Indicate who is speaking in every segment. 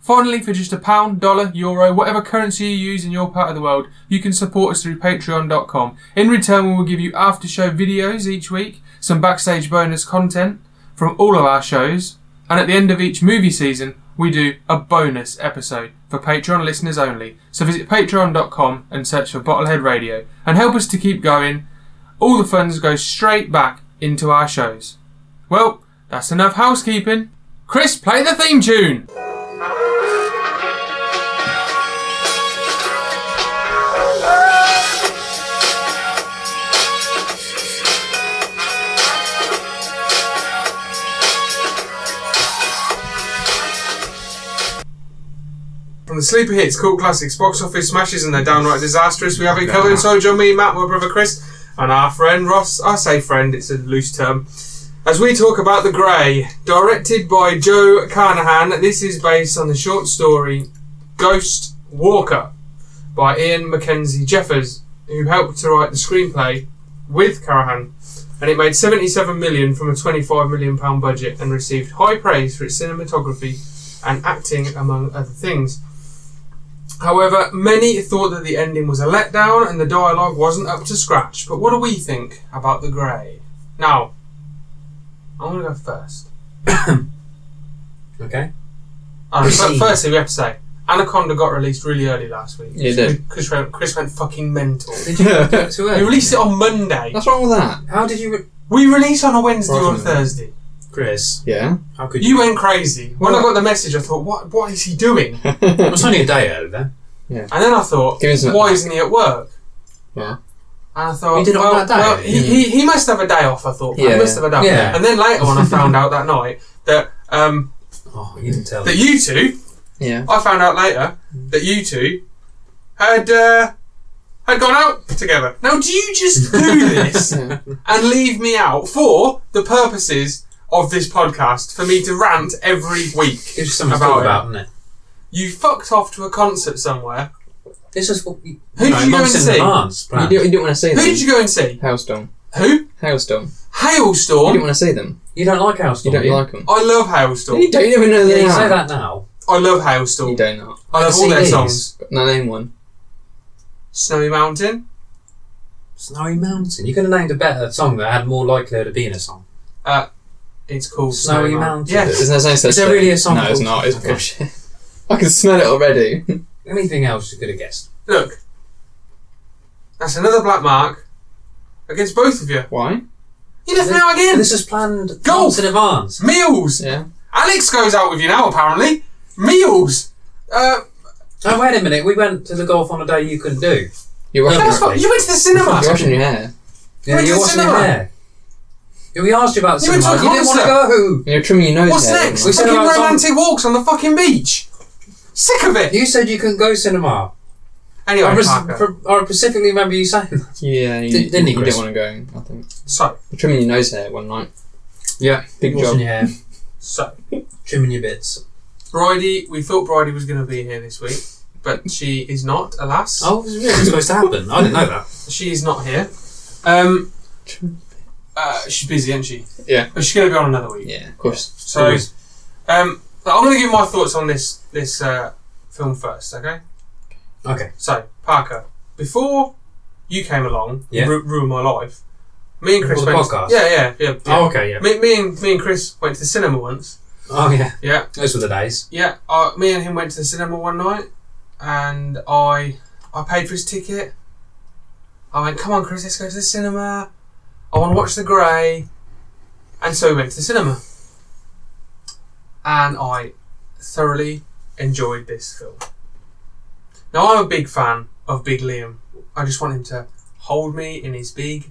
Speaker 1: Finally, for just a pound, dollar, euro, whatever currency you use in your part of the world, you can support us through patreon.com. In return, we will give you after show videos each week, some backstage bonus content from all of our shows, and at the end of each movie season, we do a bonus episode for Patreon listeners only. So visit patreon.com and search for Bottlehead Radio and help us to keep going all the funds go straight back into our shows. Well, that's enough housekeeping. Chris, play the theme tune! From the sleeper hits, cult classics, box office smashes, and they're downright disastrous, we have it covered. So join me, Matt, my brother Chris, and our friend Ross. I say friend, it's a loose term. As we talk about The Grey, directed by Joe Carnahan, this is based on the short story Ghost Walker by Ian Mackenzie Jeffers, who helped to write the screenplay with Carnahan. And it made 77 million from a 25 million pound budget and received high praise for its cinematography and acting, among other things. However, many thought that the ending was a letdown and the dialogue wasn't up to scratch. But what do we think about The Grey? Now, I'm going to go first.
Speaker 2: Okay.
Speaker 1: And fir- firstly, we have to say, Anaconda got released really early last week.
Speaker 3: It did.
Speaker 1: Chris went, Chris went fucking mental.
Speaker 2: Did you do it too
Speaker 1: We
Speaker 2: early?
Speaker 1: released it on Monday.
Speaker 3: What's wrong with that?
Speaker 2: How did you, re-
Speaker 1: We release on a Wednesday or a
Speaker 2: Wasn't it?
Speaker 1: Thursday.
Speaker 2: Chris?
Speaker 3: Yeah.
Speaker 2: How could you?
Speaker 1: You went crazy. When I got the message, I thought, what, what is he doing?
Speaker 2: It was only a day early then.
Speaker 1: And then I thought,
Speaker 3: Give him some-
Speaker 1: why isn't he at work?
Speaker 3: Yeah.
Speaker 1: And I thought,
Speaker 2: He did it on
Speaker 1: well,
Speaker 2: that day?
Speaker 1: well, he, he, he must have a day off, I thought.
Speaker 3: Yeah,
Speaker 1: He must have a day off.
Speaker 2: yeah.
Speaker 1: And then later on, I found out that night that um,
Speaker 2: Oh, you didn't tell
Speaker 1: that
Speaker 2: me.
Speaker 1: you two,
Speaker 3: yeah.
Speaker 1: I found out later that you two had uh, had gone out together. Now, do you just do this
Speaker 3: Yeah.
Speaker 1: and leave me out for the purposes of this podcast for me to rant every week
Speaker 2: It was something to
Speaker 1: about
Speaker 2: talk
Speaker 1: it?
Speaker 2: about, wasn't it?
Speaker 1: You fucked off to a concert somewhere.
Speaker 2: This is what we.
Speaker 1: Who did you go and see?
Speaker 3: You, do, Ah. you didn't want to see
Speaker 1: Who
Speaker 3: them.
Speaker 1: did you go and see?
Speaker 3: Hailstorm.
Speaker 1: Who?
Speaker 3: Hailstorm. You
Speaker 1: Hailstorm.
Speaker 3: didn't want to see them.
Speaker 2: You don't like House
Speaker 3: You don't like them.
Speaker 1: I love Hailstorm.
Speaker 3: You don't even know
Speaker 2: Yeah,
Speaker 3: they
Speaker 2: you
Speaker 3: are.
Speaker 2: say that now.
Speaker 1: I love
Speaker 3: You
Speaker 1: Hailstorm.
Speaker 3: don't know.
Speaker 1: I love all their
Speaker 2: CDs.
Speaker 1: songs.
Speaker 3: No, name one.
Speaker 1: Snowy Mountain,
Speaker 2: Snowy Mountain. You could have named a better song that had more likelihood of being a song.
Speaker 1: it's called
Speaker 2: Snowy
Speaker 1: Snowy,
Speaker 2: Mountain.
Speaker 1: Mountain. Yes.
Speaker 3: There's no such
Speaker 2: Is there
Speaker 3: thing.
Speaker 2: really a song
Speaker 3: No, it's
Speaker 2: called-
Speaker 3: not. It's
Speaker 2: Okay.
Speaker 3: bullshit. I can smell it already.
Speaker 2: Anything else you could have guessed?
Speaker 1: Look, that's another black mark against both of you.
Speaker 3: Why?
Speaker 1: You left me out again.
Speaker 2: And this is planned
Speaker 1: Golf!
Speaker 2: months in advance.
Speaker 1: Meals.
Speaker 3: Yeah.
Speaker 1: Alex goes out with you now, apparently. Meals. Uh,
Speaker 2: Oh, wait a minute. We went to the golf on a day you couldn't do.
Speaker 3: You're washing,
Speaker 1: that's what, you went to the cinema.
Speaker 3: you're washing your hair.
Speaker 2: Yeah,
Speaker 1: Went to
Speaker 2: you're
Speaker 1: the
Speaker 2: watching it
Speaker 1: cinema.
Speaker 2: there. Yeah, We asked you about
Speaker 1: You went
Speaker 2: cinema.
Speaker 1: to a
Speaker 2: You didn't want to
Speaker 1: concert.
Speaker 2: go.
Speaker 3: You're trimming your nose
Speaker 1: What's
Speaker 3: hair.
Speaker 1: next?
Speaker 2: We
Speaker 1: Fucking
Speaker 2: said I was on-
Speaker 1: romantic walks on the fucking beach. Sick of it.
Speaker 2: You said you couldn't go cinema.
Speaker 1: Anyway,
Speaker 2: I, res-
Speaker 1: Parker.
Speaker 2: pr- I specifically remember you saying that.
Speaker 3: Yeah, you,
Speaker 2: Did- didn't he,
Speaker 3: you
Speaker 2: Chris?
Speaker 3: didn't want to go, I think.
Speaker 1: so
Speaker 3: You're trimming your nose hair one night.
Speaker 2: Yeah.
Speaker 3: Big job.
Speaker 2: Washing your hair,
Speaker 1: so
Speaker 2: trimming your bits.
Speaker 1: Bridie, we thought Bridie was going to be here this week, but she is not, alas.
Speaker 2: Oh, it was really supposed to happen. I didn't know that.
Speaker 1: She is not here. Um, uh, she's busy, isn't she?
Speaker 3: Yeah.
Speaker 1: But she's going to be on another week.
Speaker 3: Yeah, of course.
Speaker 1: So,
Speaker 2: Always.
Speaker 1: um, I'm going to give my thoughts on this this uh, film first, okay?
Speaker 2: Okay.
Speaker 1: So, Parker, before you came along,
Speaker 2: Yeah.
Speaker 1: ru- ruined my life. Me and Chris
Speaker 2: Before the
Speaker 1: went.
Speaker 2: podcast?
Speaker 1: Yeah, yeah, yeah. yeah.
Speaker 2: Oh, okay. Yeah.
Speaker 1: Me, me and me and Chris went to the cinema once.
Speaker 2: Oh, yeah.
Speaker 1: Yeah.
Speaker 2: Those were the days.
Speaker 1: Yeah, uh, me and him went to the cinema one night, and I I paid for his ticket. I went, come on, Chris, let's go to the cinema. I want to watch The Grey. And so we went to the cinema. And I thoroughly enjoyed this film. Now, I'm a big fan of Big Liam. I just want him to hold me in his big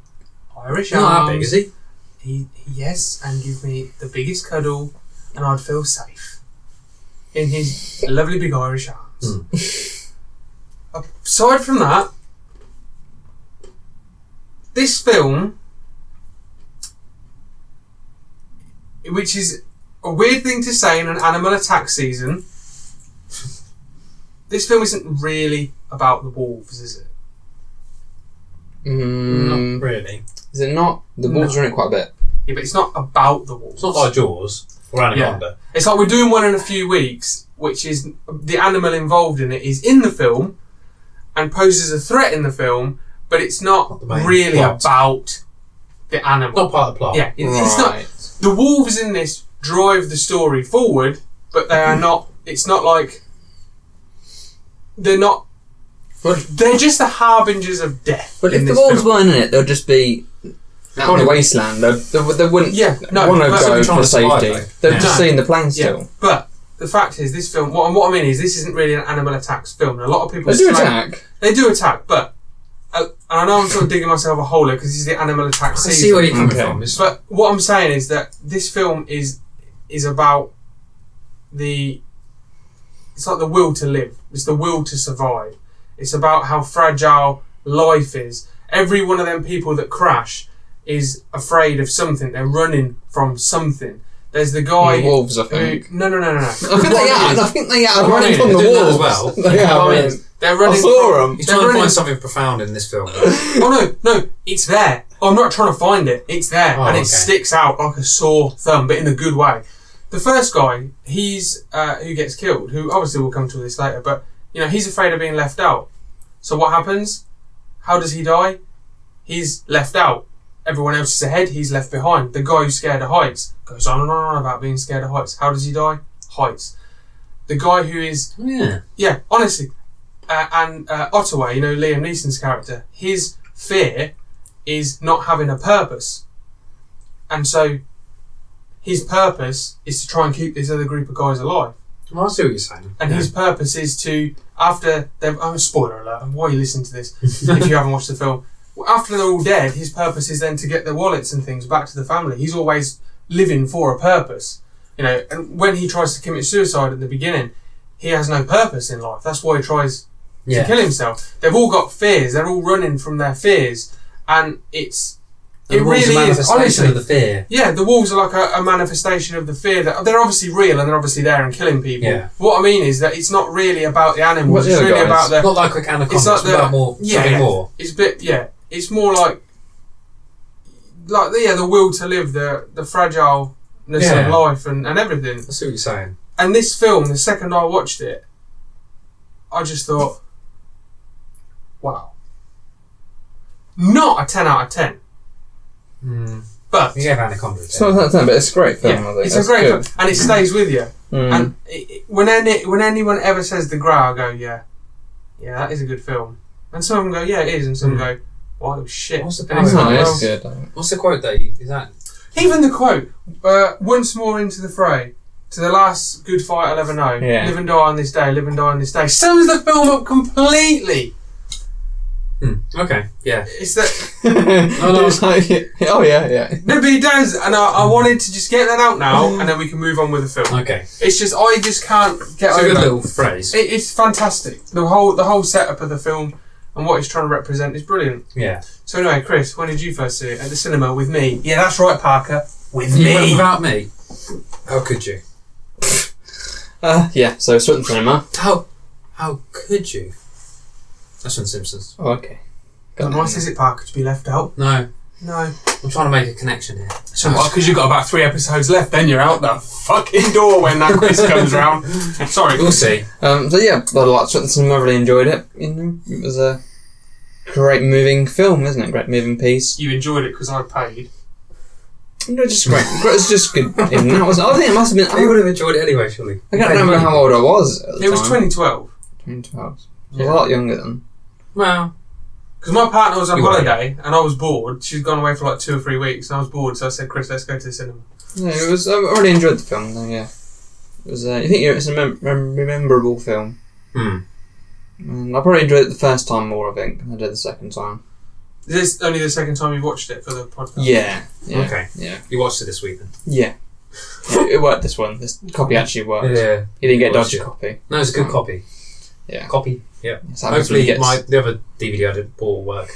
Speaker 1: Irish
Speaker 2: Not
Speaker 1: arms.
Speaker 2: that big, is he?
Speaker 1: He, yes, and give me the biggest cuddle, and I'd feel safe in his lovely big Irish arms.
Speaker 2: Hmm.
Speaker 1: Uh, Aside from that, this film, which is a weird thing to say in an animal attack season, this film isn't really about the wolves, is it?
Speaker 3: Mm,
Speaker 2: Not really.
Speaker 3: Is it not? The wolves are in it quite a bit.
Speaker 1: Yeah, but it's not about the wolves.
Speaker 2: It's not like Jaws or Anaconda.
Speaker 1: It's like we're doing one in a few weeks, which is the animal involved in it is in the film and poses a threat in the film, but it's
Speaker 2: Not
Speaker 1: not
Speaker 2: the main
Speaker 1: really
Speaker 2: plot.
Speaker 1: about the animal.
Speaker 2: Not part of the plot.
Speaker 1: yeah, it- it's not.
Speaker 3: Right.
Speaker 1: The wolves in this drive the story forward, but they are not. It's not like they're not.
Speaker 3: But-
Speaker 1: They're just the harbingers of death.
Speaker 3: But
Speaker 1: in
Speaker 3: if the
Speaker 1: this
Speaker 3: wolves
Speaker 1: film.
Speaker 3: weren't in it, they'd just be out in the wasteland. They, they, they wouldn't
Speaker 1: Yeah, no,
Speaker 3: want to
Speaker 1: but-
Speaker 3: go
Speaker 2: They're trying
Speaker 3: for
Speaker 2: to survive,
Speaker 3: safety.
Speaker 2: though.
Speaker 3: They've
Speaker 1: Yeah.
Speaker 3: just
Speaker 1: No.
Speaker 3: seen the plane still.
Speaker 1: Yeah, but the fact is, this film. What, what I mean is, this isn't really an animal attacks film. A lot of people
Speaker 3: They do
Speaker 1: slag-
Speaker 3: attack.
Speaker 1: They do attack, but uh, and I know I'm sort of digging myself a hole here because this is the animal attack
Speaker 2: I
Speaker 1: season.
Speaker 2: see where you're coming
Speaker 3: Okay.
Speaker 2: from. It's
Speaker 1: but what I'm saying is that this film is is about the it's like the will to live. It's the will to survive. It's about how fragile life is. Every one of them people that crash is afraid of something. They're running from something. There's the guy
Speaker 3: The wolves, I
Speaker 1: who
Speaker 3: think.
Speaker 1: no no no no no.
Speaker 3: I think they are. I think they are running from the
Speaker 2: They're doing that
Speaker 3: wolves.
Speaker 2: as well.
Speaker 3: They are.
Speaker 1: I
Speaker 3: running.
Speaker 1: mean, they're running.
Speaker 3: I saw
Speaker 1: from-
Speaker 3: 'em.
Speaker 2: Oh, He's
Speaker 1: they're
Speaker 2: trying to
Speaker 1: running-
Speaker 2: find something profound in this film.
Speaker 1: Oh no, no, it's there. I'm not trying to find it. It's there,
Speaker 2: Oh,
Speaker 1: and it
Speaker 2: okay.
Speaker 1: sticks out like a sore thumb, but in a good way. The first guy, he's uh, who gets killed, who obviously we'll come to this later, but you know he's afraid of being left out. So what happens? How does he die? He's left out. Everyone else is ahead. He's left behind. The guy who's scared of heights goes on and on and on about being scared of heights. How does he die? Heights. The guy who is
Speaker 2: yeah.
Speaker 1: yeah, honestly. Uh, and uh, Ottawa, you know, Liam Neeson's character, his fear is not having a purpose. And so his purpose is to try and keep this other group of guys alive.
Speaker 2: Well, I see what you're saying.
Speaker 1: And
Speaker 2: yeah.
Speaker 1: his purpose is to, after they've. Oh, spoiler alert, and why are you listening to this if you haven't watched the film? Well, After they're all dead, his purpose is then to get their wallets and things back to the family. He's always living for a purpose. You know, and when he tries to commit suicide at the beginning, he has no purpose in life. That's why he tries
Speaker 2: yeah.
Speaker 1: to kill himself. They've all got fears. They're all running from their fears, and it's
Speaker 2: And
Speaker 1: it
Speaker 2: the wolves are
Speaker 1: really is.
Speaker 2: manifestation
Speaker 1: Honestly,
Speaker 2: of the fear.
Speaker 1: yeah, the wolves are like a, a manifestation of the fear that they're obviously real and they're obviously there and killing people.
Speaker 2: Yeah.
Speaker 1: What I mean is that it's not really about the animals.
Speaker 3: What's the
Speaker 1: it's
Speaker 3: other
Speaker 1: really
Speaker 3: guys?
Speaker 1: about the.
Speaker 2: Not like quick anaconda.
Speaker 1: It's
Speaker 2: It's,
Speaker 1: like the-
Speaker 2: about more.
Speaker 1: yeah,
Speaker 2: something
Speaker 1: yeah.
Speaker 2: more.
Speaker 1: It's a bit yeah. It's more like like the, yeah the will to live the the fragileness
Speaker 2: Yeah.
Speaker 1: of life and, and everything.
Speaker 2: I see what you're saying.
Speaker 1: And this film, the second I watched it, I just thought, wow. Not a 10 out of 10,
Speaker 2: Mm.
Speaker 1: but
Speaker 2: You gave anaconda. a
Speaker 3: It's not
Speaker 2: ten.
Speaker 3: that time, but it's a great film. I
Speaker 1: yeah,
Speaker 3: think.
Speaker 1: it's a
Speaker 3: That's
Speaker 1: great
Speaker 3: good.
Speaker 1: film and it stays with you.
Speaker 3: Mm.
Speaker 1: And it, it- when any, when anyone ever says The Grey, I go, yeah, yeah, that is a good film. And some of them go, yeah, it is, and some
Speaker 2: Mm.
Speaker 1: go, wow, shit.
Speaker 2: What's the
Speaker 1: And it's
Speaker 2: point?
Speaker 3: no,
Speaker 1: like,
Speaker 3: it's
Speaker 1: well,
Speaker 3: good.
Speaker 2: What's the quote that you, is that?
Speaker 1: Even the quote, uh, once more into the fray, to the last good fight I'll ever know.
Speaker 3: Yeah.
Speaker 1: Live and die on this day, live and die on this day. Sums the film up completely.
Speaker 2: Hmm. Okay. Yeah.
Speaker 1: It's that
Speaker 3: Oh,
Speaker 2: no.
Speaker 3: It's like- oh yeah, yeah.
Speaker 1: no, but it does, and I, I wanted to just get that out
Speaker 2: Hmm.
Speaker 1: now, and then we can move on with the film.
Speaker 2: Okay.
Speaker 1: It's just I just can't get
Speaker 2: It's a
Speaker 1: over.
Speaker 2: good
Speaker 1: it.
Speaker 2: little phrase.
Speaker 1: It- it's fantastic. The whole the whole setup of the film and what it's trying to represent is brilliant.
Speaker 2: Yeah.
Speaker 1: So anyway, Chris, when did you first see it at the cinema with me? Yeah, that's right, Parker, with
Speaker 2: You went
Speaker 1: me.
Speaker 2: without me. How could you?
Speaker 3: Uh, yeah. So Swinton Cinema.
Speaker 2: How? How could you? That's from The Simpsons.
Speaker 3: Oh, okay.
Speaker 1: And Why is it Parker to be left out?
Speaker 2: No,
Speaker 1: No.
Speaker 2: I'm trying to make a connection here.
Speaker 1: So because you've got about three episodes left, then you're out the fucking door when that Chris comes round. Sorry.
Speaker 2: We'll see.
Speaker 3: Um, so yeah, I liked Swinton Cinema. Really enjoyed it. You know, it was a great moving film, isn't it? Great moving piece.
Speaker 1: You enjoyed it because I paid.
Speaker 3: You know, just great. great- it was just good. And that was. I think it must have been.
Speaker 2: You would have enjoyed it anyway, surely.
Speaker 3: I can't remember how old I was. At the
Speaker 1: It was
Speaker 3: time.
Speaker 1: 2012.
Speaker 3: 2012. So I
Speaker 1: Yeah.
Speaker 3: was a lot younger then.
Speaker 2: Well,
Speaker 1: Because my partner was on
Speaker 3: You were.
Speaker 1: holiday and I was bored. She'd gone away for like two or three weeks and I was bored, so I said, Chris, let's go to the cinema.
Speaker 3: Yeah, it was. I really enjoyed the film. Though, yeah, it was. Uh, I think it's a mem- mem- memorable film.
Speaker 2: hmm.
Speaker 3: And I probably enjoyed it the first time more. I think than I did the second time.
Speaker 1: Is this only the second time you've watched it for the podcast?
Speaker 3: Yeah. Yeah.
Speaker 2: Okay.
Speaker 3: Yeah.
Speaker 2: You watched it this week then?
Speaker 3: Yeah. it, it worked. This one. This copy actually worked.
Speaker 2: Yeah.
Speaker 3: He didn't get a
Speaker 2: Watched
Speaker 3: dodgy
Speaker 2: it.
Speaker 3: copy.
Speaker 2: No, it's a good
Speaker 3: Um,
Speaker 2: copy.
Speaker 3: yeah.
Speaker 2: Copy. Yeah.
Speaker 3: So that means when
Speaker 2: Hopefully,
Speaker 3: he gets-
Speaker 2: my the other DVD I did bought will work.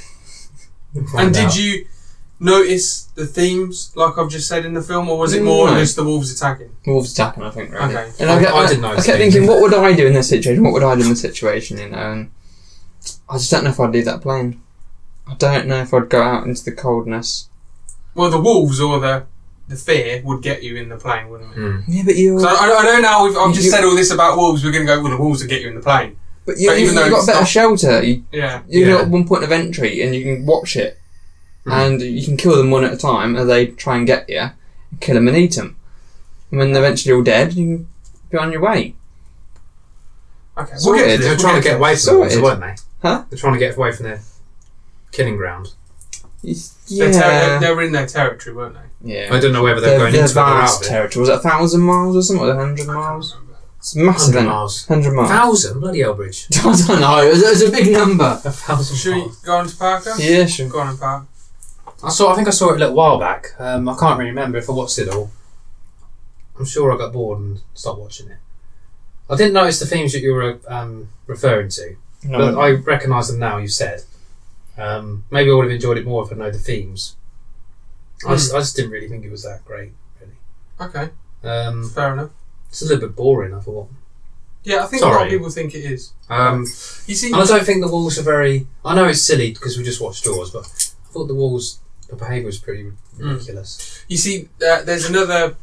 Speaker 1: And did you notice the themes like I've just said in the film, or was it more
Speaker 3: No.
Speaker 1: just the wolves attacking?
Speaker 3: Wolves attacking, I think. Really.
Speaker 1: Okay.
Speaker 3: And I,
Speaker 2: I-
Speaker 3: kept,
Speaker 2: I didn't know
Speaker 3: I
Speaker 2: those
Speaker 3: kept
Speaker 2: things.
Speaker 3: thinking, what would I do in this situation? What would I do in this situation? You know, and I just don't know if I'd leave that plane. I don't know if I'd go out into the coldness.
Speaker 1: Well, the wolves or the the fear would get you in the plane, wouldn't it?
Speaker 2: Hmm.
Speaker 3: Yeah, but you.
Speaker 1: So I, I know now we've, I've just
Speaker 3: Mm. You-
Speaker 1: said all this about wolves. We're going to go. Well, the wolves will get you in the plane.
Speaker 3: But you,
Speaker 1: but
Speaker 3: you,
Speaker 1: even though
Speaker 3: you got
Speaker 1: it's
Speaker 3: better
Speaker 1: not-
Speaker 3: shelter. You,
Speaker 1: Yeah.
Speaker 3: you've
Speaker 2: Yeah.
Speaker 3: got one point of entry, and you can watch it,
Speaker 2: Mhm.
Speaker 3: and you can kill them one at a time as they try and get you, kill them and eat them. And when they're eventually all dead, you can be on your way.
Speaker 1: Okay.
Speaker 3: So
Speaker 1: We'll get to
Speaker 3: weird.
Speaker 1: this.
Speaker 2: They were
Speaker 1: We'll
Speaker 2: trying to
Speaker 1: to
Speaker 2: get
Speaker 1: this.
Speaker 2: away from the
Speaker 3: Sorted.
Speaker 2: water, weren't they?
Speaker 3: Huh?
Speaker 2: They're trying to get away from their killing ground.
Speaker 3: It's-
Speaker 1: Their
Speaker 3: Yeah,
Speaker 1: ter- they were in their territory, weren't they?
Speaker 3: yeah.
Speaker 2: I don't know whether they're,
Speaker 3: They're-
Speaker 2: going
Speaker 3: they're
Speaker 2: into the
Speaker 3: vast
Speaker 2: out of it.
Speaker 3: territory. Was it a thousand miles or something? Or a hundred miles? It's massive.
Speaker 2: Hundred
Speaker 3: isn't it?
Speaker 2: miles.
Speaker 3: Hundred miles.
Speaker 2: Thousand bloody Elbridge.
Speaker 3: I don't know. It was, it was a big number.
Speaker 2: A thousand
Speaker 1: Should we
Speaker 2: miles.
Speaker 1: go on to Parker?
Speaker 3: Yeah, sure.
Speaker 1: Go on, then, Parker.
Speaker 2: I saw. I think I saw it a little while back. Um, I can't really remember if I watched it all. I'm sure I got bored and stopped watching it. I didn't notice the themes that you were um, referring to, but I recognise them now. You said. Um, maybe I would have enjoyed it more if I know the themes.
Speaker 1: Hmm.
Speaker 2: I, just, I just didn't really think it was that great.
Speaker 1: Okay.
Speaker 2: Um,
Speaker 1: Fair enough.
Speaker 2: it's a little bit boring. I thought.
Speaker 1: Yeah, I think a lot
Speaker 2: Sorry.
Speaker 1: of people think it is.
Speaker 2: Um,
Speaker 1: You see,
Speaker 2: And I don't think the walls are very. I know it's silly because we just watched Jaws, but I thought the walls, the behaviour was pretty ridiculous.
Speaker 1: you see, uh, there's another.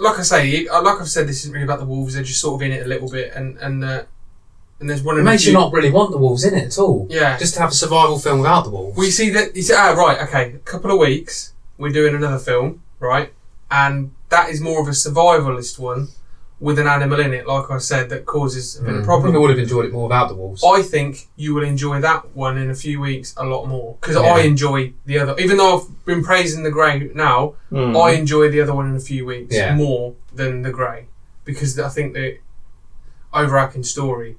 Speaker 1: Like I say, uh, like I've said, this isn't really about the wolves. They're just sort of in it a little bit, and and uh, and there's one.
Speaker 2: It
Speaker 1: of the
Speaker 2: makes you
Speaker 1: few-
Speaker 2: not really want the walls in it at all.
Speaker 1: Yeah.
Speaker 2: Mm. Just to have a survival film without the walls.
Speaker 1: We see that. You see, ah, right. Okay. A couple of weeks, we're doing another film, right? And that is more of a survivalist one with an animal in it, like I said, that causes a bit of
Speaker 2: Mm. Oh, I
Speaker 1: problem.
Speaker 2: think I would have enjoyed it more without the walls.
Speaker 1: I think you will enjoy that one in a few weeks a lot more because I
Speaker 2: Yeah.
Speaker 1: enjoy the other. Even though I've been praising the grey now,
Speaker 3: Hmm.
Speaker 1: I enjoy the other one in a few weeks
Speaker 2: Mm-hmm. Yeah.
Speaker 1: more than the grey because I think the overarching story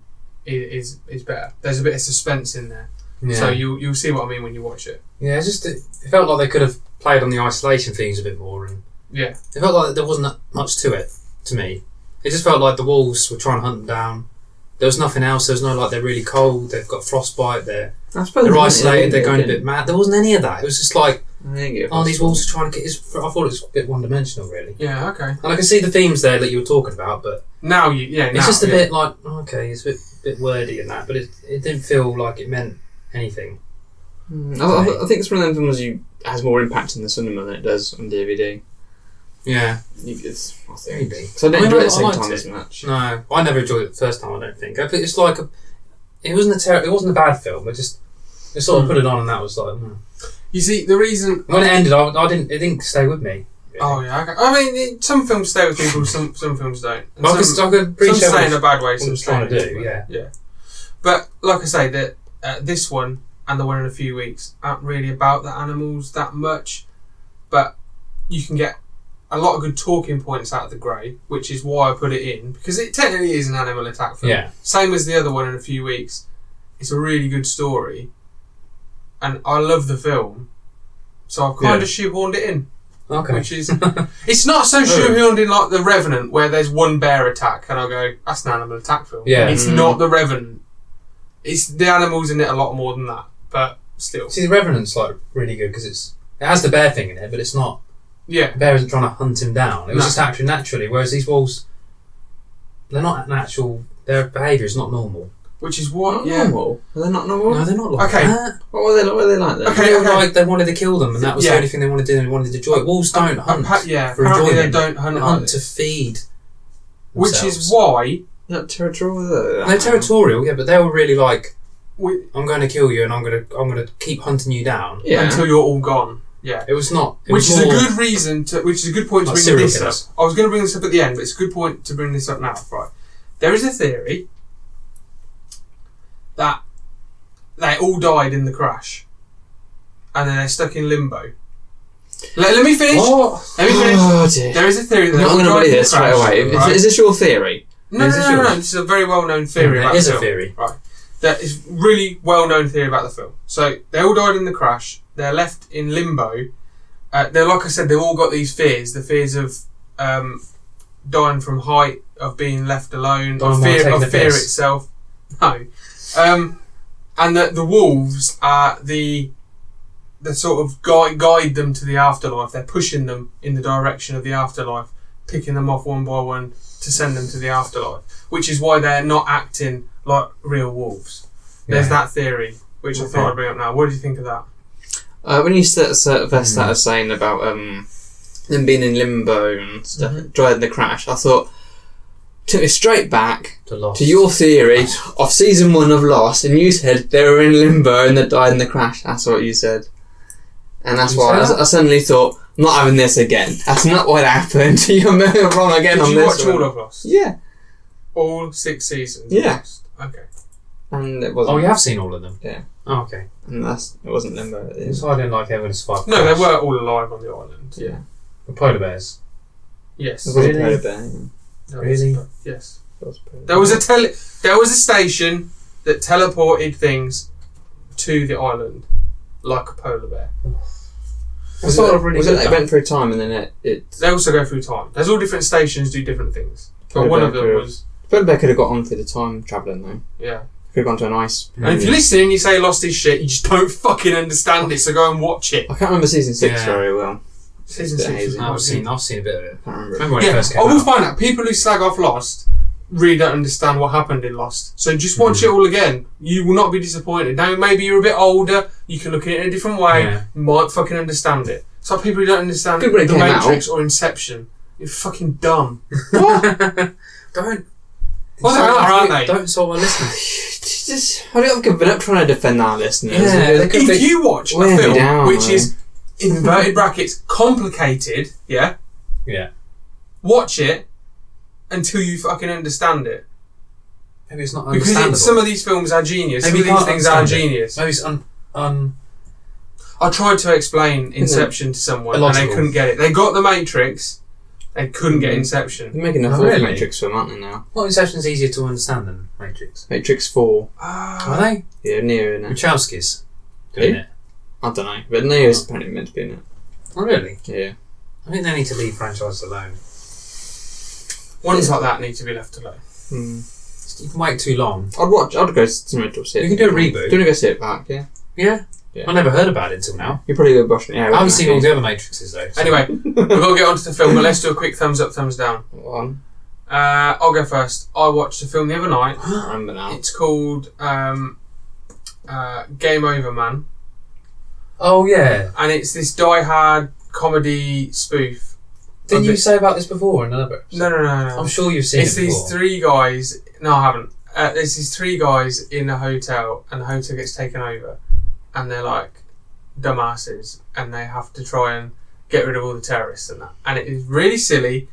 Speaker 1: i- is is better. There's a bit of suspense in there,
Speaker 2: yeah.
Speaker 1: so you you'll see what I mean when you watch it.
Speaker 2: yeah, it's just it, it felt like they could have played on the isolation themes a bit more, and
Speaker 1: Yeah.
Speaker 2: it felt like there wasn't that much to it to me. It just felt like the wolves were trying to hunt them down. There was nothing else. There was no like they're really cold. They've got frostbite. They're
Speaker 3: I suppose
Speaker 2: they're isolated. They're going a bit mad. There wasn't any of that. It was just like. Oh, these
Speaker 3: walls.
Speaker 2: wolves are trying to get his. I thought it was a bit one dimensional, really.
Speaker 1: Yeah. Okay.
Speaker 2: And I can see the themes there that you were talking about, but
Speaker 1: Now you, yeah,
Speaker 2: it's
Speaker 1: now,
Speaker 2: just a
Speaker 1: yeah.
Speaker 2: bit like, oh, okay, it's a bit, bit wordy and that, but it, it didn't feel like it meant anything.
Speaker 3: Mm, I, I- I think it's one of them films you has more impact in the cinema than it does on DVD.
Speaker 2: Yeah.
Speaker 3: You, it's, I think.
Speaker 2: Maybe.
Speaker 3: So I didn't
Speaker 2: I mean,
Speaker 3: enjoy
Speaker 2: I-
Speaker 3: it at the
Speaker 2: I
Speaker 3: same
Speaker 2: liked
Speaker 3: time
Speaker 2: it.
Speaker 3: as much.
Speaker 2: No, I never enjoyed it the first time. I don't think. I think it's like a. It wasn't a ter- It wasn't a bad film. It just. It sort of put it
Speaker 1: Hmm.
Speaker 2: on, and that was like. mm.
Speaker 1: You see, the reason.
Speaker 2: When it ended, I, I didn't. It didn't stay with me. really.
Speaker 1: Oh yeah, okay. I mean, it- some films stay with people, some some films don't. And
Speaker 2: Well, I could,
Speaker 1: some
Speaker 2: I could
Speaker 1: some
Speaker 2: appreciate
Speaker 1: stay in
Speaker 2: what
Speaker 1: a bad way.
Speaker 2: it
Speaker 1: Some
Speaker 2: was
Speaker 1: stay in
Speaker 2: trying
Speaker 1: a
Speaker 2: to
Speaker 1: good
Speaker 2: do.
Speaker 1: way.
Speaker 2: Yeah.
Speaker 1: yeah. But like I say, that uh, this one and the one in a few weeks aren't really about the animals that much, but you can get a lot of good talking points out of the grey, which is why I put it in because it technically is an animal attack film.
Speaker 2: Yeah.
Speaker 1: Same as the other one in a few weeks. It's a really good story, and I love the film, so I've kind
Speaker 2: Yeah.
Speaker 1: of shoehorned it in,
Speaker 2: Okay. Oh.
Speaker 1: which is it's not so shoehorned in like the Revenant where there's one bear attack and I go that's an animal attack film.
Speaker 2: Yeah.
Speaker 1: it's
Speaker 3: Mm.
Speaker 1: not the Revenant. It's the animals in it a lot more than that, but still,
Speaker 2: See, the Revenant's like really good because it's it has the bear thing in it, but it's not
Speaker 1: yeah,
Speaker 2: bear isn't trying to hunt him down. It was
Speaker 1: No.
Speaker 2: just acting naturally. Whereas these wolves, they're not natural. Their behaviour is not normal.
Speaker 1: which is
Speaker 3: They're
Speaker 2: Oh.
Speaker 1: what
Speaker 3: not
Speaker 1: yeah.
Speaker 3: normal. Are they not normal?
Speaker 2: No, they're not like
Speaker 1: Okay.
Speaker 2: that.
Speaker 3: What were they? What were they like? Then?
Speaker 1: Okay.
Speaker 2: They were like they wanted to kill them, and that was
Speaker 1: Yeah.
Speaker 2: the only thing they wanted to do. They wanted to joy. Wolves don't hunt.
Speaker 1: Appa- yeah,
Speaker 2: for
Speaker 1: apparently they
Speaker 2: enjoyment.
Speaker 1: don't hunt,
Speaker 2: They
Speaker 1: either.
Speaker 2: hunt to feed.
Speaker 1: which is
Speaker 2: themselves.
Speaker 1: why
Speaker 3: Not territorial. were they?
Speaker 2: they're territorial, yeah, but they were really like,
Speaker 1: we,
Speaker 2: "I'm going to kill you, and I'm going to, I'm going to keep hunting you down."
Speaker 3: Yeah.
Speaker 1: until you're all gone. Yeah.
Speaker 2: It was not. It
Speaker 1: Which
Speaker 2: was
Speaker 1: is a
Speaker 2: more-
Speaker 1: good reason to, which is a good point to
Speaker 2: Like
Speaker 1: bring
Speaker 2: serial
Speaker 1: this
Speaker 2: killers.
Speaker 1: up. I was going to bring this up at the end, but it's a good point to bring this up now. Right, there is a theory that they all died in the crash, and then they're stuck in limbo. Let, let me finish.
Speaker 2: What?
Speaker 1: Let me finish.
Speaker 3: Oh dear.
Speaker 1: There is a theory that
Speaker 3: I'm
Speaker 1: they
Speaker 3: not
Speaker 1: all
Speaker 3: going
Speaker 1: died in
Speaker 3: to believe
Speaker 1: the
Speaker 3: this straight
Speaker 1: crash,
Speaker 3: away. Is-
Speaker 1: right?
Speaker 3: Is, this your theory?
Speaker 1: No,
Speaker 2: Is
Speaker 1: no,
Speaker 2: it
Speaker 1: no, no,
Speaker 2: yours? Mm,
Speaker 1: no. This is a very well-known theory.
Speaker 2: It
Speaker 1: about
Speaker 2: is
Speaker 1: the
Speaker 2: a
Speaker 1: film.
Speaker 2: theory.
Speaker 1: Right. That is really well-known theory about the film. So they all died in the crash. They're left in limbo. Uh, they're like I said. They've all got these fears: the fears of um, dying from height, of being left alone,
Speaker 2: Dying
Speaker 1: of
Speaker 2: while
Speaker 1: fear,
Speaker 2: taking
Speaker 1: of
Speaker 2: the
Speaker 1: fear
Speaker 2: piss.
Speaker 1: itself. No. Um, and that the wolves are the the sort of guide guide them to the afterlife. They're pushing them in the direction of the afterlife, picking them off one by one to send them to the afterlife. Which is why they're not acting like real wolves. There's
Speaker 2: Yeah.
Speaker 1: that theory, which I thought I'd bring up now. What do you think of that?
Speaker 3: Uh, when you set vest that as saying about um, them being in limbo and stuff, driving the crash, I thought took me straight back
Speaker 2: To loss.
Speaker 3: to your theory of season one of Lost, and you said they were in limbo and they died in the crash. That's what you said, and that's
Speaker 2: You
Speaker 3: why I,
Speaker 2: said that?
Speaker 3: I suddenly thought, "I'm not having this again. That's not what happened. You're wrong again
Speaker 1: Did
Speaker 3: on
Speaker 1: you
Speaker 3: this.
Speaker 1: watch
Speaker 3: one.
Speaker 1: all of Lost?
Speaker 3: yeah,
Speaker 1: All six seasons. of
Speaker 3: Yeah.
Speaker 1: Lost? Okay.
Speaker 3: and it wasn't.
Speaker 2: Oh, you have seen all of them?
Speaker 3: Yeah.
Speaker 2: Oh, okay.
Speaker 3: and that's it wasn't limbo. It was,
Speaker 2: So I didn't like Evan Spike.
Speaker 1: No, they were all alive on the island.
Speaker 3: yeah, it
Speaker 2: The polar bears.
Speaker 1: Yes.
Speaker 3: was a
Speaker 2: Really?
Speaker 3: polar bear. yeah.
Speaker 1: That was-
Speaker 2: Really?
Speaker 1: Yes.
Speaker 3: It was a polar
Speaker 1: There was a tele- there was a station that teleported things to the island like a polar bear.
Speaker 2: Was
Speaker 3: it,
Speaker 2: sort of really
Speaker 3: was it
Speaker 2: good,
Speaker 3: like it
Speaker 2: though.
Speaker 3: went through time and then it, it
Speaker 1: They also go through time. There's all different stations do different things. But
Speaker 3: Polar
Speaker 1: one
Speaker 3: bear
Speaker 1: of them
Speaker 3: period.
Speaker 1: was
Speaker 3: But they could have got onto the time travelling though.
Speaker 1: yeah.
Speaker 3: Could have gone to an ice.
Speaker 1: And if you listen and you say lost his shit, you just don't fucking understand it, so go and watch it.
Speaker 3: I can't remember season six
Speaker 2: Yeah.
Speaker 3: very well.
Speaker 1: Season
Speaker 3: It's a bit
Speaker 1: six. was
Speaker 3: hazy.
Speaker 2: No, I've
Speaker 1: quite
Speaker 2: seen.
Speaker 1: good.
Speaker 2: I've seen a bit of it.
Speaker 3: I can't remember.
Speaker 2: Remember when it
Speaker 1: Yeah,
Speaker 2: first came
Speaker 1: I will
Speaker 2: out?
Speaker 1: find out. People who slag off Lost really don't understand what happened in Lost. So just watch it all again. You will not be disappointed. Now maybe you're a bit older, you can look at it in a different way.
Speaker 2: Yeah.
Speaker 1: You might fucking understand it. It's like people who don't understand
Speaker 3: Good when it
Speaker 1: The
Speaker 3: came out.
Speaker 1: Matrix or Inception. You're fucking dumb.
Speaker 2: Don't.
Speaker 1: Well, they are, aren't they?
Speaker 2: Don't solve our listeners.
Speaker 3: Just, I think I've given up trying to defend our listeners.
Speaker 2: Yeah, they could
Speaker 1: if
Speaker 2: be-
Speaker 1: you watch a
Speaker 3: Wear me
Speaker 1: film
Speaker 3: down,
Speaker 1: which
Speaker 3: man.
Speaker 1: is in inverted brackets complicated, yeah,
Speaker 2: Yeah.
Speaker 1: watch it until you fucking understand it.
Speaker 2: Maybe it's not
Speaker 1: Because
Speaker 2: understandable.
Speaker 1: it, some of these films are genius.
Speaker 2: Maybe
Speaker 1: some
Speaker 2: you
Speaker 1: of these
Speaker 2: can't
Speaker 1: things are
Speaker 2: understand it.
Speaker 1: genius.
Speaker 2: Maybe it's un. un
Speaker 1: I tried to explain Inception to someone and they
Speaker 2: Illogical.
Speaker 1: couldn't get it. They got The Matrix, they couldn't get
Speaker 3: Mm.
Speaker 1: Inception.
Speaker 3: They're making a
Speaker 2: Oh,
Speaker 3: fourth
Speaker 2: really?
Speaker 3: Matrix film, aren't they now?
Speaker 2: well, Inception's easier to understand than Matrix.
Speaker 3: Matrix four.
Speaker 1: Ah,
Speaker 2: Are they?
Speaker 3: Yeah, Neo in it.
Speaker 2: Wachowskis doing
Speaker 3: Who?
Speaker 2: it.
Speaker 3: I don't know, but Neo's apparently meant to be in it.
Speaker 2: Oh, really?
Speaker 3: Yeah.
Speaker 2: I think they need to leave franchises alone.
Speaker 1: Ones like that need to be left alone.
Speaker 3: Hmm.
Speaker 2: You can wait too long.
Speaker 3: I'd watch. I'd go cinema to see it.
Speaker 2: We could do a reboot.
Speaker 3: Do you want to go see it back? Yeah.
Speaker 2: Yeah.
Speaker 3: Yeah.
Speaker 2: I never heard about it until now.
Speaker 3: You probably go brushing it out.
Speaker 2: I haven't seen all the other Matrixes though. so-
Speaker 1: Anyway, we have got to get onto the film, but let's do a quick thumbs up, thumbs down.
Speaker 3: One.
Speaker 1: Uh, I'll go first. I watched a film the other night.
Speaker 3: I remember now.
Speaker 1: It's called um, uh, Game Over Man,
Speaker 2: Oh yeah.
Speaker 1: and it's this die-hard comedy spoof.
Speaker 2: Didn't
Speaker 1: Of
Speaker 2: you
Speaker 1: it-
Speaker 2: say about this before in another? episode?
Speaker 1: No, no, no, no.
Speaker 2: I'm sure you've seen
Speaker 1: it's
Speaker 2: it before.
Speaker 1: these three guys. No, I haven't. Uh, it's these three guys in a hotel, and the hotel gets taken over, and they're like dumbasses, and they have to try and get rid of all the terrorists and that. And it is really silly,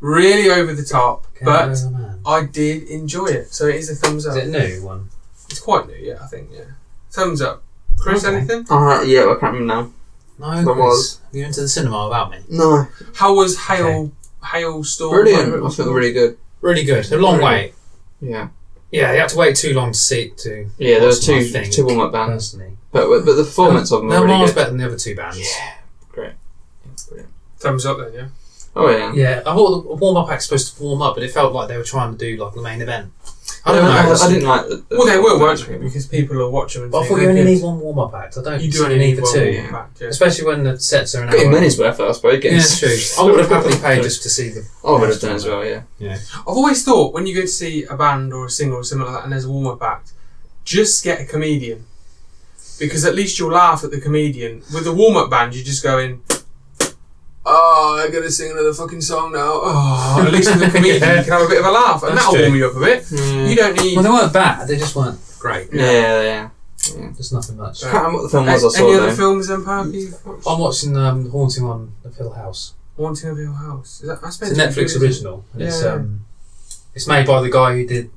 Speaker 1: really over the top,
Speaker 2: Okay,
Speaker 1: but
Speaker 2: there's a man.
Speaker 1: I did enjoy it. So it is a thumbs up.
Speaker 2: is it a new one?
Speaker 1: It's quite new, yeah, I think, yeah. Thumbs up. Chris,
Speaker 2: Okay.
Speaker 1: anything?
Speaker 3: Uh, yeah, I can't remember now.
Speaker 2: No,
Speaker 3: There
Speaker 2: Chris.
Speaker 3: was.
Speaker 2: You went to the cinema without me.
Speaker 3: No.
Speaker 1: How was Hail Hail Storm?
Speaker 3: Brilliant.
Speaker 1: whatever it
Speaker 3: Oh, I
Speaker 1: was
Speaker 3: feel
Speaker 1: called?
Speaker 3: really good.
Speaker 2: Really good. A long
Speaker 1: Really?
Speaker 2: wait.
Speaker 3: Yeah.
Speaker 2: Yeah, you had to wait too long to see it. To
Speaker 3: Yeah, there was
Speaker 2: watch them, I
Speaker 3: two
Speaker 2: think,
Speaker 3: two warm up bands,
Speaker 2: personally.
Speaker 3: but but the performance of them
Speaker 2: They're
Speaker 3: were really
Speaker 2: miles
Speaker 3: good.
Speaker 2: better than the other two bands.
Speaker 3: Yeah, great. Yeah, brilliant.
Speaker 1: Thumbs up then, yeah.
Speaker 3: Oh yeah.
Speaker 2: Yeah, I thought the warm up act was supposed to warm up, but it felt like they were trying to do like the main event. I don't
Speaker 3: Yeah,
Speaker 2: know.
Speaker 3: I, I didn't like. The, the
Speaker 1: Well, they will, won't
Speaker 3: performance
Speaker 1: they?
Speaker 3: really.
Speaker 1: Because people will watch them and
Speaker 2: But I
Speaker 1: think
Speaker 2: thought you
Speaker 1: they're
Speaker 2: only
Speaker 1: good.
Speaker 2: need one warm up act. I don't.
Speaker 1: You do
Speaker 2: see the
Speaker 1: only need
Speaker 2: for
Speaker 1: one
Speaker 2: two,
Speaker 1: more fact, yeah.
Speaker 2: especially when the sets are an
Speaker 3: Got your
Speaker 2: hour.
Speaker 3: money's worth, I suppose.
Speaker 2: Yeah, it's true. I would have happily paid just to see the.
Speaker 3: I would have done as well. Yeah.
Speaker 1: I've always thought when you go to see a band or a singer or something like that and there's a warm up act, just get a comedian. Because at least you'll laugh at the comedian. With a warm up band, you're just going, Oh, I gotta sing another fucking song now. Oh, at least with a comedian,
Speaker 2: Yeah.
Speaker 1: you can have a bit of a laugh, and
Speaker 2: That's
Speaker 1: that'll
Speaker 2: true.
Speaker 1: warm you up a bit. You don't need.
Speaker 2: Well, they weren't bad. They just weren't great.
Speaker 3: Yeah, yeah. yeah.
Speaker 2: There's nothing much.
Speaker 3: Can't remember what the film
Speaker 1: Any
Speaker 3: was I saw
Speaker 1: other
Speaker 3: though.
Speaker 1: films then, Parker? you've watched?
Speaker 2: I'm watching um, The Haunting on the Hill House.
Speaker 1: Wanting of Hill House. Is that, that's
Speaker 2: It's a Netflix original. And It's um, it's made by the guy who did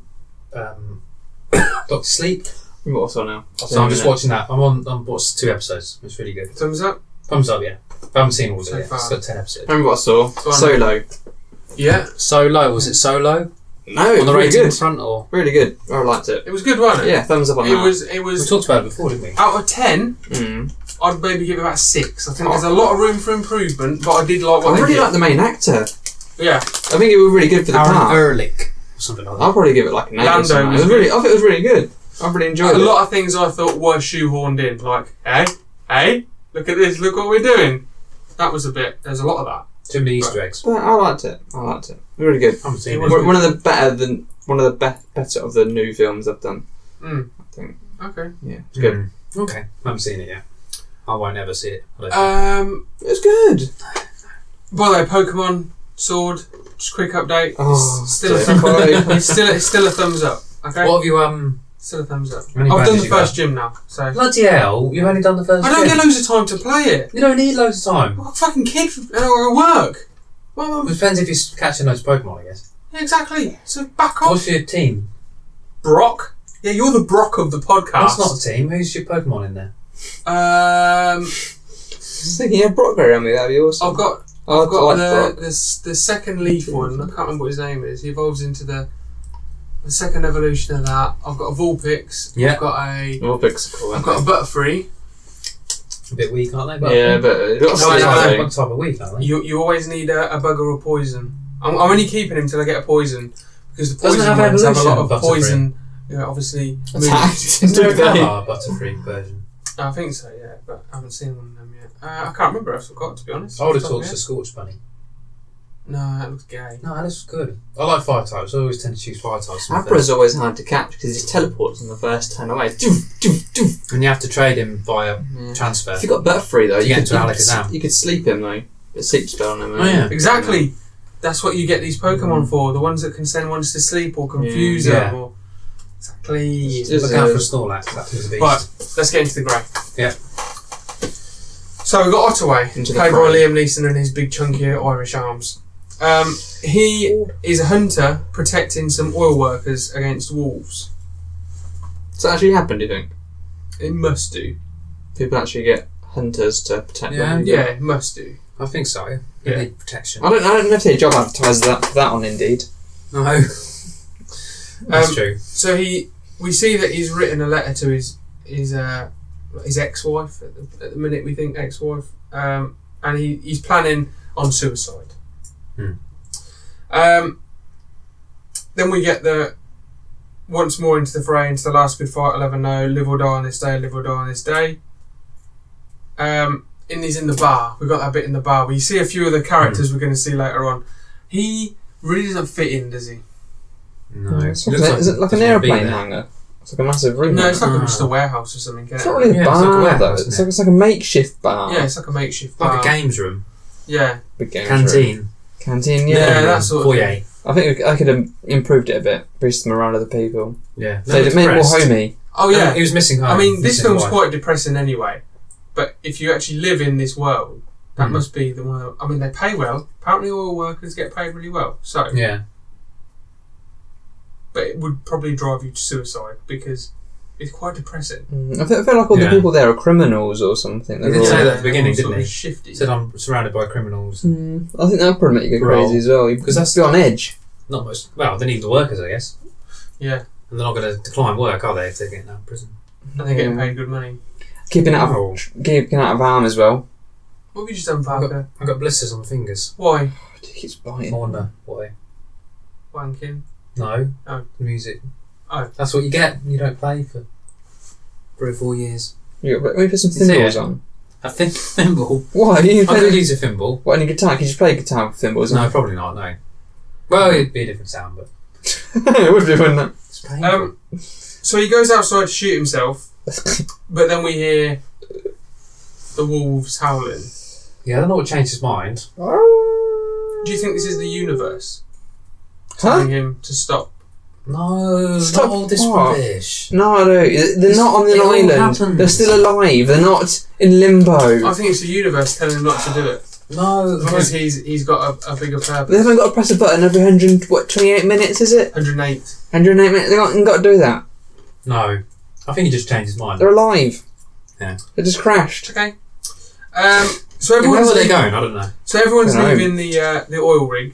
Speaker 2: um, Doctor Sleep.
Speaker 3: What else I know?
Speaker 2: So I'm just watching that. I'm on. I'm watched two episodes. It's really good.
Speaker 1: Thumbs up.
Speaker 2: Thumbs up, yeah. I haven't seen all of it
Speaker 1: So
Speaker 2: yet. It's
Speaker 1: far.
Speaker 2: got ten episodes.
Speaker 3: Remember what I saw?
Speaker 1: So I know.
Speaker 3: Solo.
Speaker 1: Yeah,
Speaker 2: Solo was it Solo
Speaker 3: No, it
Speaker 2: on
Speaker 3: was
Speaker 2: the
Speaker 3: really
Speaker 2: rating
Speaker 3: good.
Speaker 2: front or
Speaker 3: Really good. I liked it.
Speaker 1: it was good, wasn't it?
Speaker 3: Yeah, thumbs up on
Speaker 1: It
Speaker 3: that.
Speaker 1: was. It
Speaker 2: we
Speaker 1: was.
Speaker 2: talked about it before, didn't we?
Speaker 1: Out of ten,
Speaker 3: Mm.
Speaker 1: I'd maybe give it about six. I think there's a lot of room for improvement, but I did like what
Speaker 3: Oh. I
Speaker 1: they
Speaker 3: really
Speaker 1: did.
Speaker 3: like the main actor.
Speaker 1: yeah,
Speaker 3: I think it was really good for the part.
Speaker 2: Ehrlich or something like that.
Speaker 1: Oh.
Speaker 3: I'll probably give it like an eight.
Speaker 1: Lando
Speaker 3: or something.
Speaker 1: was
Speaker 3: It was really. I thought it was really good. I really enjoyed
Speaker 1: a
Speaker 3: it.
Speaker 1: lot of things I thought were shoehorned in. Like, hey, hey, look at this, look what we're doing. That was a bit. There's a lot of that.
Speaker 2: Too many Easter eggs.
Speaker 3: But I liked it. I liked it. Really good.
Speaker 2: I haven't
Speaker 1: It
Speaker 2: seen
Speaker 1: was
Speaker 2: it.
Speaker 3: One one of the better than one of the be- better of the new films I've done.
Speaker 1: Mm.
Speaker 3: think.
Speaker 1: Okay.
Speaker 3: Yeah, it's good.
Speaker 2: Mm. Okay, I haven't seen it yet. I won't ever see it. I don't think.
Speaker 1: Um.
Speaker 3: It's good.
Speaker 1: By the way, Pokemon Sword. Just quick update.
Speaker 3: Oh,
Speaker 1: It's still, a
Speaker 3: sorry.
Speaker 1: thumb- it's still, it's still a thumbs up. Okay.
Speaker 2: what have you um?
Speaker 1: Still a thumbs up.
Speaker 2: How many
Speaker 1: I've
Speaker 2: badges
Speaker 1: done the
Speaker 2: you got?
Speaker 1: first gym now, so I
Speaker 2: Bloody hell! You've only done the first.
Speaker 1: don't
Speaker 2: two.
Speaker 1: get loads of time to play it.
Speaker 2: You don't need loads of time.
Speaker 1: I've got a fucking kid or at work. Well,
Speaker 2: It
Speaker 1: I'm-
Speaker 2: depends if you're catching those Pokemon, I guess.
Speaker 1: exactly. So back
Speaker 3: Oh.
Speaker 1: off,
Speaker 2: What's your team?
Speaker 1: Brock. Yeah, you're the Brock of the podcast.
Speaker 2: That's not a team. Who's your Pokemon in there?
Speaker 1: Um,
Speaker 3: I was thinking, yeah, Broccoli on me. That'd be awesome.
Speaker 1: I've got
Speaker 2: Oh,
Speaker 3: I
Speaker 1: I've got
Speaker 3: like
Speaker 1: the,
Speaker 3: Brock.
Speaker 1: the s- the second leaf one. I can't remember what his name is. He evolves into the the second evolution of that. I've got a Vulpix.
Speaker 2: Yeah.
Speaker 1: I've got a
Speaker 3: Well, Vic's cool.
Speaker 1: I've got a Butterfree.
Speaker 2: A bit weak, aren't they?
Speaker 3: yeah, but it got
Speaker 1: No, I
Speaker 2: They're
Speaker 1: know, I
Speaker 3: no,
Speaker 1: know.
Speaker 2: like one type of weak, aren't they?
Speaker 1: You you always need a, a bug or a poison. I'm, I'm only keeping him till I get a poison because the
Speaker 2: Doesn't
Speaker 1: poison
Speaker 2: it have
Speaker 1: ones have a lot
Speaker 2: evolution,
Speaker 1: of
Speaker 2: Butterfree?
Speaker 1: poison. You know, obviously. moving-
Speaker 3: attacked.
Speaker 2: Is there a
Speaker 3: didn't they?
Speaker 2: Galar Butterfree version?
Speaker 1: I think so, yeah, but I haven't seen one of them yet. Uh, I can't remember. I forgot to be honest.
Speaker 2: I would have
Speaker 1: Off the top
Speaker 2: talked
Speaker 1: of
Speaker 2: to Scorch Bunny.
Speaker 1: my head. No, that looks gay.
Speaker 2: No, that's good. I like fire types. I always tend to choose fire types. in my
Speaker 3: Abra's always hard to catch because he teleports on the first turn away. Doof, doof, doof.
Speaker 2: first. And you have to trade him via
Speaker 1: Mm.
Speaker 2: transfer.
Speaker 3: If you got Butterfree though,
Speaker 2: To
Speaker 3: you
Speaker 2: get
Speaker 3: could,
Speaker 2: to
Speaker 3: you, could,
Speaker 2: Alakazam.
Speaker 3: s- you could sleep him though. A sleep spell on him.
Speaker 2: Oh, yeah.
Speaker 1: Exactly. That's what you get these Pokemon for. The ones that can send ones to sleep or confuse
Speaker 2: Yeah.
Speaker 1: them. Or... Exactly.
Speaker 3: Just-
Speaker 2: Look out for Snorlax. That is a beast.
Speaker 1: Right, let's get into the grey.
Speaker 2: Yeah.
Speaker 1: So we got Ottaway,
Speaker 3: Into the
Speaker 1: played by
Speaker 3: fray.
Speaker 1: Liam Neeson and his big chunky Irish arms. Um, he is a hunter protecting some oil workers against wolves.
Speaker 3: So it actually happened, do you think?
Speaker 1: It must do.
Speaker 3: People actually get hunters to protect
Speaker 2: Yeah.
Speaker 3: them.
Speaker 1: Yeah, it must do.
Speaker 2: I think so. Yeah.
Speaker 1: Yeah. Um,
Speaker 2: You need protection.
Speaker 3: I don't, I don't know if they job advertises that, that on Indeed.
Speaker 2: No. That's
Speaker 1: um,
Speaker 2: true.
Speaker 1: So he, we see that he's written a letter to his his uh, his ex-wife at the, at the minute. We think ex-wife, um, and he, he's planning on suicide.
Speaker 2: Hmm.
Speaker 1: Um, then we get the once more into the fray, into the last good fight I'll ever know. Live or die on this day. Live or die on this day. Um, and he's in the bar. We got that bit in the bar. We see a few of the characters we're going to see later on. He really doesn't fit in, does he?
Speaker 2: No.
Speaker 3: Mm, It's like, is it like an aeroplane hangar? It's like a massive room.
Speaker 1: No,
Speaker 3: hangar.
Speaker 1: it's like
Speaker 2: Ah.
Speaker 1: just a warehouse or something.
Speaker 3: It's
Speaker 1: yeah.
Speaker 3: not really a
Speaker 2: Yeah, it's
Speaker 3: bar
Speaker 2: like a warehouse,
Speaker 3: though.
Speaker 2: isn't
Speaker 3: It's
Speaker 2: it?
Speaker 3: like, it's like a makeshift bar.
Speaker 1: Yeah, it's like a makeshift
Speaker 2: Like
Speaker 1: bar.
Speaker 2: a games room,
Speaker 1: Uh, Yeah,
Speaker 3: Big games room.
Speaker 2: canteen,
Speaker 3: Canteen. Yeah.
Speaker 1: Yeah, that sort of
Speaker 2: foyer.
Speaker 3: I think I could have improved it a bit, boosted the morale of the people.
Speaker 2: Yeah.
Speaker 3: So it made it more homey.
Speaker 1: Oh yeah.
Speaker 2: he was missing home.
Speaker 1: I mean, this
Speaker 2: missing
Speaker 1: film's
Speaker 2: wife.
Speaker 1: quite depressing anyway. But if you actually live in this world, that
Speaker 2: Mm.
Speaker 1: must be the one. Of, I mean, they pay well. Apparently, oil workers get paid really well. So,
Speaker 2: Yeah.
Speaker 1: but it would probably drive you to suicide because it's quite depressing.
Speaker 3: Mm, I feel, I feel like all
Speaker 2: Yeah.
Speaker 3: the people there are criminals or something. They're
Speaker 2: He did say
Speaker 3: all-
Speaker 2: that at the
Speaker 1: They're
Speaker 2: beginning,
Speaker 1: all
Speaker 2: didn't
Speaker 1: sort of
Speaker 2: he?
Speaker 1: Shifty.
Speaker 2: He said I'm surrounded by criminals.
Speaker 3: Mm, I think that would probably make you go
Speaker 2: Growl.
Speaker 3: crazy as well. Because
Speaker 2: 'Cause
Speaker 3: that's
Speaker 2: that's-
Speaker 3: on edge.
Speaker 2: Not much. Well, they need the workers, I guess.
Speaker 1: yeah,
Speaker 2: And they're not going to decline work, are they, if they're getting out of prison?
Speaker 1: and they're getting
Speaker 3: Mm.
Speaker 1: paid good money.
Speaker 3: Keeping out
Speaker 2: Oh.
Speaker 3: of keeping out of harm as well.
Speaker 1: What have you just done, Parker?
Speaker 2: I've got blisters on my fingers.
Speaker 1: Why
Speaker 3: It keeps
Speaker 2: I
Speaker 3: biting.
Speaker 2: wonder why.
Speaker 1: wanking?
Speaker 2: No.
Speaker 1: Oh.
Speaker 2: The music.
Speaker 1: Oh.
Speaker 2: That's what you get. when You don't play for three or four years.
Speaker 3: You got, we put some
Speaker 2: Is it?
Speaker 3: thimbles on.
Speaker 2: A thin thimble.
Speaker 3: Why? You
Speaker 2: I could
Speaker 3: play,
Speaker 2: use a thimble.
Speaker 3: what, any guitar? Can you just play guitar with thimbles?
Speaker 2: No, probably not. No. Well,
Speaker 1: Mm.
Speaker 2: it'd be a different sound, but
Speaker 3: it would be, wouldn't it?
Speaker 2: it's painful.
Speaker 1: Um, so he goes outside to shoot himself, but then we hear the wolves howling.
Speaker 2: yeah, I don't know what changed his mind. Oh.
Speaker 1: Do you think this is the universe
Speaker 3: Huh?
Speaker 1: telling him to stop?
Speaker 2: No,
Speaker 3: Stop
Speaker 2: not all this
Speaker 3: what?
Speaker 2: rubbish.
Speaker 3: No, no, they're
Speaker 2: It's-
Speaker 3: not on an
Speaker 2: it all
Speaker 3: island.
Speaker 2: happens.
Speaker 3: They're still alive. They're not in
Speaker 1: I
Speaker 3: limbo.
Speaker 1: think it's the universe telling him not to do it
Speaker 2: No,
Speaker 1: because he's he's got a, a bigger
Speaker 3: They
Speaker 1: purpose.
Speaker 3: haven't got to press a button every hundred what twenty eight minutes is it?
Speaker 1: 108.
Speaker 3: Hundred eight minutes. They haven't got to do that.
Speaker 2: no. I think he just changed his mind.
Speaker 3: They're alive.
Speaker 2: Yeah.
Speaker 3: They just crashed.
Speaker 1: Okay. Um, so
Speaker 2: Where
Speaker 1: everyone's
Speaker 2: were they
Speaker 1: leaving,
Speaker 2: going? I don't know.
Speaker 1: so everyone's
Speaker 3: They're
Speaker 1: leaving the uh, the oil rig,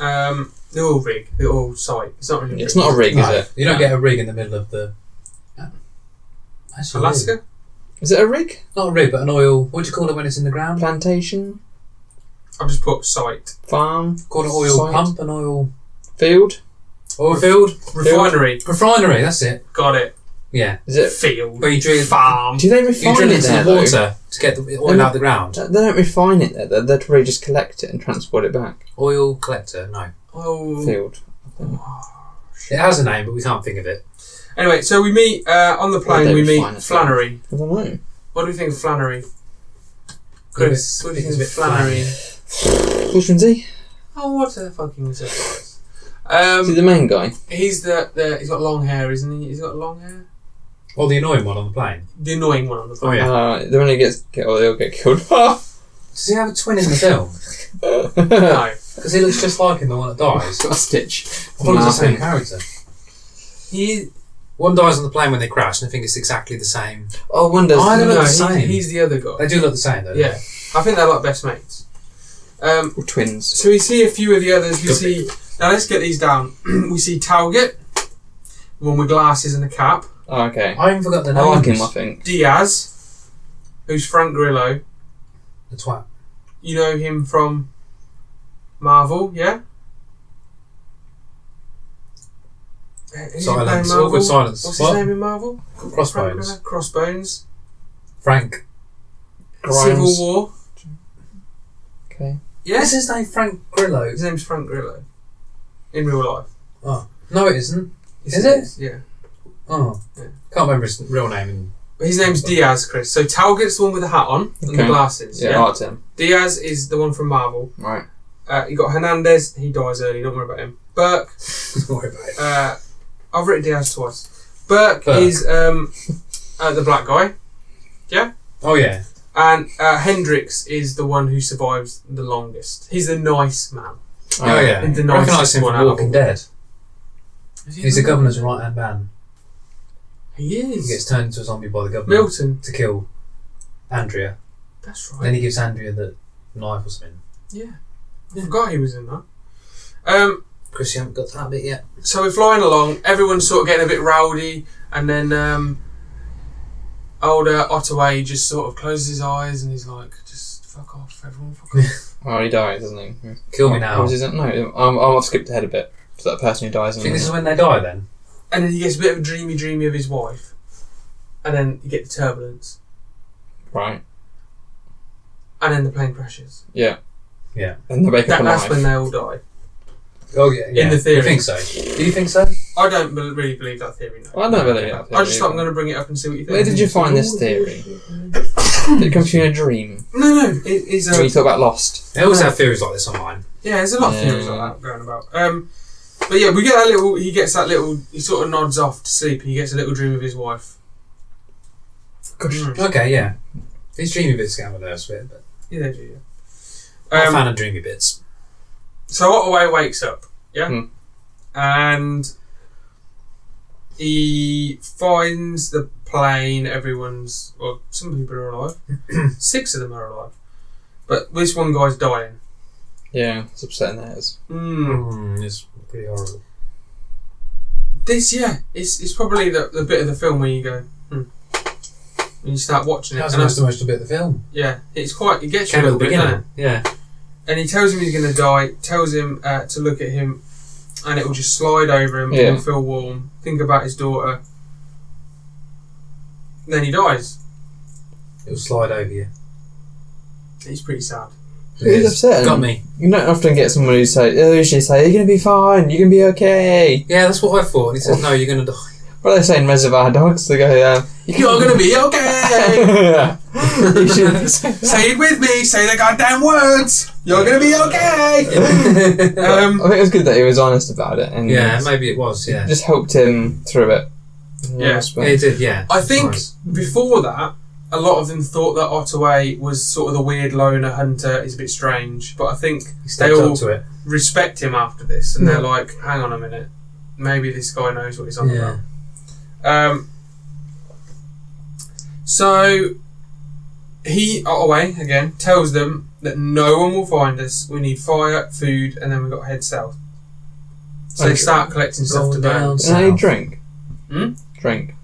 Speaker 1: um, the oil rig, the oil site. It's not really. a
Speaker 3: It's
Speaker 1: rig.
Speaker 3: not a rig,
Speaker 2: No,
Speaker 3: is it?
Speaker 2: You don't get a rig in the middle of the. Uh, Actually,
Speaker 1: Alaska.
Speaker 3: Is it a rig?
Speaker 2: Not a rig, but an oil. What do you call it when it's in the ground?
Speaker 3: Plantation?
Speaker 1: I've just put site
Speaker 3: Farm?
Speaker 2: Called an oil
Speaker 3: Site.
Speaker 2: pump, an oil
Speaker 3: Field?
Speaker 2: oil field
Speaker 1: refinery.
Speaker 2: refinery. That's it.
Speaker 1: Got it.
Speaker 2: Yeah,
Speaker 3: Is it?
Speaker 1: Field
Speaker 2: where you drill
Speaker 1: farm.
Speaker 3: Do they
Speaker 2: You
Speaker 3: refine
Speaker 2: drill
Speaker 3: it
Speaker 2: into
Speaker 3: there?
Speaker 2: the
Speaker 3: though?
Speaker 2: water to get the oil
Speaker 3: They're
Speaker 2: out of the ground.
Speaker 3: They don't refine it there. They- They'd probably just collect it and transport it back.
Speaker 2: Oil collector. No,
Speaker 1: Oh.
Speaker 3: Field.
Speaker 2: it has a name, but we can't think of it.
Speaker 1: Anyway, so we meet uh, on the
Speaker 3: Well,
Speaker 1: plane.
Speaker 3: they
Speaker 1: We
Speaker 3: refine
Speaker 1: meet
Speaker 3: it.
Speaker 1: Flannery.
Speaker 3: I don't know.
Speaker 1: What do we think of Flannery? Chris,
Speaker 2: It's-
Speaker 1: what do you
Speaker 2: it's
Speaker 1: think of
Speaker 2: a bit
Speaker 1: Flannery?
Speaker 3: Bushman's
Speaker 1: Oh, what a fucking surprise!
Speaker 3: Is he
Speaker 1: Um,
Speaker 3: the main guy?
Speaker 1: he's the, the he's got long hair, isn't he? He's got long hair.
Speaker 2: Or the annoying one on the plane.
Speaker 1: The annoying one on the
Speaker 2: Oh
Speaker 1: plane.
Speaker 2: yeah.
Speaker 3: Uh, the one who gets get, oh, they'll get killed.
Speaker 2: Does he have a twin in the film? Oh,
Speaker 3: Got
Speaker 1: No,
Speaker 2: Because he looks just like him, the one that dies.
Speaker 3: a stitch.
Speaker 2: I thought it was the same
Speaker 3: Nothing.
Speaker 2: character.
Speaker 1: he is.
Speaker 2: One dies on the plane when they crash, and I think it's exactly the same.
Speaker 3: Oh, one does.
Speaker 2: I
Speaker 1: no,
Speaker 2: don't look
Speaker 1: no,
Speaker 2: the
Speaker 1: he,
Speaker 2: same.
Speaker 1: he's the other guy.
Speaker 2: They do look the same though. don't
Speaker 1: Yeah, I think they're like best mates. Um,
Speaker 3: Or twins.
Speaker 1: so we see a few of the others. We
Speaker 2: Could
Speaker 1: see now. Let's get these down. we see Talget, the one with glasses and a cap.
Speaker 2: they?
Speaker 3: Oh, okay.
Speaker 2: I even forgot the
Speaker 3: I
Speaker 2: name.
Speaker 3: like him. I think.
Speaker 1: Diaz, who's Frank Grillo.
Speaker 2: The twat.
Speaker 1: You know him from Marvel, yeah? Uh, Who's he playing in
Speaker 2: Silence.
Speaker 1: Marvel?
Speaker 2: Awkward silence.
Speaker 1: What's
Speaker 2: What?
Speaker 1: his name in Marvel?
Speaker 2: Crossbones.
Speaker 1: Frank- Crossbones.
Speaker 2: Frank.
Speaker 1: Civil War.
Speaker 3: Okay.
Speaker 2: Is
Speaker 1: Yes.
Speaker 2: his name Frank Grillo?
Speaker 1: His name's Frank Grillo. In real life.
Speaker 2: No, it isn't.
Speaker 1: Yes,
Speaker 2: Is it?
Speaker 1: Yeah.
Speaker 2: Oh.
Speaker 1: Yeah.
Speaker 2: Can't remember his real name.
Speaker 1: But his name's Diaz, Chris. So Talget's the one with the hat on and the
Speaker 3: Okay.
Speaker 1: glasses.
Speaker 3: Yeah, I liked him.
Speaker 1: Diaz is the one from Marvel.
Speaker 3: Right.
Speaker 1: Uh, you got Hernandez. He dies early. Don't worry about him. Burke.
Speaker 2: Don't worry about it.
Speaker 1: uh, I've written Diaz twice. Burke,
Speaker 2: Burke.
Speaker 1: is um, uh, the black guy,
Speaker 2: Oh, yeah.
Speaker 1: and uh, Hendrix is the one who survives the longest. He's the nice man.
Speaker 2: Oh, yeah.
Speaker 1: And the
Speaker 2: I recognise
Speaker 1: nicest
Speaker 2: him
Speaker 1: one
Speaker 2: from
Speaker 1: out of
Speaker 2: Walking
Speaker 1: all.
Speaker 2: Dead. He's the governor's right hand man.
Speaker 1: He
Speaker 2: He
Speaker 1: is.
Speaker 2: gets turned into a zombie by the governor
Speaker 1: Milton.
Speaker 2: to kill Andrea.
Speaker 1: That's
Speaker 2: Then
Speaker 1: right.
Speaker 2: he gives Andrea the knife or something.
Speaker 1: Yeah. I forgot he was in that. Um,
Speaker 2: Chris, you haven't got that bit yet.
Speaker 1: so we're flying along. Everyone's sort of getting a bit rowdy, and then um, older Ottaway just sort of closes his eyes and he's like, "Just fuck off, everyone, fuck off."
Speaker 3: Oh, he dies, doesn't he? Yeah.
Speaker 2: Kill me
Speaker 3: Oh, What
Speaker 2: now.
Speaker 3: was his name? No, I'm, I've skipped ahead a bit. So that person who dies. In
Speaker 2: think this is when they die then?
Speaker 1: and then he gets a bit of a dreamy, dreamy of his wife, and then you get the turbulence.
Speaker 3: Right.
Speaker 1: and then the plane crashes.
Speaker 3: Yeah.
Speaker 2: Yeah.
Speaker 3: And they wake
Speaker 1: That,
Speaker 3: up
Speaker 1: that's
Speaker 3: alive.
Speaker 1: when they all die.
Speaker 2: Oh, yeah. yeah.
Speaker 1: the theory.
Speaker 2: You think so? Do you think so?
Speaker 1: I don't bel really believe that theory. No.
Speaker 3: I don't believe that.
Speaker 1: I just thought I'm
Speaker 3: theory.
Speaker 1: going to bring it up and see what you think.
Speaker 3: Where did you find this theory? Did it come to you in a dream?
Speaker 1: No, no, it is
Speaker 3: When
Speaker 1: a
Speaker 3: you talk about Lost.
Speaker 2: They always have theories like this online.
Speaker 1: yeah. There's a lot of
Speaker 3: Yeah.
Speaker 1: theories like that going about. Um, but yeah, we get that little. He gets that little. He sort of nods off to sleep. He gets a little dream of his wife.
Speaker 3: Gosh.
Speaker 1: Mm.
Speaker 2: Okay, yeah. These dreamy bits get on my nerves a bit, but
Speaker 1: Yeah, they do.
Speaker 2: I'm
Speaker 1: Yeah.
Speaker 2: a
Speaker 1: Um,
Speaker 2: fan of dreamy bits.
Speaker 1: so Ottaway wakes up. Yeah,
Speaker 3: Hmm.
Speaker 1: and he finds the plane. Everyone's well, some people are alive. Six of them are alive, but this one guy's dying.
Speaker 3: Yeah, it's upsetting that is.
Speaker 1: Mm.
Speaker 2: Mm, it's pretty horrible.
Speaker 1: This, yeah, it's, it's probably the, the bit of the film where you go, hmm. When you start watching it,
Speaker 2: That's
Speaker 1: and I,
Speaker 2: almost the most bit of the film.
Speaker 1: yeah, it's quite, it gets you a
Speaker 2: Came
Speaker 1: little
Speaker 2: at the
Speaker 1: bit, doesn't
Speaker 2: beginning. Yeah.
Speaker 1: it? And he tells him he's going to die, tells him uh, to look at him, and it will just slide over him,
Speaker 3: Yeah.
Speaker 1: he'll feel warm, think about his daughter. Then he dies.
Speaker 2: It'll slide over you.
Speaker 1: It's pretty sad.
Speaker 3: It is upsetting.
Speaker 2: Got me.
Speaker 3: You don't often get someone who say, they usually say, you're going to be fine, you're going to be okay.
Speaker 2: Yeah, that's what I thought. And he
Speaker 3: Oh.
Speaker 2: says, no, you're going to die.
Speaker 3: What are they saying, Reservoir Dogs? They go, uh, yeah.
Speaker 1: You're going to be okay!
Speaker 3: you should say that.
Speaker 1: say it with me, say the goddamn words! You're going to be okay!
Speaker 3: I
Speaker 1: Um,
Speaker 3: think it was good that he was honest about it and
Speaker 2: yeah, maybe it was, yeah.
Speaker 3: just helped him through it.
Speaker 1: Yeah.
Speaker 2: Yeah,
Speaker 3: but-
Speaker 2: it did, yeah.
Speaker 1: I think
Speaker 2: Nice.
Speaker 1: before that, a lot of them thought that Ottaway was sort of the weird loner hunter, is a bit strange. But I think
Speaker 2: He stepped
Speaker 1: all-
Speaker 2: up to it.
Speaker 1: respect him after this, and they're
Speaker 3: Mm.
Speaker 1: like, "Hang on a minute, maybe this guy knows what he's on
Speaker 2: Yeah.
Speaker 1: about." Um, So he Otway again tells them that no one will find us. We need fire, food, and then we got to head south. So they
Speaker 3: Okay.
Speaker 1: start collecting stuff
Speaker 2: Roll
Speaker 1: to burn.
Speaker 2: down
Speaker 3: Can I
Speaker 2: south.
Speaker 3: drink?
Speaker 1: Hmm?
Speaker 3: Drink.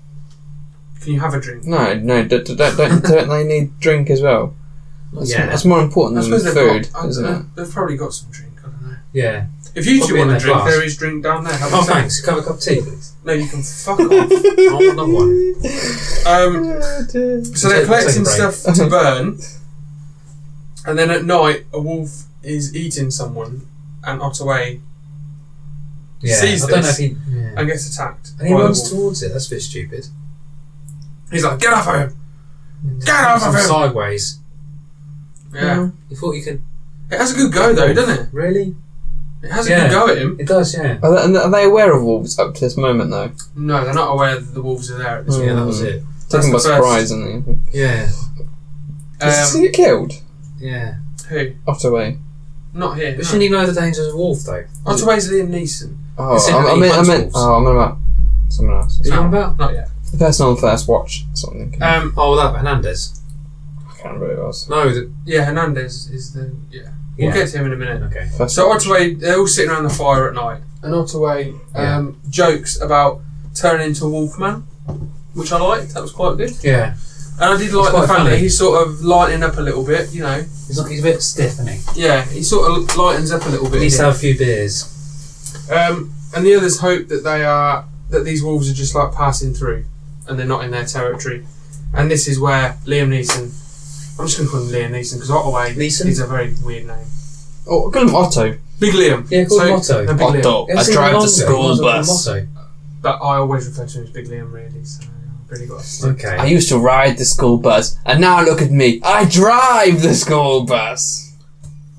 Speaker 1: Can you have a drink?
Speaker 3: No, no, d- d- don't, don't, don't they need drink as well? That's,
Speaker 2: Yeah.
Speaker 3: that's more
Speaker 2: Mm,
Speaker 3: important
Speaker 1: I
Speaker 3: than
Speaker 1: suppose they've
Speaker 3: food,
Speaker 1: got. I-
Speaker 3: isn't it?
Speaker 1: They've probably got some drink. I don't know.
Speaker 2: Yeah.
Speaker 1: If you two
Speaker 2: Probably in
Speaker 1: want a
Speaker 2: their
Speaker 1: drink,
Speaker 2: glass.
Speaker 1: there is drink down there. Have
Speaker 2: Oh,
Speaker 1: a sec.
Speaker 2: thanks. Can I Have a cup of tea, please.
Speaker 1: No, you can fuck off.
Speaker 2: I want another one.
Speaker 1: Um, so they're
Speaker 2: Take- take a
Speaker 1: collecting
Speaker 2: break.
Speaker 1: stuff to burn, and then at night a wolf is eating someone, and Otway
Speaker 2: Yeah.
Speaker 1: Sees
Speaker 2: I don't know
Speaker 1: this.
Speaker 2: if he. Yeah.
Speaker 1: and gets attacked.
Speaker 2: And he
Speaker 1: by the
Speaker 2: runs
Speaker 1: wolf.
Speaker 2: towards it. That's a bit stupid.
Speaker 1: He's like, "Get off of him!" Get off
Speaker 2: off
Speaker 1: of him!
Speaker 2: Sideways.
Speaker 1: Yeah,
Speaker 2: You thought you could.
Speaker 1: it has a good go though, doesn't it?
Speaker 2: Really?
Speaker 1: It has a
Speaker 2: Yeah.
Speaker 1: good go at him.
Speaker 2: It does, yeah.
Speaker 3: Are they, and are they aware of wolves up to this moment though?
Speaker 1: No, they're not aware that the wolves are there at this
Speaker 3: Mm.
Speaker 2: Yeah, that was it.
Speaker 3: Took
Speaker 1: That's
Speaker 3: them by
Speaker 1: the
Speaker 3: surprise, and
Speaker 2: Yeah.
Speaker 3: they.
Speaker 2: Mm.
Speaker 3: Is
Speaker 1: Um,
Speaker 3: he killed?
Speaker 2: Yeah.
Speaker 1: who?
Speaker 3: Ottaway.
Speaker 1: Not here.
Speaker 2: But
Speaker 1: No.
Speaker 2: shouldn't he know the dangers of wolf, though?
Speaker 1: Otway's Liam Neeson.
Speaker 3: Oh,
Speaker 2: It's in-
Speaker 3: I, I
Speaker 2: he
Speaker 3: meant, I
Speaker 2: hunts
Speaker 3: meant,
Speaker 2: wolves.
Speaker 3: oh, I meant about someone else.
Speaker 2: Is he on about?
Speaker 1: Not yet.
Speaker 3: The person on first watch, something.
Speaker 1: Um,
Speaker 2: Oh, that Hernandez.
Speaker 3: I can't remember who it was.
Speaker 2: No, the.
Speaker 1: yeah, Hernandez is the yeah. We'll
Speaker 2: Yeah.
Speaker 1: get to him in a minute.
Speaker 2: Okay.
Speaker 3: First
Speaker 1: So
Speaker 3: watch.
Speaker 1: Otway, they're all sitting around the fire at night, and Otway
Speaker 2: Yeah.
Speaker 1: um, jokes about turning into a wolfman, which I liked. That was quite good.
Speaker 2: Yeah.
Speaker 1: And I did like the
Speaker 2: quite
Speaker 1: fact that
Speaker 2: funny.
Speaker 1: he's sort of lightening up a little bit. You know,
Speaker 2: He's, not, he's a bit stiff, isn't he?
Speaker 1: yeah, he sort of lightens up a little
Speaker 2: He
Speaker 1: bit.
Speaker 2: needs to
Speaker 1: here.
Speaker 2: have a few beers.
Speaker 1: Um, and the others hope that they are that these wolves are just like passing through, and they're not in their territory. And this is where Liam Neeson. I'm just going to call him Liam Neeson because Otway
Speaker 2: Neeson?
Speaker 1: is a very weird name.
Speaker 3: Oh, call him Otto.
Speaker 1: Big Liam.
Speaker 2: Yeah, call him
Speaker 1: So-
Speaker 2: Otto.
Speaker 1: no, Big Liam.
Speaker 2: Yeah, it's even longer. He wasn't called Otto.
Speaker 1: But I always refer to him as Big Liam, really. So I've really got. To stick
Speaker 2: Okay.
Speaker 3: I used to ride the school bus, and now look at me. I drive the school bus.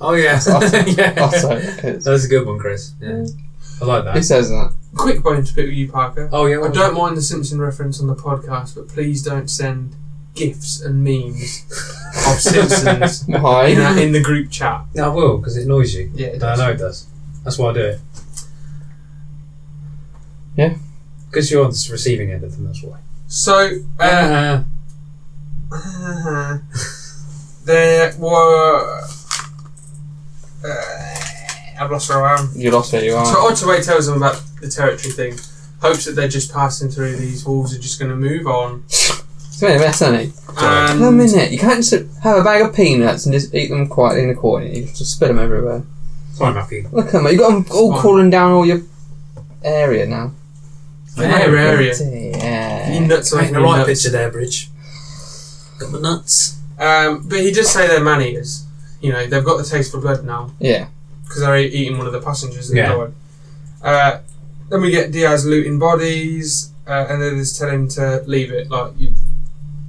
Speaker 2: Oh yeah,
Speaker 3: Otto.
Speaker 2: yeah.
Speaker 3: Otto. It's-
Speaker 2: That's a good one, Chris. Yeah, I like
Speaker 3: Who
Speaker 2: that.
Speaker 3: says that?
Speaker 1: Quick bone to pick with you, Parker.
Speaker 2: Oh yeah,
Speaker 1: I don't mind the Simpson reference on the podcast, but please don't send gifs and memes of Simpsons
Speaker 3: Why?
Speaker 1: in, in the group chat.
Speaker 2: No, I will because it annoys you.
Speaker 1: Yeah, it
Speaker 2: No, I
Speaker 1: does.
Speaker 2: know it does. That's why I do it.
Speaker 3: Yeah.
Speaker 2: Because you're on the receiving end of them. That's why.
Speaker 1: So uh,
Speaker 2: Uh-huh.
Speaker 1: there were. Uh, I've lost where I am.
Speaker 3: You lost where you are.
Speaker 1: So Ottaway tells them about the territory thing. Hopes that they're just passing through. These wolves are just going to move on.
Speaker 3: It's made a mess, hasn't it?
Speaker 1: And
Speaker 3: One minute, you can't just have a bag of peanuts and just eat them quietly in the corner. You just spit them everywhere.
Speaker 2: Sorry, Matthew.
Speaker 3: Look at them. You got them all
Speaker 1: Fine.
Speaker 3: crawling down all your area now.
Speaker 1: Their area. You
Speaker 3: Yeah.
Speaker 1: nuts
Speaker 2: Taking
Speaker 1: making
Speaker 2: the right
Speaker 1: nuts.
Speaker 2: picture there, Bridge. Got my nuts.
Speaker 1: Um, but he does say they're man eaters. You know, they've got the taste for blood now
Speaker 3: Yeah.
Speaker 1: because they're e- eating one of the passengers. that
Speaker 2: Yeah.
Speaker 1: died. Uh, then we get Diaz looting bodies, uh, and then just tell him to leave it. Like, you,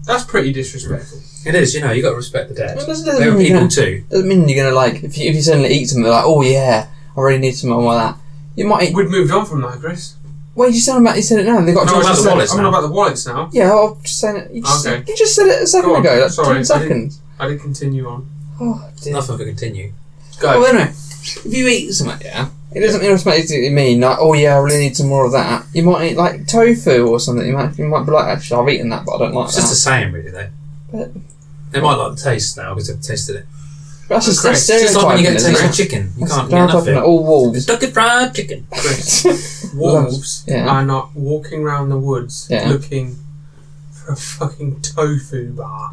Speaker 1: that's pretty disrespectful.
Speaker 2: It is. You know, you got to respect the dead.
Speaker 3: It doesn't,
Speaker 2: They
Speaker 3: doesn't,
Speaker 2: were
Speaker 3: mean you're
Speaker 2: people
Speaker 3: gonna,
Speaker 2: too.
Speaker 3: doesn't mean you're gonna like if you if you suddenly eat something like oh yeah I really need something like that. You might.
Speaker 1: We'd moved on from that, Chris.
Speaker 3: Wait, you said about you said it now. They got
Speaker 1: No,
Speaker 3: to
Speaker 1: I
Speaker 2: about
Speaker 1: just
Speaker 2: the
Speaker 1: said-
Speaker 2: wallets
Speaker 1: I'm on
Speaker 2: now.
Speaker 1: about the wallets now.
Speaker 3: Yeah, I'm just saying it. You just,
Speaker 1: Okay.
Speaker 3: you just said it a second
Speaker 1: Go on.
Speaker 3: ago. Like
Speaker 1: Sorry, I
Speaker 3: ten seconds.
Speaker 1: I did continue on.
Speaker 3: Oh dear.
Speaker 2: Nothing for continue.
Speaker 3: Oh, anyway, if you eat something, yeah, it doesn't automatically mean like, oh yeah, I really need some more of that. You might eat like tofu or something. You might, you might be like, actually, I've eaten that, but I don't like
Speaker 2: It's
Speaker 3: that.
Speaker 2: just a saying, really, though.
Speaker 3: Ah. But-
Speaker 2: they might like the taste now because they've tasted it.
Speaker 3: that's just that's
Speaker 1: It's
Speaker 2: It's just like when you get a
Speaker 3: stereotyping,
Speaker 2: taste
Speaker 3: isn't
Speaker 2: of
Speaker 3: it?
Speaker 2: chicken. You
Speaker 3: That's
Speaker 2: can't get enough of
Speaker 3: stereotyping at
Speaker 2: it.
Speaker 3: all
Speaker 2: It's
Speaker 3: wolves.
Speaker 2: ducky fried chicken.
Speaker 1: Chris, wolves
Speaker 3: Yeah.
Speaker 1: are not walking around the woods
Speaker 3: Yeah.
Speaker 1: looking for a fucking tofu bar.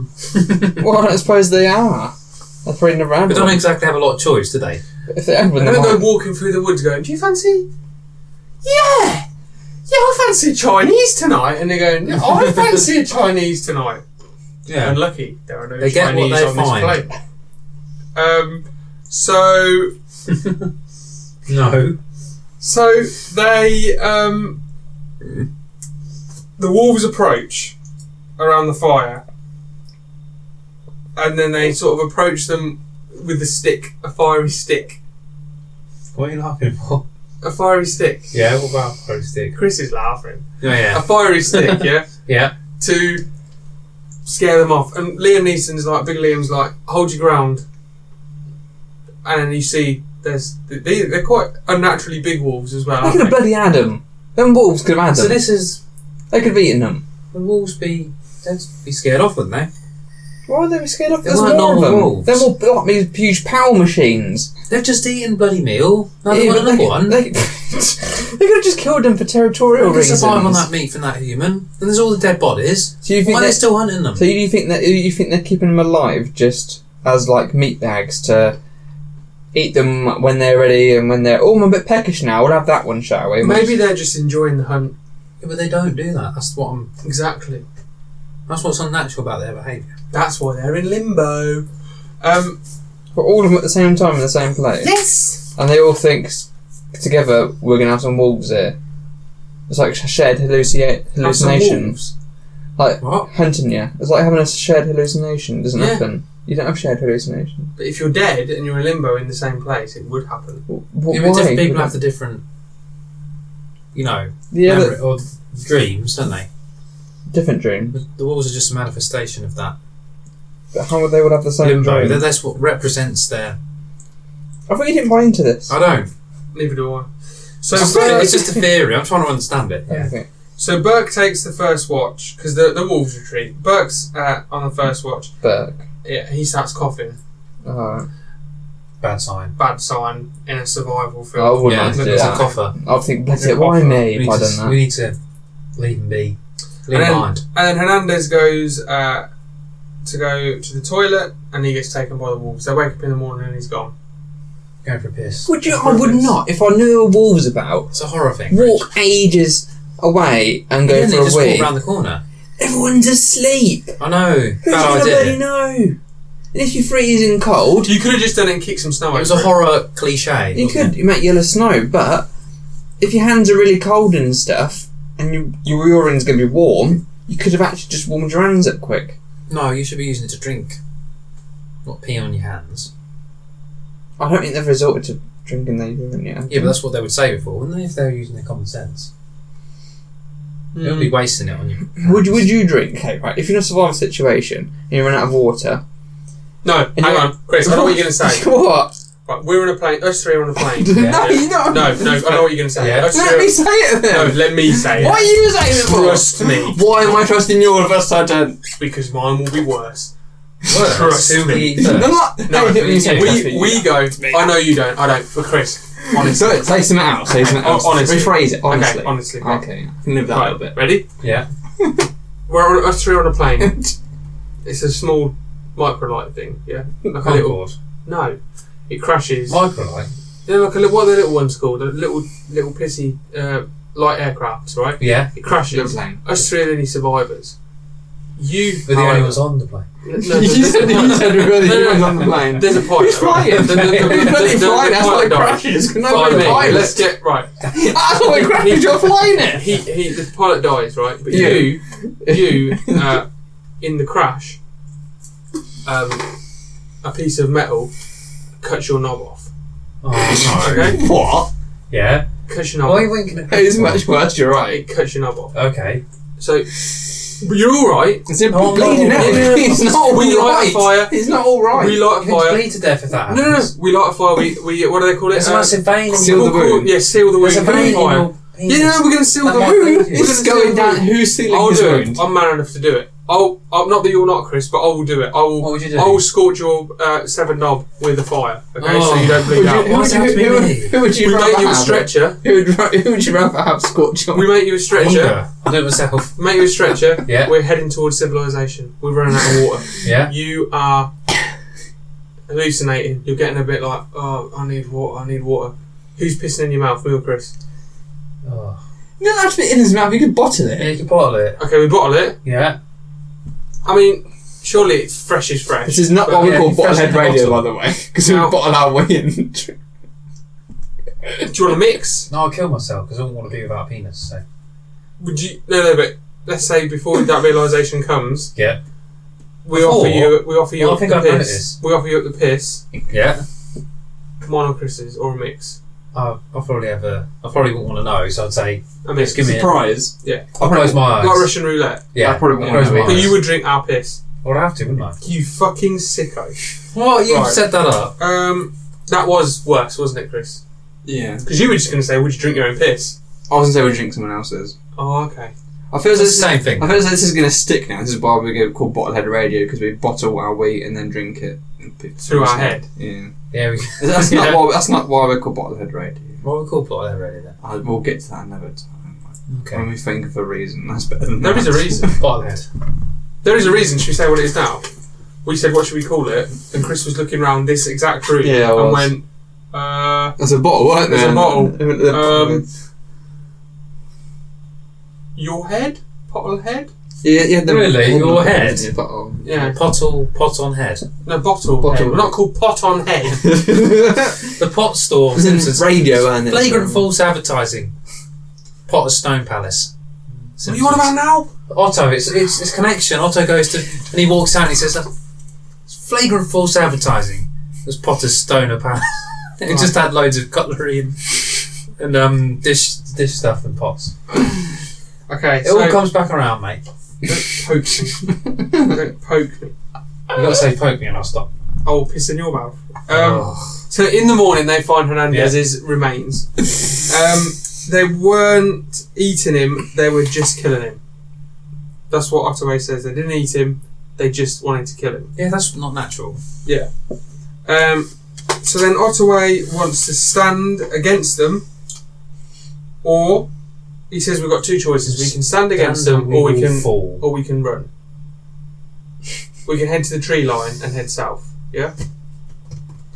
Speaker 3: well, I don't suppose they are. They're probably never had
Speaker 2: But don't
Speaker 3: one.
Speaker 2: exactly have a lot of choice, do they?
Speaker 3: If they had one,
Speaker 1: And
Speaker 3: they
Speaker 1: then go
Speaker 3: might.
Speaker 1: walking through the woods going, Do you fancy? Yeah! Yeah, I fancy Chinese tonight. And they're going, "No, I fancy a Chinese tonight.
Speaker 2: Yeah.
Speaker 1: And lucky, there are no
Speaker 2: They get what
Speaker 1: Chinese
Speaker 2: they
Speaker 1: on
Speaker 2: find.
Speaker 1: this plane. Um, so,
Speaker 2: No.
Speaker 1: so they, um, the wolves approach around the fire. And then they sort of approach them with a stick, a fiery stick.
Speaker 2: What are you laughing for?
Speaker 1: A fiery stick.
Speaker 2: Yeah, what about fiery stick?
Speaker 1: Chris is laughing.
Speaker 2: Oh,
Speaker 1: A
Speaker 2: yeah.
Speaker 1: fiery stick, yeah?
Speaker 2: Yeah.
Speaker 1: to scare them off. And Liam Neeson's like, Big Liam's like, hold your ground. And you see, there's they, they're quite unnaturally big wolves as well.
Speaker 3: They
Speaker 1: Aren't
Speaker 3: could
Speaker 1: they?
Speaker 3: have bloody had them. Them wolves could have had them.
Speaker 2: So this is
Speaker 3: they could have eaten them.
Speaker 2: the wolves be they'd be scared off, eh? wouldn't they?
Speaker 3: Why would they be scared of?
Speaker 2: They
Speaker 3: There's
Speaker 2: weren't
Speaker 3: more of
Speaker 2: normal
Speaker 3: them.
Speaker 2: wolves.
Speaker 3: They're more like these huge power machines.
Speaker 2: They've just eaten bloody meal. No, they
Speaker 3: Yeah,
Speaker 2: want
Speaker 3: but
Speaker 2: another one.
Speaker 3: They, they could have just killed them for territorial
Speaker 2: Who's
Speaker 3: reasons.
Speaker 2: surviving on that meat from that human? And there's all the dead bodies.
Speaker 3: So you think
Speaker 2: Why are
Speaker 3: they-
Speaker 2: they still hunting them?
Speaker 3: So you think that you think they're keeping them alive just as like meat bags to eat them when they're ready and when they're oh I'm a bit peckish now we'll have that one shall we?
Speaker 1: Maybe they're just enjoying the hunt.
Speaker 2: Yeah, but they don't do that. That's what I'm.
Speaker 1: Exactly.
Speaker 2: That's what's unnatural about their behaviour.
Speaker 1: That's why they're in limbo. Um,
Speaker 3: but all of them at the same time in the same place
Speaker 1: yes.
Speaker 3: and they all think s- together we're gonna have some wolves here. It's like a shared halluci-
Speaker 1: Have some
Speaker 3: hallucination.
Speaker 1: wolves.
Speaker 3: Like
Speaker 2: What?
Speaker 3: hunting you. It's like having a shared hallucination. It doesn't
Speaker 1: Yeah.
Speaker 3: happen. You don't have shared hallucination.
Speaker 1: But if you're dead and you're in limbo in the same place, it would happen.
Speaker 3: W-
Speaker 2: yeah,
Speaker 3: w-
Speaker 2: but
Speaker 3: why?
Speaker 2: different people have the different, you know,
Speaker 3: yeah, but-
Speaker 2: memory, or dreams, don't they?
Speaker 3: different dream.
Speaker 2: The the walls are just a manifestation of that.
Speaker 3: But how would they would have the same
Speaker 2: Limbo.
Speaker 3: dream?
Speaker 2: That- That's what represents their.
Speaker 3: I thought you didn't buy into this.
Speaker 2: I don't.
Speaker 1: Neither do I. So
Speaker 2: It's,
Speaker 1: Burke,
Speaker 2: it's just a theory. I'm trying to understand it.
Speaker 3: I
Speaker 1: Yeah.
Speaker 3: think.
Speaker 1: so Burke takes the first watch because the the wolves retreat. Burke's uh, on the first watch.
Speaker 3: Burke.
Speaker 1: Yeah, he starts coughing.
Speaker 3: Alright.
Speaker 2: Bad sign.
Speaker 1: Bad sign in a survival film.
Speaker 3: I wouldn't
Speaker 2: yeah,
Speaker 3: like to do
Speaker 2: it's
Speaker 1: uh,
Speaker 3: that.
Speaker 2: a coffer.
Speaker 3: I'll think, that's
Speaker 1: He's a
Speaker 3: it, why
Speaker 1: coffer.
Speaker 3: me
Speaker 2: we,
Speaker 3: if
Speaker 2: need
Speaker 3: I
Speaker 2: to,
Speaker 3: done
Speaker 2: we
Speaker 3: that?
Speaker 2: need to leave him be. Leave
Speaker 1: then-
Speaker 2: him behind.
Speaker 1: And then Hernandez goes uh, to go to the toilet, and he gets taken by the wolves. They wake up in the morning, and he's gone.
Speaker 2: Go for a piss.
Speaker 3: Would you? I would not, if I knew there were wolves about,
Speaker 2: It's a horror thing. Rich.
Speaker 3: walk ages away and go
Speaker 2: Didn't they
Speaker 3: for a
Speaker 2: just walk
Speaker 3: wee.
Speaker 2: around the corner?
Speaker 3: Everyone's asleep.
Speaker 2: I know. Bad
Speaker 3: Who's going to bloody
Speaker 2: idea.
Speaker 3: know? And if you're freezing cold,
Speaker 1: You could have just done it and kicked some snow.
Speaker 2: It was a horror cliche.
Speaker 3: you
Speaker 2: wasn't
Speaker 3: could make yellow snow, but if your hands are really cold and stuff, and you, your urine's going to be warm, you could have actually just warmed your hands up quick.
Speaker 2: it? No, you should be using it to drink, not pee on your hands.
Speaker 3: I don't think they've resorted to drinking their urine yet.
Speaker 2: Yeah, but that's what they would say before, wouldn't they? If they were using their common sense, they would be wasting it on you.
Speaker 3: Would would you drink? Okay, right. If you're in a survival situation and you run out of water,
Speaker 1: No,
Speaker 3: And
Speaker 1: hang
Speaker 3: you-
Speaker 1: on, Chris. I know what you're going to say.
Speaker 3: what?
Speaker 1: Right, we're on a plane. Us three are on a plane.
Speaker 3: No, you don't.
Speaker 1: No, no, I know what you're going to say.
Speaker 2: Yeah.
Speaker 1: Us
Speaker 3: Let
Speaker 1: three
Speaker 3: me
Speaker 1: are-
Speaker 3: say it
Speaker 1: no,
Speaker 3: then.
Speaker 1: let me say
Speaker 3: Why are
Speaker 1: it.
Speaker 3: you saying it for?
Speaker 1: Trust me,
Speaker 3: Why am I trusting you all first time turn?
Speaker 1: because mine will be worse.
Speaker 2: Worse.
Speaker 1: Trust me.
Speaker 2: Be first.
Speaker 3: I'm not.
Speaker 1: No,
Speaker 3: I didn't mean to say trust
Speaker 1: we,
Speaker 3: me.
Speaker 1: we go. I know you don't. I don't. But Chris, honestly,
Speaker 3: So, say something else. Say something
Speaker 1: Oh,
Speaker 3: else.
Speaker 1: honestly.
Speaker 3: Rephrase it. Honestly.
Speaker 1: okay, honestly, right.
Speaker 3: Okay. I can live that a little bit.
Speaker 1: Ready?
Speaker 2: Yeah.
Speaker 1: We're on, us three are on a plane. it's a small microlight thing. Yeah, like a little.
Speaker 2: Cardboard.
Speaker 1: No, it crashes.
Speaker 2: Microlight.
Speaker 1: They're like a little. What are the little ones called? The little little pissy uh, light aircrafts, right?
Speaker 2: Yeah.
Speaker 1: It crashes.
Speaker 3: plane.
Speaker 1: Us three are the only survivors. You,
Speaker 2: But the
Speaker 1: however-
Speaker 2: only ones on the plane.
Speaker 1: No, no,
Speaker 3: You said you
Speaker 1: no,
Speaker 3: said really
Speaker 1: No, no,
Speaker 3: you went
Speaker 1: no.
Speaker 3: on the plane.
Speaker 1: There's a pilot.
Speaker 3: He's
Speaker 1: right?
Speaker 3: flying.
Speaker 1: The- the- the-
Speaker 3: He's
Speaker 1: the-
Speaker 3: bloody
Speaker 1: the- the
Speaker 3: flying. That's why
Speaker 1: pilot
Speaker 3: it
Speaker 1: dies.
Speaker 3: crashes. Can I
Speaker 1: Follow
Speaker 3: be a
Speaker 1: me.
Speaker 3: pilot?
Speaker 1: Let's get right.
Speaker 3: That's why it crashes. You're flying it.
Speaker 1: He, he, the pilot dies, right? But
Speaker 3: Yeah.
Speaker 1: you, you, uh, in the crash, um, a piece of metal cuts your knob off.
Speaker 2: Oh no.
Speaker 1: Okay,
Speaker 3: What?
Speaker 2: Yeah.
Speaker 1: cuts your
Speaker 2: Why
Speaker 1: knob.
Speaker 2: are
Speaker 1: off.
Speaker 2: you winking at
Speaker 3: It's
Speaker 2: people?
Speaker 3: much worse. You're right.
Speaker 1: It cuts your knob off.
Speaker 2: Okay.
Speaker 1: So but you're all right.
Speaker 3: Is it
Speaker 1: Oh,
Speaker 2: No, I'm
Speaker 3: bleeding
Speaker 2: not
Speaker 3: out?
Speaker 2: all
Speaker 1: right.
Speaker 3: It's not all
Speaker 1: We light a
Speaker 3: right.
Speaker 1: fire.
Speaker 3: It's not all right.
Speaker 1: We light a
Speaker 2: You could
Speaker 1: fire.
Speaker 2: bleed to death if that
Speaker 1: No, no,
Speaker 2: happens.
Speaker 1: no. We light a fire. We, we what do they call it?
Speaker 2: There's a
Speaker 1: Uh,
Speaker 2: massive vein. in your-
Speaker 3: seal the
Speaker 1: call-
Speaker 3: wound.
Speaker 1: Yeah, seal the wound.
Speaker 2: There's a vein in
Speaker 1: Fire.
Speaker 2: your
Speaker 1: Yeah, no, no, we're gonna seal
Speaker 2: That
Speaker 1: the
Speaker 2: might
Speaker 1: wound.
Speaker 2: bleed
Speaker 1: We're gonna
Speaker 2: you. It's
Speaker 1: seal
Speaker 3: It's
Speaker 1: the
Speaker 3: going
Speaker 1: wound.
Speaker 3: down. Who's sealing
Speaker 1: I'll
Speaker 3: his
Speaker 1: do
Speaker 3: wound?
Speaker 1: it. I'm man enough to do it. I'll, I'll not that you're not Chris, but I will do it. I will.
Speaker 2: What would you do?
Speaker 1: I will scorch your uh, seven knob with a fire. Okay, so you don't bleed
Speaker 3: Oh. Would
Speaker 1: out.
Speaker 3: you- who would you-
Speaker 2: Why does it have
Speaker 3: who
Speaker 2: to be me?
Speaker 3: would- Who would
Speaker 1: We
Speaker 3: you
Speaker 1: make
Speaker 3: rather
Speaker 1: you a
Speaker 3: have?
Speaker 1: stretcher.
Speaker 3: Who would ra- who would you rather have scorch on?
Speaker 1: We make you a stretcher.
Speaker 2: Wonder. I do it myself.
Speaker 1: Make you a stretcher.
Speaker 2: Yeah.
Speaker 1: We're heading towards civilization. We're running out of water.
Speaker 2: Yeah.
Speaker 1: You are hallucinating. You're getting a bit like, oh, I need water. I need water. Who's pissing in your mouth, me or Chris?
Speaker 2: Oh.
Speaker 3: You don't have to be in his mouth. You could bottle
Speaker 2: Yeah,
Speaker 3: it.
Speaker 2: you can bottle it.
Speaker 1: Okay, we bottle it.
Speaker 2: Yeah.
Speaker 1: I mean, surely it's fresh is fresh.
Speaker 3: This is not what we
Speaker 2: Yeah,
Speaker 3: call
Speaker 2: you press it in
Speaker 3: bottlehead
Speaker 2: the
Speaker 3: radio,
Speaker 2: bottle.
Speaker 3: by the way, because we
Speaker 1: No.
Speaker 3: bottle our way in. That's
Speaker 1: Do you want to mix?
Speaker 2: No, I'll kill myself because I don't want to be without a penis. So.
Speaker 1: Would you? No, no. But let's say before that realization comes,
Speaker 2: Yeah.
Speaker 1: we
Speaker 2: Before?
Speaker 1: offer you. We offer you
Speaker 2: Well, I
Speaker 1: up
Speaker 2: think
Speaker 1: the
Speaker 2: I've
Speaker 1: piss.
Speaker 2: noticed.
Speaker 1: We offer you up the piss.
Speaker 2: Yeah.
Speaker 1: Mine or Chris's or a mix.
Speaker 2: I I'll probably have a. I probably wouldn't want to know, so I'd say
Speaker 1: A mix.
Speaker 2: give me a-
Speaker 3: Surprise.
Speaker 2: I'll close my eyes.
Speaker 1: like Russian roulette.
Speaker 2: yeah,
Speaker 3: I probably wouldn't
Speaker 2: I'll close
Speaker 3: wanna
Speaker 2: my
Speaker 3: know.
Speaker 1: But
Speaker 2: eyes.
Speaker 1: you would drink our piss.
Speaker 2: Well, I'd have to, wouldn't I?
Speaker 1: You fucking sicko.
Speaker 2: Well,
Speaker 1: you've
Speaker 2: you've
Speaker 1: Right.
Speaker 2: set that up.
Speaker 1: Um, that was worse, wasn't it, Chris?
Speaker 3: Yeah.
Speaker 1: Because you were just going to say, would you drink your own piss?
Speaker 3: I was gonna say we drink someone else's.
Speaker 1: Oh, okay.
Speaker 3: I I feel
Speaker 2: It's
Speaker 3: as though
Speaker 2: the
Speaker 3: this is,
Speaker 2: same thing.
Speaker 3: I feel as though this is going to stick now. This is why we get called bottlehead radio because we bottle our wheat and then drink it and put-
Speaker 1: Through our head.
Speaker 3: Yeah,
Speaker 2: Yeah, we,
Speaker 3: that's
Speaker 2: Yeah.
Speaker 3: not why. That's not why we're called bottlehead radio.
Speaker 2: what we call pot already then?
Speaker 3: I, we'll get to that another time. When
Speaker 2: Okay.
Speaker 3: we think of a reason, that's better than
Speaker 1: There
Speaker 3: that.
Speaker 1: is a reason.
Speaker 2: Bottlehead.
Speaker 1: There is a reason. Should we say what it is now? We said, what should we call it? And Chris was looking round this exact room
Speaker 3: Yeah, I
Speaker 1: and
Speaker 3: was.
Speaker 1: went, uh,
Speaker 3: There's a bottle, weren't
Speaker 1: There's a
Speaker 3: there?
Speaker 1: bottle. Um,
Speaker 3: Um,
Speaker 1: your head? Pottle head?
Speaker 3: yeah, yeah. The,
Speaker 2: Really?
Speaker 3: the-
Speaker 2: Your
Speaker 3: the-
Speaker 2: head?
Speaker 3: the bottle.
Speaker 1: Yeah.
Speaker 2: Pottle, pot on head.
Speaker 1: No, bottle.
Speaker 3: Bottle.
Speaker 1: head. We're not called pot on head.
Speaker 3: it
Speaker 2: The pot store.
Speaker 3: was
Speaker 2: Simpsons.
Speaker 3: in radio, and
Speaker 2: Flagrant false advertising. Pot of Stone Palace.
Speaker 1: what are you on about now?
Speaker 2: Otto, it's, it's it's connection. Otto goes to and he walks out and he says, "It's flagrant false advertising." There's Potter's Stoner Palace. it just had loads of cutlery and, and um dish dish stuff and pots.
Speaker 1: Okay,
Speaker 2: It
Speaker 1: so
Speaker 2: all comes back around, mate.
Speaker 1: poke me. Don't poke me.
Speaker 2: You gotta say poke me and I'll
Speaker 1: Um,
Speaker 2: stop.
Speaker 1: I'll piss in your mouth. Um,
Speaker 2: Oh.
Speaker 1: So in the morning, they find Hernandez's remains. Um, they weren't eating him; they were just killing him. That's what Ottaway says. They didn't eat him; they just wanted to kill him.
Speaker 2: Yeah, that's not natural.
Speaker 1: Um, so then Ottaway wants to stand against them, or he says we've got two choices: we can stand against
Speaker 2: Stand
Speaker 1: them,
Speaker 2: and
Speaker 1: or we
Speaker 2: will
Speaker 1: can
Speaker 2: fall.
Speaker 1: or we can run. We can head to the tree line and head south. Yeah.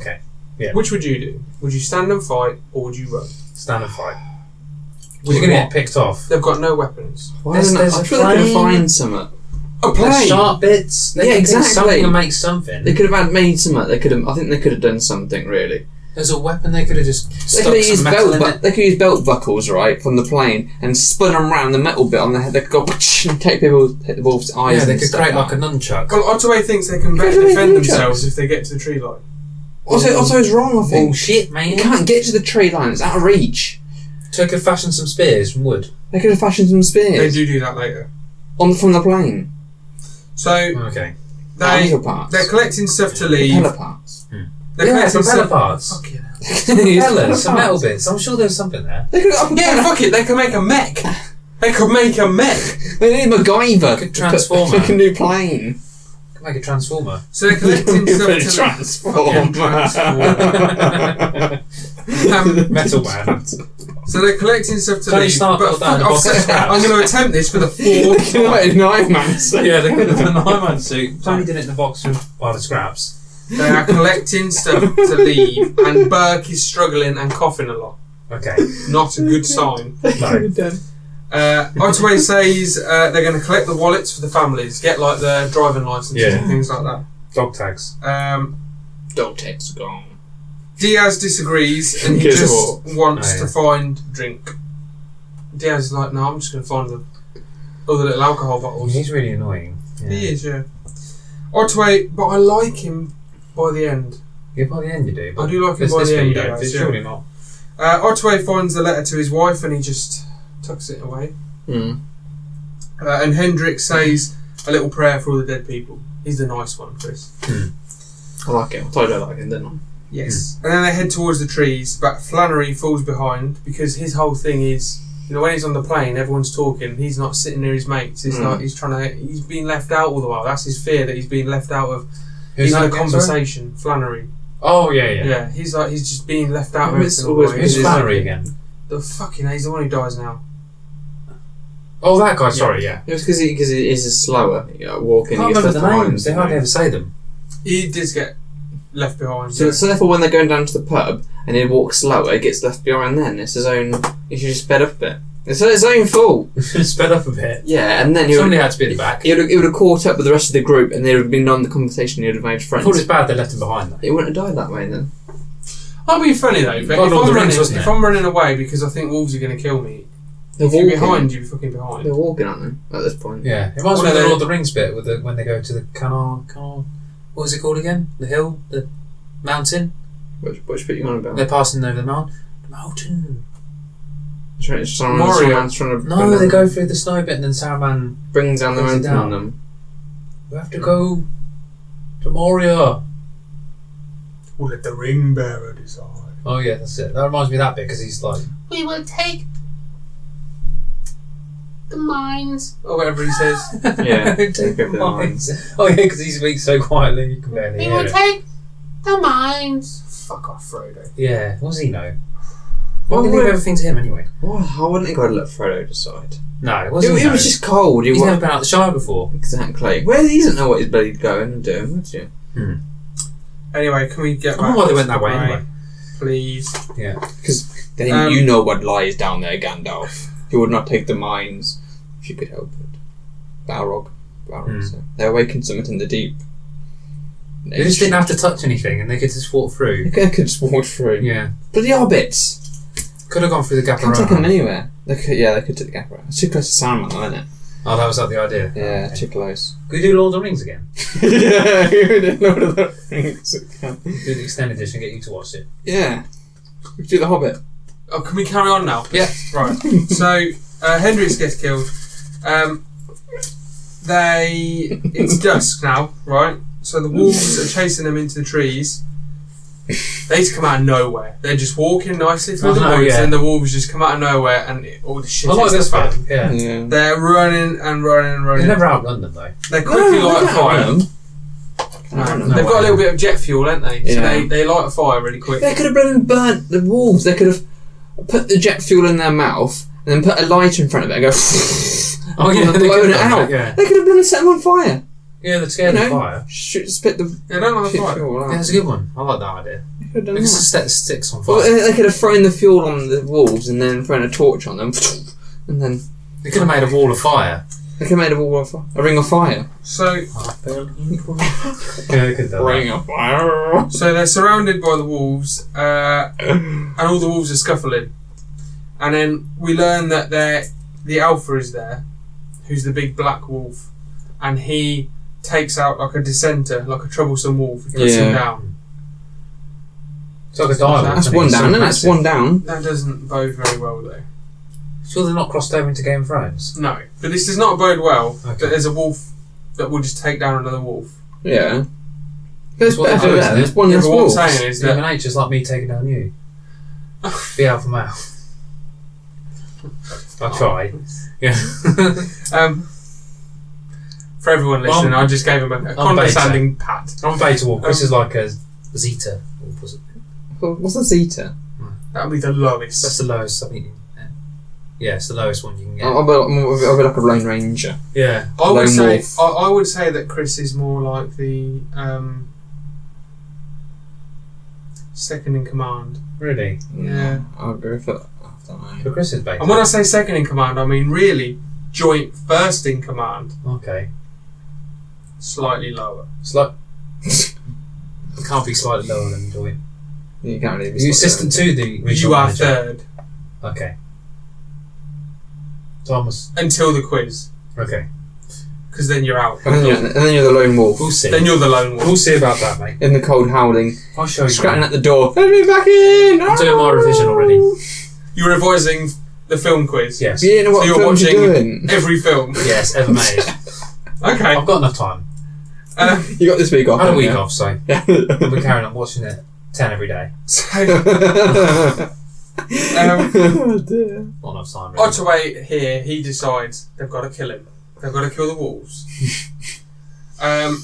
Speaker 2: Okay, yeah.
Speaker 1: Which would you do? Would you stand and fight, or would you run?
Speaker 2: Stand and fight.
Speaker 1: With
Speaker 2: You're gonna
Speaker 1: what?
Speaker 2: get picked off.
Speaker 1: They've got no weapons.
Speaker 3: Why
Speaker 2: There's-
Speaker 3: didn't I-
Speaker 2: there's
Speaker 3: I'm
Speaker 2: a
Speaker 3: sure they
Speaker 2: plane.
Speaker 3: could find something.
Speaker 1: A
Speaker 2: There's
Speaker 1: plane.
Speaker 2: Sharp bits. They
Speaker 3: Yeah,
Speaker 2: can think
Speaker 3: exactly.
Speaker 2: Something and make something.
Speaker 3: They could have had made something. They could have. I think they could have done something really.
Speaker 2: There's a weapon they could have just
Speaker 3: They
Speaker 2: stuck
Speaker 3: could have
Speaker 2: some
Speaker 3: used
Speaker 2: metal
Speaker 3: belt.
Speaker 2: in
Speaker 3: Bu-
Speaker 2: it.
Speaker 3: they could use belt buckles right from the plane and spun them around the metal bit on the head. They could go and take people, hit the wolf's eyes.
Speaker 2: Yeah, they
Speaker 3: and
Speaker 2: could
Speaker 3: stuff
Speaker 2: create like a
Speaker 3: that.
Speaker 2: nunchuck.
Speaker 1: Well, Ottaway thinks they can
Speaker 3: Could
Speaker 1: better
Speaker 3: have
Speaker 1: defend
Speaker 3: been
Speaker 1: themselves
Speaker 3: nunchucks.
Speaker 1: if they get to the tree line.
Speaker 3: Also, also is wrong. I
Speaker 2: Oh
Speaker 3: think
Speaker 2: shit, man!
Speaker 3: you can't get to the tree line. It's out of reach.
Speaker 2: So I could fashion some spears from wood.
Speaker 3: They could have fashioned some
Speaker 1: They
Speaker 3: spears
Speaker 1: do do that later.
Speaker 3: on from the plane.
Speaker 1: So
Speaker 2: Okay.
Speaker 1: they
Speaker 3: Propeller parts.
Speaker 1: they're collecting stuff to leave.
Speaker 3: Propeller parts.
Speaker 1: They're
Speaker 2: yeah,
Speaker 1: collecting
Speaker 2: propeller
Speaker 1: stuff.
Speaker 2: parts.
Speaker 1: Fuck yeah.
Speaker 2: Propellers, some metal bits. I'm sure there's something there.
Speaker 3: They could have
Speaker 1: Yeah, fuck it. They can make a mech. They could make a mech.
Speaker 3: They need MacGyver.
Speaker 2: Could transform
Speaker 3: Like a
Speaker 2: it.
Speaker 3: new plane.
Speaker 2: Could make a transformer.
Speaker 1: So they're collecting stuff to
Speaker 3: Transform.
Speaker 1: leave. Um,
Speaker 2: Metal man.
Speaker 1: so they're collecting stuff to
Speaker 2: Tony
Speaker 1: leave.
Speaker 2: Stark
Speaker 1: but
Speaker 2: got
Speaker 1: fuck,
Speaker 2: that
Speaker 1: I'll
Speaker 2: box of
Speaker 1: say-
Speaker 2: scraps.
Speaker 1: I'm going to attempt this for the fourth.
Speaker 3: Can I knife man? So-
Speaker 2: yeah, they could have done the Iron suit. Tony did it in the box with by the scraps.
Speaker 1: they are collecting stuff to leave, and Burke is struggling and coughing a lot.
Speaker 2: Okay.
Speaker 1: Not a good sign.
Speaker 2: No.
Speaker 1: Uh, Ottaway says uh, they're going to collect the wallets for the families, get like their driving licenses
Speaker 2: Yeah.
Speaker 1: and things like that.
Speaker 2: Dog tags.
Speaker 1: Um,
Speaker 3: Dog tags gone.
Speaker 1: Diaz disagrees and he
Speaker 3: Gives
Speaker 1: just
Speaker 3: up.
Speaker 1: wants
Speaker 2: Oh, yeah.
Speaker 1: to find drink. Diaz is like, no, I'm just going to find the other little alcohol bottles.
Speaker 2: Oh, He's really annoying.
Speaker 1: He is, yeah. Ottaway, but I like him by the end.
Speaker 2: Yeah, by the end you do. But
Speaker 1: I do like him
Speaker 2: this,
Speaker 1: by
Speaker 2: this
Speaker 1: the
Speaker 2: bit
Speaker 1: end.
Speaker 2: you don't.
Speaker 1: guys,
Speaker 2: It's
Speaker 1: yeah.
Speaker 2: surely not.
Speaker 1: Uh, Ottaway finds the letter to his wife and he just tucks it away.
Speaker 3: Hmm.
Speaker 1: Uh, and Hendrik says a little prayer for all the dead people. He's the nice one, Chris.
Speaker 3: I like it. I told you I like it, didn't I?
Speaker 1: Yes. And then they head towards the trees, but Flannery falls behind because his whole thing is, you know, when he's on the plane, everyone's talking. He's not sitting near his mates. It's
Speaker 2: Hmm.
Speaker 3: Mm.
Speaker 1: like he's trying to. He's being left out all the while. That's his fear that he's being left out of
Speaker 2: Who's
Speaker 1: even
Speaker 2: that
Speaker 1: a
Speaker 2: again, sorry?
Speaker 1: conversation. Flannery.
Speaker 2: Oh yeah, yeah.
Speaker 1: Yeah. He's like he's just being left out of
Speaker 3: It's
Speaker 1: everything. all
Speaker 3: always
Speaker 1: the
Speaker 3: been-
Speaker 1: way.
Speaker 2: Who's
Speaker 3: It is-
Speaker 2: Flannery again?
Speaker 1: The fucking he's the one who dies now.
Speaker 2: Oh, that guy. Sorry, yeah.
Speaker 3: It was because he, cause he is slower. You know, walking.
Speaker 2: can't
Speaker 3: he gets
Speaker 2: remember the
Speaker 3: left behind,
Speaker 2: names. They
Speaker 3: you
Speaker 2: hardly
Speaker 3: know.
Speaker 2: ever say them.
Speaker 1: He does get left behind.
Speaker 3: So,
Speaker 1: yeah.
Speaker 3: so therefore, when they're going down to the pub and he walks slower, he gets left behind. Then it's his own. He should just sped up a bit. It's his own fault.
Speaker 2: Sped up a bit.
Speaker 3: Yeah, and then he would.
Speaker 2: Somebody had to be at the back.
Speaker 3: He would, he would have caught up with the rest of the group, and they would have been on the conversation. He would have
Speaker 2: I
Speaker 3: made
Speaker 2: thought it was
Speaker 3: friends.
Speaker 2: bad they left him behind. Though.
Speaker 3: He wouldn't have died that way then.
Speaker 1: That'd be funny though. But
Speaker 2: God,
Speaker 1: if I'm,
Speaker 2: Lord of the Rings,
Speaker 1: running,
Speaker 2: wasn't
Speaker 1: if
Speaker 2: it?
Speaker 1: I'm running away because I think wolves are going to kill me,
Speaker 3: They're
Speaker 1: if you're
Speaker 3: walking.
Speaker 1: behind, you're fucking behind.
Speaker 3: They're walking, aren't they? At this point.
Speaker 2: Yeah, it reminds
Speaker 1: What
Speaker 2: me of
Speaker 1: are
Speaker 2: the
Speaker 1: they-
Speaker 2: Lord of the Rings bit with the, when they go to the canal. canal. What is it called again? The hill, the mountain.
Speaker 3: Which, which bit you on about?
Speaker 2: They're passing over the mountain. The mountain.
Speaker 3: Trying, someone,
Speaker 1: Moria.
Speaker 3: someone's trying to
Speaker 2: No,
Speaker 3: bring,
Speaker 2: they
Speaker 3: them-
Speaker 2: go through the snow bit and then Saruman.
Speaker 3: bring down the
Speaker 2: Brings it
Speaker 3: mountain on
Speaker 2: down.
Speaker 3: them.
Speaker 2: We have to go to Moria.
Speaker 1: We'll let the ring bearer decide.
Speaker 2: Oh yeah, that's it. That reminds me of that bit because he's like,
Speaker 4: We will take
Speaker 1: the mines, or whatever he says.
Speaker 3: Yeah,
Speaker 2: Take
Speaker 3: take over
Speaker 2: the
Speaker 3: the
Speaker 2: mines. Oh yeah, because he speaks so quietly you can barely
Speaker 1: We
Speaker 2: hear
Speaker 1: will
Speaker 2: it.
Speaker 1: take the mines. Fuck off, Frodo.
Speaker 2: Yeah, what does he know? Why
Speaker 3: Well,
Speaker 2: would we leave
Speaker 3: we're-
Speaker 2: everything to him anyway?
Speaker 3: Well, I wouldn't have got to let Frodo decide.
Speaker 2: No, it
Speaker 3: It,
Speaker 2: wasn't.
Speaker 3: it was just cold. It
Speaker 2: He's
Speaker 3: was
Speaker 2: never been out of the Shire before.
Speaker 3: exactly. Well, he doesn't know what his bloody going and doing, would you?
Speaker 1: Anyway, can we get
Speaker 2: I
Speaker 1: back
Speaker 2: wonder why they
Speaker 1: to
Speaker 2: went that
Speaker 1: the
Speaker 2: way
Speaker 1: grey,
Speaker 2: anyway.
Speaker 1: Please.
Speaker 3: Then
Speaker 1: Um,
Speaker 3: you know what lies down there, Gandalf. You would not take the mines if you could help it. Balrog, Balrog.
Speaker 2: Hmm.
Speaker 3: So. They awakened something in the deep.
Speaker 2: They just didn't have to touch anything, and they could just walk
Speaker 3: They
Speaker 2: through.
Speaker 3: could have just walked through.
Speaker 2: Yeah,
Speaker 3: But the hobbits
Speaker 2: could have gone through the gap
Speaker 3: can't take them
Speaker 2: around.
Speaker 3: anywhere. They could, yeah, they could take the gap around. It's too close to Saruman, though, isn't it?
Speaker 2: Oh, that was not the idea.
Speaker 3: Yeah,
Speaker 2: Okay.
Speaker 3: too close.
Speaker 2: Could we do Lord of the Rings again?
Speaker 3: yeah, you didn't know what that thing
Speaker 2: Do the extended edition, get you to watch it.
Speaker 3: Yeah, we could do the Hobbit.
Speaker 1: Oh, can we carry on now?
Speaker 2: Yeah.
Speaker 1: Right. so uh, Hendrix gets killed. Um, they. It's dusk now, right? So the wolves are chasing them into the trees. They just come out of nowhere. They're just walking nicely through
Speaker 2: I
Speaker 1: the
Speaker 2: know,
Speaker 1: woods,
Speaker 2: Uh-huh, yeah.
Speaker 1: and the wolves just come out of nowhere, and it, all the shit.
Speaker 2: I
Speaker 1: hits
Speaker 2: like
Speaker 1: the
Speaker 2: this
Speaker 1: fan.
Speaker 2: one. Yeah.
Speaker 3: Yeah.
Speaker 1: They're running and running and
Speaker 2: They
Speaker 1: running.
Speaker 2: never outrun them though.
Speaker 1: They quickly light a fire.
Speaker 3: No,
Speaker 1: They've got a little bit of jet fuel, haven't they? So
Speaker 3: Yeah.
Speaker 1: they, they light a fire really quick.
Speaker 3: They could have blown and burnt the wolves. They could have put the jet fuel in their mouth and then put a light in front of it and go.
Speaker 2: Oh, yeah,
Speaker 3: and
Speaker 2: they
Speaker 3: blown
Speaker 2: could
Speaker 3: it
Speaker 2: have done that,
Speaker 3: out.
Speaker 2: yeah.
Speaker 3: They could have blown and set them on fire.
Speaker 2: Yeah, they're scared
Speaker 3: You
Speaker 2: of
Speaker 3: know.
Speaker 2: fire. Oh,
Speaker 3: Shoot, spit the
Speaker 1: They don't light a
Speaker 3: shit
Speaker 1: fire.
Speaker 3: fuel out.
Speaker 2: Yeah, that's a good one. I like that idea.
Speaker 3: They could have done
Speaker 2: Because
Speaker 3: that.
Speaker 2: it sets sticks on fire.
Speaker 3: Well, uh, they they could have thrown the fuel on the wolves and then thrown a torch on them, and then
Speaker 2: they could have made a wall of fire.
Speaker 3: they could have made a wall of fire, a ring of fire.
Speaker 1: So
Speaker 2: Yeah, they could have done that.
Speaker 3: of fire.
Speaker 1: So they're surrounded by the wolves, uh, and all the wolves are scuffling. And then we learn that they're, the alpha is there, who's the big black wolf, and he takes out like a dissenter, like a troublesome wolf, and puts him
Speaker 3: Yeah.
Speaker 1: down.
Speaker 2: It's like a diamond.
Speaker 1: That's
Speaker 3: That's
Speaker 2: isn't it?
Speaker 3: one
Speaker 2: It's so
Speaker 3: down, and that's
Speaker 2: massive.
Speaker 3: one down.
Speaker 1: That doesn't bode very well, though.
Speaker 2: Sure, they're not crossed over into Game of Thrones.
Speaker 1: No, but this does not bode well
Speaker 2: Okay.
Speaker 1: that there's a wolf that will just take down another wolf.
Speaker 3: Yeah. That's
Speaker 2: Well, that
Speaker 3: better than
Speaker 2: is,
Speaker 3: that.
Speaker 2: isn't
Speaker 3: That's one
Speaker 1: Yeah,
Speaker 3: less
Speaker 1: but what I'm
Speaker 3: wolves.
Speaker 1: saying is that
Speaker 2: Human nature's like me taking down you. Be alpha male. I try. Yeah.
Speaker 1: um, for everyone
Speaker 2: Well,
Speaker 1: listening, I just gave him a, a
Speaker 2: I'm beta.
Speaker 1: condescending pat.
Speaker 2: I'm beta wolf. This is like a zeta. wolf, was it?
Speaker 3: Well, What's a zeta?
Speaker 1: That would be the lowest.
Speaker 2: That's the lowest. I think. you can get. Yeah, it's the lowest one you can get.
Speaker 3: I'll, I'll, be, like- I'll be like a lone ranger.
Speaker 2: Yeah.
Speaker 1: I would
Speaker 3: Lone
Speaker 1: say
Speaker 3: wolf.
Speaker 1: I, I would say that Chris is more like the um, second in command.
Speaker 2: Really.
Speaker 1: Yeah.
Speaker 3: I'll go for. I don't know.
Speaker 2: But Chris is beta.
Speaker 1: And when I say second in command, I mean really joint first in command,
Speaker 2: okay.
Speaker 1: slightly lower.
Speaker 2: It's like. it can't be slightly lower than joint.
Speaker 3: You can't really.
Speaker 2: Are
Speaker 3: be
Speaker 2: you
Speaker 3: spotted.
Speaker 2: assistant to the regional
Speaker 1: you are
Speaker 2: manager?
Speaker 1: third
Speaker 2: Okay. Thomas.
Speaker 1: until the quiz,
Speaker 2: Okay.
Speaker 1: because then you're out.
Speaker 3: And then, you're, and then you're the lone wolf
Speaker 2: We'll see.
Speaker 1: Then you're the lone
Speaker 2: we'll
Speaker 1: wolf.
Speaker 2: see about that, mate.
Speaker 3: in the cold, howling,
Speaker 2: I'll show you.
Speaker 3: scratching at the door. Let me back in.
Speaker 2: I'm doing my revision already.
Speaker 1: You're revising the film quiz.
Speaker 2: Yes.
Speaker 3: You know
Speaker 1: So
Speaker 3: what
Speaker 1: you're
Speaker 3: films you're
Speaker 1: watching-
Speaker 3: doing.
Speaker 1: Every film.
Speaker 2: Yes, ever made.
Speaker 1: Okay.
Speaker 2: I've got enough time.
Speaker 1: Um,
Speaker 3: You got this week off.
Speaker 2: I had a
Speaker 3: haven't
Speaker 2: week
Speaker 3: you?
Speaker 2: off, so I'll be
Speaker 3: Yeah.
Speaker 2: carrying on watching it 10 every day.
Speaker 1: so um,
Speaker 3: oh dear.
Speaker 2: Not enough time, really.
Speaker 1: Ottaway here, he decides they've got to kill him. They've got to kill the wolves. um,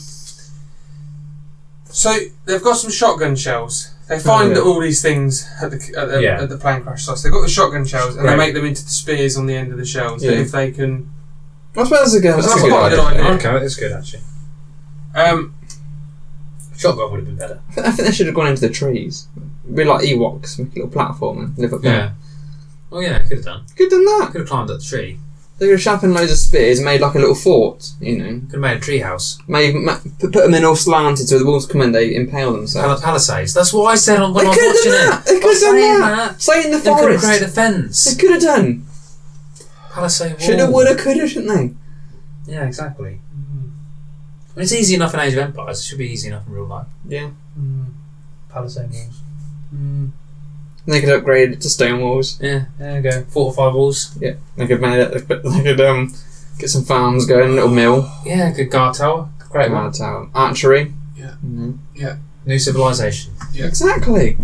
Speaker 1: so they've got some shotgun shells. They find
Speaker 3: Oh, yeah.
Speaker 1: all these things at the at the,
Speaker 2: Yeah.
Speaker 1: at the plane crash sites. They've got the shotgun shells and
Speaker 2: Great.
Speaker 1: they make them into the spears on the end of the shells.
Speaker 3: Yeah.
Speaker 1: If they can,
Speaker 3: I suppose that's a good, that's
Speaker 1: That's
Speaker 3: a good
Speaker 1: quite a good
Speaker 3: idea.
Speaker 1: idea.
Speaker 2: Okay, that's good, actually.
Speaker 1: um,
Speaker 2: Shotgun would have been better.
Speaker 3: I think- I think they should have gone into the trees. Be like Ewoks, make a little platform and live up there.
Speaker 2: Oh, yeah, could have done.
Speaker 3: Good than that.
Speaker 2: Could have climbed up the tree.
Speaker 3: They could have sharpened loads of spears, made like a little fort, you know.
Speaker 2: Could have made a tree house.
Speaker 3: Made, ma- put them in all slanted so the wolves come in, they impale
Speaker 2: Pal-
Speaker 3: themselves.
Speaker 2: palisades. That's what I said on, when
Speaker 3: They
Speaker 2: I was
Speaker 3: could have
Speaker 2: watching
Speaker 3: done that.
Speaker 2: it.
Speaker 3: They
Speaker 2: I
Speaker 3: could
Speaker 2: was
Speaker 3: have done
Speaker 2: saying
Speaker 3: that. Say in the
Speaker 2: They could have
Speaker 3: forest.
Speaker 2: created a
Speaker 3: They
Speaker 2: fence.
Speaker 3: could have done.
Speaker 2: Palisade wall.
Speaker 3: Shoulda, woulda, coulda, shouldn't they?
Speaker 2: Yeah, exactly. I mean, it's easy enough in Age of Empires. It should be easy enough in real life.
Speaker 3: Yeah.
Speaker 1: mm,
Speaker 2: Palisade walls.
Speaker 1: mm,
Speaker 3: They could upgrade it to stone walls.
Speaker 2: Yeah, there you go. Fortified walls.
Speaker 3: They could made it. They could um get some farms going, a little mill,
Speaker 2: Yeah, good guard tower. Great one.
Speaker 3: out of town, archery.
Speaker 1: Yeah.
Speaker 3: Mhm.
Speaker 2: New civilization.
Speaker 3: Exactly.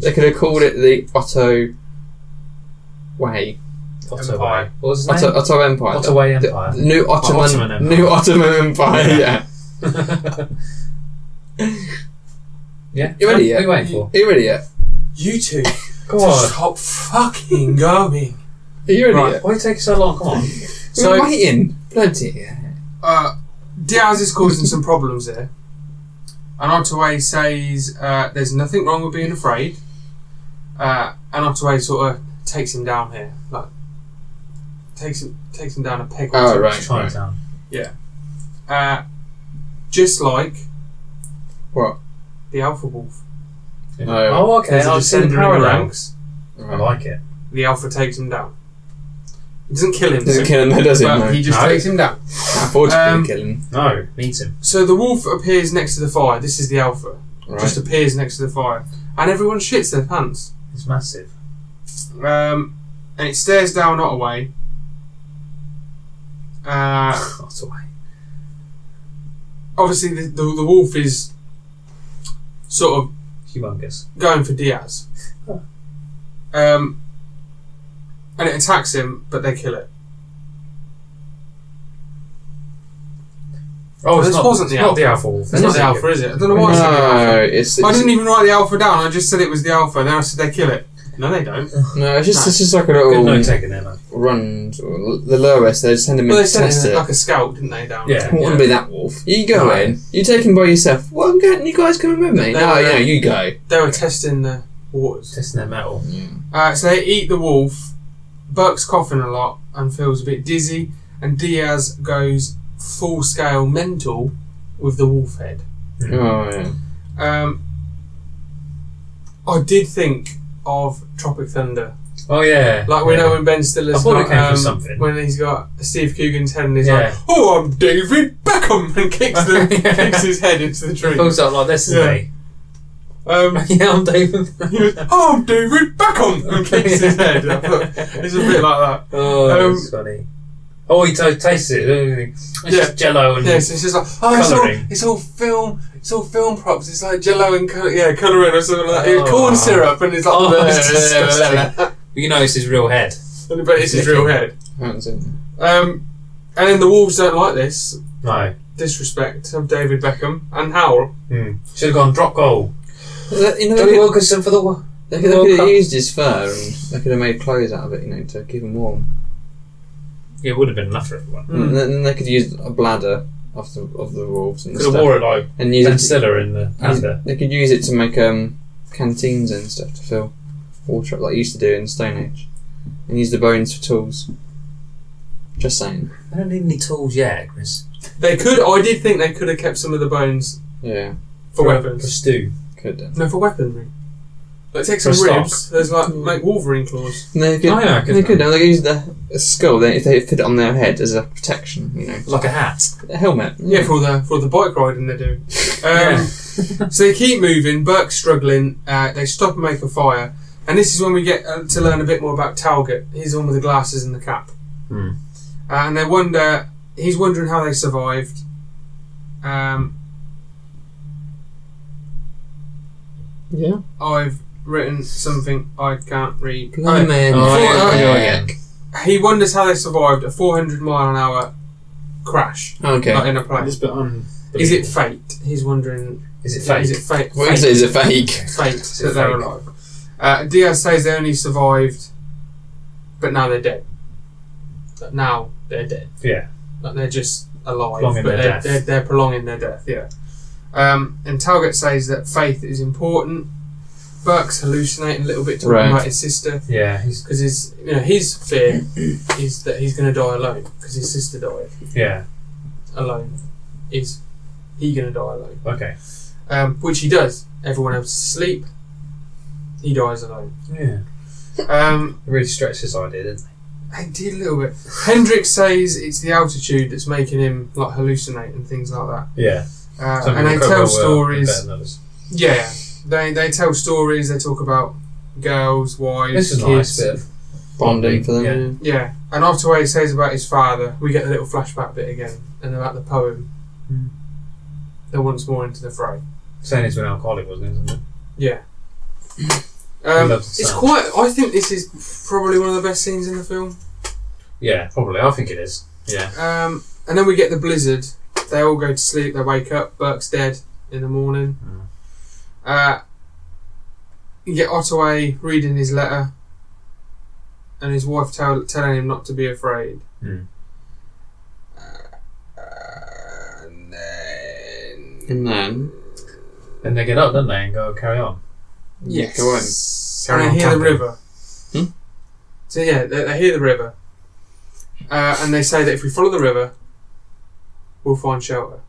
Speaker 3: They could have called it the Otto Way.
Speaker 2: Ottaway. What was his name?
Speaker 3: Otto, Otto Empire.
Speaker 2: Ottaway
Speaker 3: The-
Speaker 2: Empire.
Speaker 3: the new Ottoman,
Speaker 2: Ottoman Empire.
Speaker 3: new Ottoman Empire.
Speaker 2: Yeah.
Speaker 3: Yeah.
Speaker 2: yeah.
Speaker 3: You ready yet?
Speaker 2: What are you waiting for?
Speaker 3: Are you ready yet?
Speaker 1: You two,
Speaker 2: Come on.
Speaker 1: stop fucking going.
Speaker 3: Are you ready
Speaker 1: Right.
Speaker 3: yet?
Speaker 2: Why are you taking so long? Come on.
Speaker 3: So
Speaker 1: So-
Speaker 3: We're waiting. Plenty.
Speaker 1: Uh, Diaz is causing some problems here. And Ottaway says uh, there's nothing wrong with being afraid. Uh, and Ottaway sort of takes him down here, like takes him takes him down a peg. or
Speaker 3: Oh
Speaker 1: two.
Speaker 3: right. right.
Speaker 2: Chinatown.
Speaker 1: Uh, just like
Speaker 3: What?
Speaker 1: the Alpha Wolf.
Speaker 2: Yeah.
Speaker 3: No.
Speaker 2: Oh, okay.
Speaker 1: There's a
Speaker 2: I've seen the
Speaker 1: descender in the
Speaker 2: parallel.
Speaker 1: ranks.
Speaker 2: I
Speaker 3: Right.
Speaker 2: like it.
Speaker 1: The Alpha takes him down. He doesn't kill him.
Speaker 3: Doesn't
Speaker 1: though,
Speaker 3: kill him though, does it?
Speaker 1: but
Speaker 3: No.
Speaker 1: he just
Speaker 2: No.
Speaker 1: takes him down.
Speaker 3: Can't afford to
Speaker 1: Um,
Speaker 3: kill him.
Speaker 2: No, meet him.
Speaker 1: So the wolf appears next to the fire. This is the Alpha.
Speaker 3: Right.
Speaker 1: Just appears next to the fire, and everyone shits their pants.
Speaker 2: It's massive.
Speaker 1: Um, and it stares down Ottaway. Uh,
Speaker 2: Ottaway.
Speaker 1: obviously, the, the, the wolf is sort of
Speaker 2: Humongous.
Speaker 1: going for Diaz. Um, and it attacks him, but they kill it.
Speaker 2: Oh,
Speaker 1: This wasn't the
Speaker 2: it's not the alpha wolf.
Speaker 1: It's not the alpha, is it? I don't know why it's not the alpha.
Speaker 3: no, it's,
Speaker 1: I
Speaker 3: it's-
Speaker 1: didn't even write the alpha down. I just said it was the alpha. Then I said they kill it. No, they don't.
Speaker 3: no, it's just
Speaker 1: No.
Speaker 3: it's just like a
Speaker 2: Good
Speaker 3: little
Speaker 2: note taken there, man.
Speaker 3: run. or The lowest they just send him
Speaker 1: Well,
Speaker 3: in
Speaker 1: they
Speaker 3: to
Speaker 1: sent
Speaker 3: test
Speaker 1: it
Speaker 3: it.
Speaker 1: like a scout, didn't they? Down.
Speaker 2: Yeah.
Speaker 3: I wouldn't be that wolf. You go
Speaker 1: No.
Speaker 3: in. You take him by yourself. Well, I'm going. You guys coming with me?
Speaker 1: No,
Speaker 3: No,
Speaker 1: no.
Speaker 3: yeah, you go.
Speaker 1: They were testing the waters.
Speaker 2: Testing their metal.
Speaker 1: Uh, so they eat the wolf. Burke's coughing a lot and feels a bit dizzy, and Diaz goes full scale mental with the wolf head.
Speaker 3: Oh yeah.
Speaker 1: Um, I did think of Tropic Thunder,
Speaker 2: Oh yeah.
Speaker 1: like we
Speaker 2: yeah.
Speaker 1: know when Ben Stiller's
Speaker 2: I thought it
Speaker 1: got
Speaker 2: came from
Speaker 1: um,
Speaker 2: something.
Speaker 1: when he's got Steve Coogan's head and he's
Speaker 2: Yeah.
Speaker 1: like, "Oh, I'm David Beckham," and kicks the kicks his head into the tree.
Speaker 2: Pulls up like this,
Speaker 1: Yeah.
Speaker 2: isn't
Speaker 1: Um,
Speaker 2: he? yeah, I'm David.
Speaker 1: he goes, "Oh, I'm David Beckham," and kicks his head. I thought, it's a bit like that.
Speaker 2: Oh,
Speaker 1: Um,
Speaker 2: that's funny. Oh, he t- tastes it. doesn't he? It's
Speaker 1: Yeah.
Speaker 2: just jello and
Speaker 1: Yeah, so it's just like oh, it's all,
Speaker 2: Colouring.
Speaker 1: it's all film, it's all film props. It's like Jello and col- yeah, colouring or something like that.
Speaker 2: Oh.
Speaker 1: Corn syrup, and it's like
Speaker 2: Oh,
Speaker 1: oh,
Speaker 2: it's
Speaker 1: it's disgusting.
Speaker 2: you know it's his real head.
Speaker 1: but it's his real head.
Speaker 3: That's it.
Speaker 1: Um, and then the wolves don't like this
Speaker 2: No.
Speaker 1: disrespect of David Beckham and Howell.
Speaker 2: Hmm. Should have gone drop goal.
Speaker 3: You know,
Speaker 1: Uh,
Speaker 3: they
Speaker 2: Johnny
Speaker 3: could-
Speaker 2: Wilkinson for the wo-
Speaker 3: They could, they
Speaker 2: World
Speaker 3: could have
Speaker 2: Cup.
Speaker 3: used his fur and they could have made clothes out of it, you know, to keep him warm.
Speaker 2: Yeah, it would have been enough for everyone.
Speaker 1: Mm.
Speaker 3: And then and they could use a bladder of the of the wolves and
Speaker 2: Could have
Speaker 3: stuff.
Speaker 2: wore it like
Speaker 3: and use
Speaker 2: Ben
Speaker 3: it. To,
Speaker 2: Stiller in the Panda.
Speaker 3: they could use it to make um canteens and stuff to fill water up, like you used to do in Stone Age, and use the bones for tools. Just saying.
Speaker 2: I don't need any tools yet, Chris.
Speaker 1: They could. I did think they could have kept some of the bones
Speaker 3: Yeah,
Speaker 1: for
Speaker 2: For
Speaker 1: weapons.
Speaker 2: stew.
Speaker 3: could. Then.
Speaker 1: No, for weaponry. Like take some
Speaker 2: For stock.
Speaker 1: ribs. There's like make Wolverine claws.
Speaker 3: And They could.
Speaker 2: Oh, yeah, I could
Speaker 3: they
Speaker 2: do.
Speaker 3: could. And they could use the a skull. Then if they fit it on their head as a protection, you know,
Speaker 2: Like a hat.
Speaker 3: a helmet.
Speaker 1: Yeah,
Speaker 2: Hmm.
Speaker 1: for all the for all the bike riding they're doing. Um,
Speaker 2: Yeah.
Speaker 1: So they keep moving. Burke's struggling. Uh, they stop and make a fire. And this is when we get uh, to learn a bit more about Talget. He's the one with the glasses and the cap.
Speaker 2: Hmm.
Speaker 1: Uh, and they wonder. He's wondering how they survived. Um,
Speaker 3: yeah.
Speaker 1: I've written something I can't read.
Speaker 3: Blimey.
Speaker 2: Oh, yeah,
Speaker 1: Oh,
Speaker 2: yeah, yeah.
Speaker 3: yeah.
Speaker 1: Oh, he wonders how they survived a 400 mile an hour crash.
Speaker 3: Okay.
Speaker 1: Not in a plane.
Speaker 2: It's a bit un-
Speaker 1: Is it fate? He's wondering.
Speaker 2: Is it fake?
Speaker 1: Is it fate?
Speaker 3: What is it? Is it fake?
Speaker 1: fate
Speaker 2: It's
Speaker 1: that they're
Speaker 2: fake.
Speaker 1: alive. Uh, Diaz says they only survived, but now they're dead. But now they're dead.
Speaker 2: Yeah.
Speaker 1: Like they're just alive,
Speaker 2: Prolonging
Speaker 1: but
Speaker 2: their
Speaker 1: they're,
Speaker 2: death.
Speaker 1: they're they're prolonging their death. Yeah. Um, and Talget says that faith is important. Burke's hallucinating a little bit talking
Speaker 3: Right.
Speaker 1: about his sister
Speaker 2: Yeah. He's,
Speaker 1: because his you know his fear is that he's going to die alone because his sister died
Speaker 2: yeah.
Speaker 1: alone. Is he going to die alone?
Speaker 2: Okay.
Speaker 1: Um, which he does. Everyone else is asleep. He dies alone.
Speaker 2: Yeah.
Speaker 1: Um,
Speaker 2: Really stretched his idea, didn't
Speaker 1: I did a little bit. Hendrix says it's the altitude that's making him like hallucinate and things like that.
Speaker 2: they? Yeah.
Speaker 1: Uh,
Speaker 2: Some
Speaker 1: and they
Speaker 2: people
Speaker 1: tell
Speaker 2: cope well with better
Speaker 1: stories.
Speaker 2: than others.
Speaker 1: Yeah, they they tell stories. They talk about girls, wives,
Speaker 2: This is nice
Speaker 1: kids.
Speaker 2: bit of
Speaker 3: Bonding for them.
Speaker 2: Yeah.
Speaker 3: yeah.
Speaker 1: Yeah, and after what he says about his father, we get the little flashback bit again, and about the poem.
Speaker 2: Hmm.
Speaker 1: They're once more into the fray.
Speaker 2: saying he's an alcoholic, wasn't he? Isn't
Speaker 1: Yeah. Um,
Speaker 2: loves the
Speaker 1: it's
Speaker 2: sound.
Speaker 1: quite. I think this is probably one of the best scenes in the film.
Speaker 2: Yeah, probably. I think it is. Yeah.
Speaker 1: Um, and then we get the blizzard. They all go to sleep. They wake up. Burke's dead in the morning. Uh, you get Ottaway reading his letter, and his wife tell, telling him not to be afraid.
Speaker 2: Mm.
Speaker 1: Uh, and then
Speaker 3: And then
Speaker 2: Then they get up, don't they, and go carry on.
Speaker 1: yes,
Speaker 3: go on.
Speaker 1: and
Speaker 2: Carry
Speaker 1: they
Speaker 2: on
Speaker 1: hear
Speaker 2: camping.
Speaker 1: the river.
Speaker 3: Hmm?
Speaker 1: So yeah, they, they hear the river, uh, and they say that if we follow the river, we'll find shelter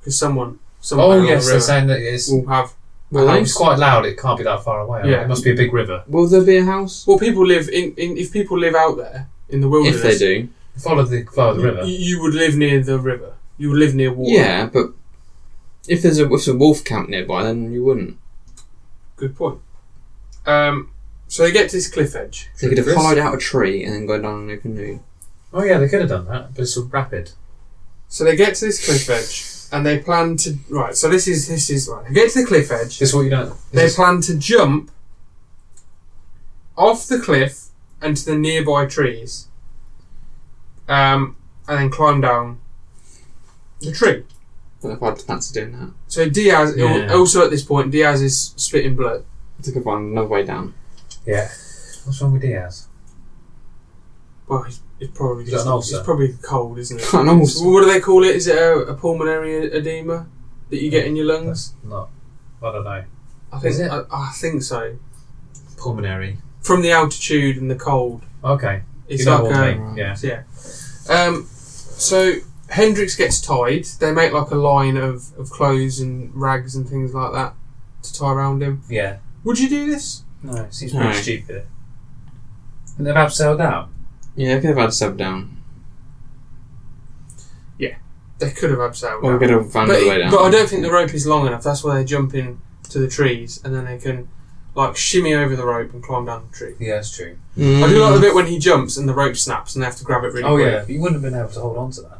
Speaker 1: because someone, someone
Speaker 2: Oh
Speaker 1: along
Speaker 2: yes,
Speaker 1: the
Speaker 2: they're
Speaker 1: river
Speaker 2: saying that it's.
Speaker 1: will have
Speaker 2: Well,
Speaker 1: a
Speaker 2: it's
Speaker 1: house.
Speaker 2: quite loud. It can't be that far away.
Speaker 1: Yeah.
Speaker 2: Yeah, it must be a big river.
Speaker 3: will there be a house?
Speaker 1: Well, people live in, in if people live out there in the wilderness.
Speaker 3: If they do,
Speaker 2: Follow the flow of the
Speaker 1: you-
Speaker 2: river.
Speaker 1: You, you would live near the river. You would live near water.
Speaker 3: yeah, but if there's a if a wolf camp nearby, then you wouldn't.
Speaker 1: Good point. Um, so they get to this cliff edge.
Speaker 3: They could have
Speaker 2: Chris?
Speaker 3: hollowed out a tree and then go down an open canoe.
Speaker 2: Oh yeah, they could have done that, but it's so rapid.
Speaker 1: So they get to this cliff edge, and they plan to right. So this is this is right. They get to the cliff edge.
Speaker 2: This is what you don't.
Speaker 1: They
Speaker 2: This is,
Speaker 1: plan to jump off the cliff and to the nearby trees, um, and then climb down the tree.
Speaker 3: But if I'd fancy doing that,
Speaker 1: So Diaz
Speaker 2: Yeah.
Speaker 1: also at this point Diaz is spitting blood.
Speaker 3: they could find another way down.
Speaker 2: yeah. What's wrong with Diaz?
Speaker 1: Well, he's, he's probably
Speaker 2: He's got
Speaker 1: just,
Speaker 2: an
Speaker 1: he's
Speaker 2: ulcer.
Speaker 1: probably cold, isn't it?
Speaker 3: An ulcer.
Speaker 1: Well, what do they call it? Is it a, a pulmonary edema that you get in your lungs?
Speaker 2: That's not. I don't know.
Speaker 1: I think
Speaker 2: Is it?
Speaker 1: I, I think so.
Speaker 2: Pulmonary.
Speaker 1: From the altitude and the cold,
Speaker 2: Okay.
Speaker 1: it's
Speaker 2: you
Speaker 1: like um,
Speaker 2: know
Speaker 1: a,
Speaker 2: what I mean, Yeah.
Speaker 1: yeah. Um, so Hendrix gets tied. They make like a line of, of clothes and rags and things like that to tie around him.
Speaker 2: Yeah.
Speaker 1: Would you do this?
Speaker 2: No, it seems
Speaker 3: No.
Speaker 2: pretty stupid. And they're about sailed out.
Speaker 3: Yeah, they could have had sub down.
Speaker 1: They could have abseiled.
Speaker 3: Or we
Speaker 1: him.
Speaker 3: could have found
Speaker 1: But,
Speaker 3: a way down.
Speaker 1: but I don't think the rope is long enough. That's why they jump in to the trees and then they can like shimmy over the rope and climb down the tree.
Speaker 2: Yeah, that's true.
Speaker 3: Mm.
Speaker 1: I do like the bit when he jumps and the rope snaps and they have to grab it really
Speaker 2: Oh
Speaker 1: quick.
Speaker 2: yeah, you wouldn't have been able to hold on to that.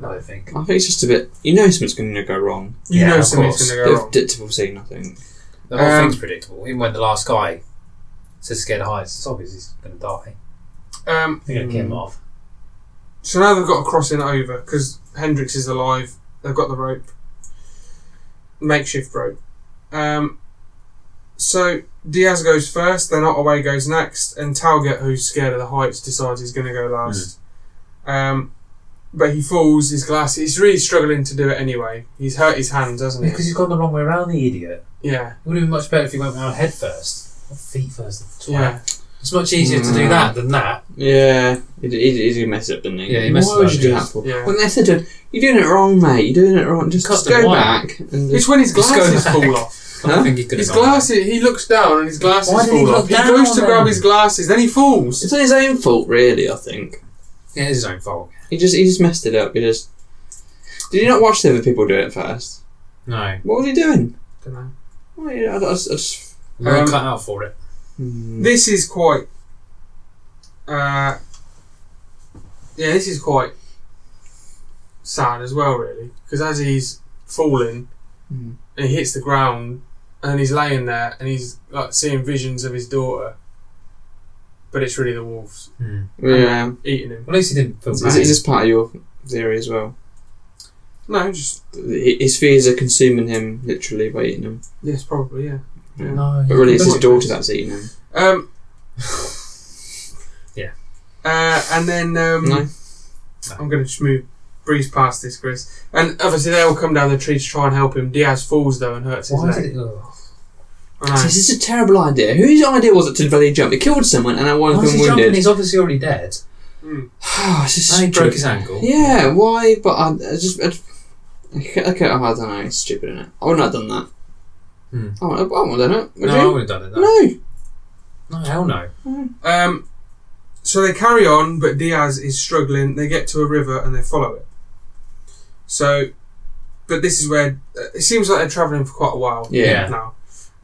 Speaker 2: I don't think.
Speaker 3: I think it's just a bit. You know, something's going to go wrong.
Speaker 1: You
Speaker 2: Yeah,
Speaker 1: know
Speaker 2: of
Speaker 1: something's
Speaker 2: course.
Speaker 1: going to
Speaker 3: Bit
Speaker 1: go
Speaker 3: of
Speaker 1: wrong.
Speaker 3: predictable, see nothing.
Speaker 2: The whole
Speaker 1: Um,
Speaker 2: thing's predictable. Even when the last guy says scared of heights, it's obvious he's going to die.
Speaker 1: Um,
Speaker 2: They're going to kill him off.
Speaker 1: so now they've got to cross it over because Hendrix is alive. They've got the rope, makeshift rope. Um, so Diaz goes first, then Ottaway goes next, and Talget, who's scared of the heights, decides he's going to go last. Um, but he falls, his glass. He's really struggling to do it anyway. He's hurt his hands, hasn't
Speaker 2: Because
Speaker 1: he?
Speaker 2: he's gone the wrong way around, the idiot.
Speaker 1: Yeah,
Speaker 2: It would have been much better if he went round head first. Or feet first. That's why.
Speaker 1: yeah.
Speaker 2: It's much easier to do
Speaker 3: Mm.
Speaker 2: that than that.
Speaker 3: Yeah, he did, he did, he did mess it up, didn't he?
Speaker 2: Yeah, he messed
Speaker 3: Why
Speaker 2: it
Speaker 3: would
Speaker 2: up,
Speaker 3: you do
Speaker 2: yeah.
Speaker 3: that for?
Speaker 1: Yeah.
Speaker 3: When they said to him, "You're doing it wrong, mate. You're doing it wrong. Just,
Speaker 2: Cut
Speaker 3: just
Speaker 2: the
Speaker 3: go
Speaker 2: wire.
Speaker 3: back and
Speaker 1: It's
Speaker 3: just."
Speaker 1: when his
Speaker 2: Just go
Speaker 1: glasses
Speaker 2: back.
Speaker 1: fall off.
Speaker 2: I
Speaker 3: Huh?
Speaker 2: don't think he could
Speaker 1: His
Speaker 2: have gone back.
Speaker 1: glasses. He looks down and his glasses
Speaker 2: Why did he
Speaker 1: fall
Speaker 2: look
Speaker 1: off. He
Speaker 2: down
Speaker 1: goes to
Speaker 2: then?
Speaker 1: grab his glasses, then he falls.
Speaker 3: It's not his own fault, really. I think
Speaker 2: Yeah, it's his own fault.
Speaker 3: he just he just messed it up. He just did you not watch the other people do it first?
Speaker 2: No.
Speaker 3: What was he doing?
Speaker 1: Dunno.
Speaker 3: Well, yeah, I, I, I just,
Speaker 2: We were
Speaker 1: Um,
Speaker 2: cut out for it.
Speaker 3: Hmm.
Speaker 1: This is quite. Uh, yeah, this is quite sad as well, really, because as he's falling,
Speaker 3: Hmm.
Speaker 1: and he hits the ground, and he's laying there, and he's like seeing visions of his daughter, but it's really the wolves
Speaker 2: hmm.
Speaker 3: yeah.
Speaker 1: eating him.
Speaker 2: Well, at least he didn't feel
Speaker 3: Is,
Speaker 2: bad.
Speaker 3: is this part of your theory as well?
Speaker 1: No, just
Speaker 3: Hi- His fears are consuming him literally by eating him,
Speaker 1: yes, probably yeah.
Speaker 3: Yeah.
Speaker 2: No,
Speaker 3: but really it's his
Speaker 1: Don't-
Speaker 3: daughter that's eating him.
Speaker 1: Um.
Speaker 2: Yeah.
Speaker 1: Uh, and then um,
Speaker 3: No,
Speaker 1: I'm going to just move breeze past this, Chris. And obviously they all come down the tree to try and help him. Diaz falls though and hurts his
Speaker 2: Why
Speaker 1: leg.
Speaker 2: did it? ugh.
Speaker 1: I know.
Speaker 3: this is a terrible idea. Whose idea was it to bloody jump? He killed someone, and then one
Speaker 2: Why
Speaker 3: of
Speaker 2: is
Speaker 3: them
Speaker 2: he jumping?
Speaker 3: wounded.
Speaker 2: He's obviously already dead.
Speaker 1: Mm.
Speaker 3: Oh, it's just
Speaker 2: And he broke
Speaker 3: stupid.
Speaker 2: his ankle.
Speaker 3: Yeah, why? But I, I just. I, okay, okay, oh, I don't know. It's stupid, isn't it? I wouldn't have done that.
Speaker 2: Hmm.
Speaker 3: I wouldn't have- I wouldn't have done it. Would
Speaker 2: No, I
Speaker 3: you?
Speaker 2: would have done it. No.
Speaker 3: No.
Speaker 2: no, hell no.
Speaker 1: Um, so they carry on, but Diaz is struggling. They get to a river and they follow it. So, but this is where uh, it seems like they're traveling for quite a while
Speaker 3: Yeah.
Speaker 1: now.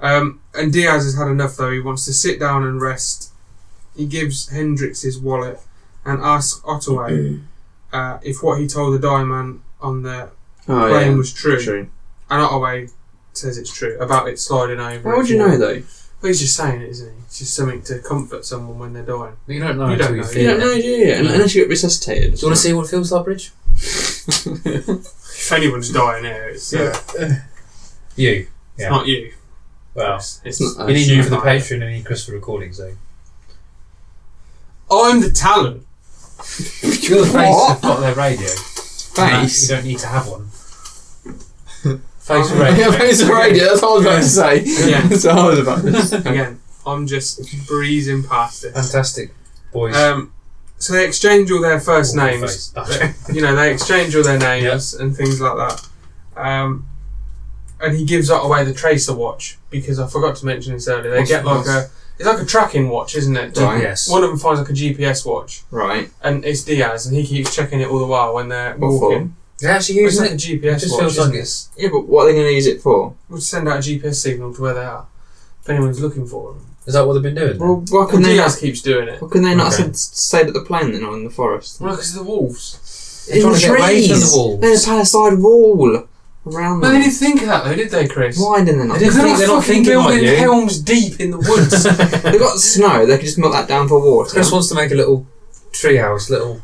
Speaker 1: Um, and Diaz has had enough though. He wants to sit down and rest. He gives Hendrix his wallet and asks Ottaway uh, if what he told the diamond on the
Speaker 3: Mm-hmm. Oh,
Speaker 1: claim
Speaker 3: yeah.
Speaker 1: was true.
Speaker 3: True.
Speaker 1: And Ottaway says it's true about it sliding over.
Speaker 3: How would you know, though?
Speaker 1: Well, he's just saying it, isn't he? It's just something to comfort someone when they're dying.
Speaker 2: But you don't know
Speaker 1: You
Speaker 2: until
Speaker 1: don't
Speaker 2: you
Speaker 1: know.
Speaker 2: feel
Speaker 3: You
Speaker 2: it.
Speaker 3: don't know, do you? Un-
Speaker 2: No.
Speaker 3: Unless you get resuscitated.
Speaker 2: Do you want to see what it feels like, Bridge?
Speaker 1: If anyone's dying here, it's, uh,
Speaker 2: You.
Speaker 1: it's
Speaker 2: Yeah.
Speaker 1: not you.
Speaker 2: Well,
Speaker 1: It's, it's,
Speaker 3: It's not
Speaker 2: we need you for the
Speaker 1: Either.
Speaker 2: Patreon and you, Chris, for recording, so.
Speaker 1: I'm the talent.
Speaker 2: You're the face that's got their radio.
Speaker 3: Face.
Speaker 2: You don't need to have one. face
Speaker 1: Oh.
Speaker 2: for radio.
Speaker 3: Yeah, face the radio. That's what I was about to say.
Speaker 1: Yeah.
Speaker 3: That's what I was about to say.
Speaker 1: Again, I'm just breezing past it.
Speaker 2: Fantastic, Uh, boys.
Speaker 1: Um, so they exchange all their first
Speaker 2: Or
Speaker 1: names.
Speaker 2: face. Oh,
Speaker 1: you know, they exchange all their names and things like that. Um, and he gives up away the tracer watch because I forgot to mention this earlier. They
Speaker 2: What's-
Speaker 1: get like
Speaker 2: what's-
Speaker 1: a it's like a tracking watch, isn't it?
Speaker 3: Right.
Speaker 2: Yes.
Speaker 1: One of them finds like a GPS watch,
Speaker 3: Right.
Speaker 1: and it's Diaz, and he keeps checking it all the while when they're
Speaker 3: What for?
Speaker 1: walking.
Speaker 2: They're actually
Speaker 1: It's
Speaker 2: using
Speaker 1: like a
Speaker 2: it.
Speaker 1: GPS
Speaker 2: It just
Speaker 1: watch.
Speaker 2: feels
Speaker 1: isn't
Speaker 2: like
Speaker 1: it?
Speaker 2: it's.
Speaker 3: Yeah, but what are they going to use it for?
Speaker 1: We'll send out a GPS signal to where they are if anyone's looking for them.
Speaker 2: Is that what they've been doing? then?
Speaker 3: Well, why
Speaker 1: Well,
Speaker 3: couldn't they
Speaker 1: Diaz
Speaker 3: not?
Speaker 1: keeps doing it.
Speaker 3: Why couldn't they not
Speaker 2: Okay.
Speaker 3: have stayed at the plane then or in the forest?
Speaker 1: Well, because the wolves.
Speaker 2: They're trying to get away from the walls.
Speaker 3: They're the palisade wall around
Speaker 1: But
Speaker 3: them.
Speaker 1: they didn't think of that though, did they, Chris?
Speaker 3: Why didn't they not?
Speaker 2: They didn't
Speaker 1: They're
Speaker 2: think
Speaker 1: not
Speaker 2: they're not
Speaker 1: fucking
Speaker 2: thinking like
Speaker 1: building
Speaker 2: you.
Speaker 1: helms deep in the woods.
Speaker 3: They've got snow. They could just melt that down for water.
Speaker 2: Chris wants to make a little treehouse, little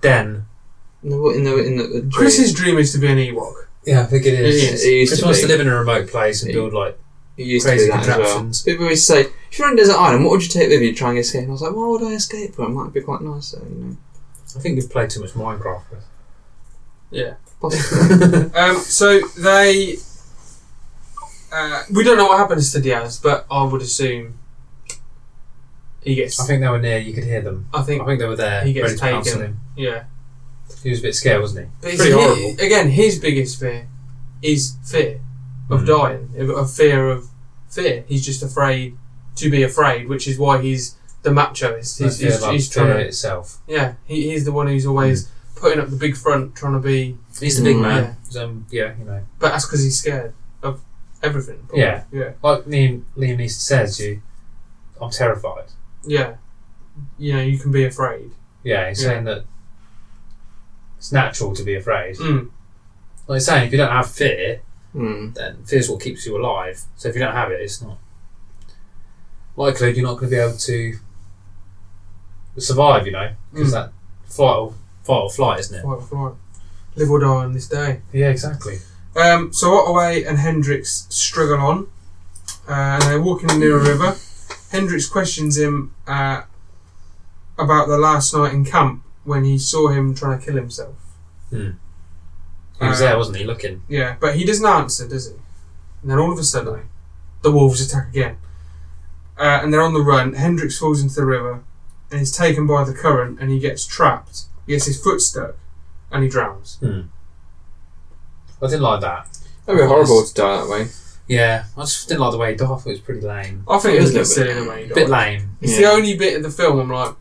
Speaker 2: den.
Speaker 3: In the in the, in the, the
Speaker 1: Chris's dream is to be an Ewok.
Speaker 2: Yeah, I think it
Speaker 3: is. It is. It used
Speaker 2: Chris
Speaker 3: to
Speaker 2: wants
Speaker 3: be.
Speaker 2: to live in a remote place and
Speaker 3: It-
Speaker 2: build like
Speaker 3: it used
Speaker 2: crazy
Speaker 3: to be that as well.
Speaker 2: contraptions.
Speaker 3: People always say, if you're on a desert island, what would you take with you to try and escape? And I was like, why would I escape? Well, it might be quite nice, though, you know.
Speaker 2: I think you've played too much Minecraft. Chris.
Speaker 1: Yeah.
Speaker 3: Possibly.
Speaker 1: Um, so they. Uh, we don't know what happens to Diaz, but I would assume he gets.
Speaker 2: I think they were near. You could hear them.
Speaker 1: I
Speaker 2: I
Speaker 1: think.
Speaker 2: think they were there.
Speaker 1: He gets
Speaker 2: ready to pounce
Speaker 1: taken.
Speaker 2: on him.
Speaker 1: Yeah.
Speaker 2: He was a bit scared, wasn't he?
Speaker 1: But it's
Speaker 2: Pretty
Speaker 1: hi-
Speaker 2: horrible.
Speaker 1: Again, his biggest fear is fear of
Speaker 2: Mm.
Speaker 1: dying, of- of fear of fear. He's just afraid to be afraid, which is why he's the machoist.
Speaker 2: That
Speaker 1: He's,
Speaker 2: fear,
Speaker 1: he's,
Speaker 2: like,
Speaker 1: he's
Speaker 2: fear Hmm.
Speaker 1: trying to.
Speaker 2: itself.
Speaker 1: Yeah, he, he's the one who's always putting up the big front, trying to be.
Speaker 2: He's the big
Speaker 3: Mm.
Speaker 2: man. He's, Um, yeah, you know.
Speaker 1: But that's because he's scared of everything. probably.
Speaker 2: Yeah.
Speaker 1: Yeah.
Speaker 2: Like Liam, Liam Neeson says, you, I'm terrified.
Speaker 1: Yeah. You know, you can be afraid.
Speaker 2: Yeah, he's
Speaker 1: Yeah.
Speaker 2: saying that it's natural to be afraid.
Speaker 1: Mm.
Speaker 2: Like he's saying, if you don't have fear,
Speaker 3: Hmm.
Speaker 2: then fear's what keeps you alive. So if you don't have it, it's not. Likely, you're not going to be able to survive, you know, because
Speaker 1: Mm.
Speaker 2: that fight or, fight or flight, isn't it?
Speaker 1: Quite right. Live or die on this day.
Speaker 2: Yeah, exactly.
Speaker 1: Um, so Ottaway and Hendricks struggle on, uh, and they're walking near a river. Hendricks questions him uh, about the last night in camp when he saw him trying to kill himself.
Speaker 2: He was
Speaker 1: Uh,
Speaker 2: there, wasn't he, looking?
Speaker 1: Yeah, but he doesn't answer, does he? And then all of a sudden, the wolves attack again. Uh, and they're on the run. Hendricks falls into the river and is taken by the current and he gets trapped. He gets his foot stuck and he drowns.
Speaker 2: I didn't like that.
Speaker 3: That'd be horrible to die that way.
Speaker 2: Yeah, I just didn't like the way he died. I thought it was pretty lame.
Speaker 1: I think it was a
Speaker 3: It
Speaker 1: bit
Speaker 3: was a
Speaker 1: silly
Speaker 3: little
Speaker 1: in a way.
Speaker 2: A bit
Speaker 1: like-
Speaker 2: lame.
Speaker 1: It's
Speaker 3: Yeah.
Speaker 1: the only bit of the film I'm like,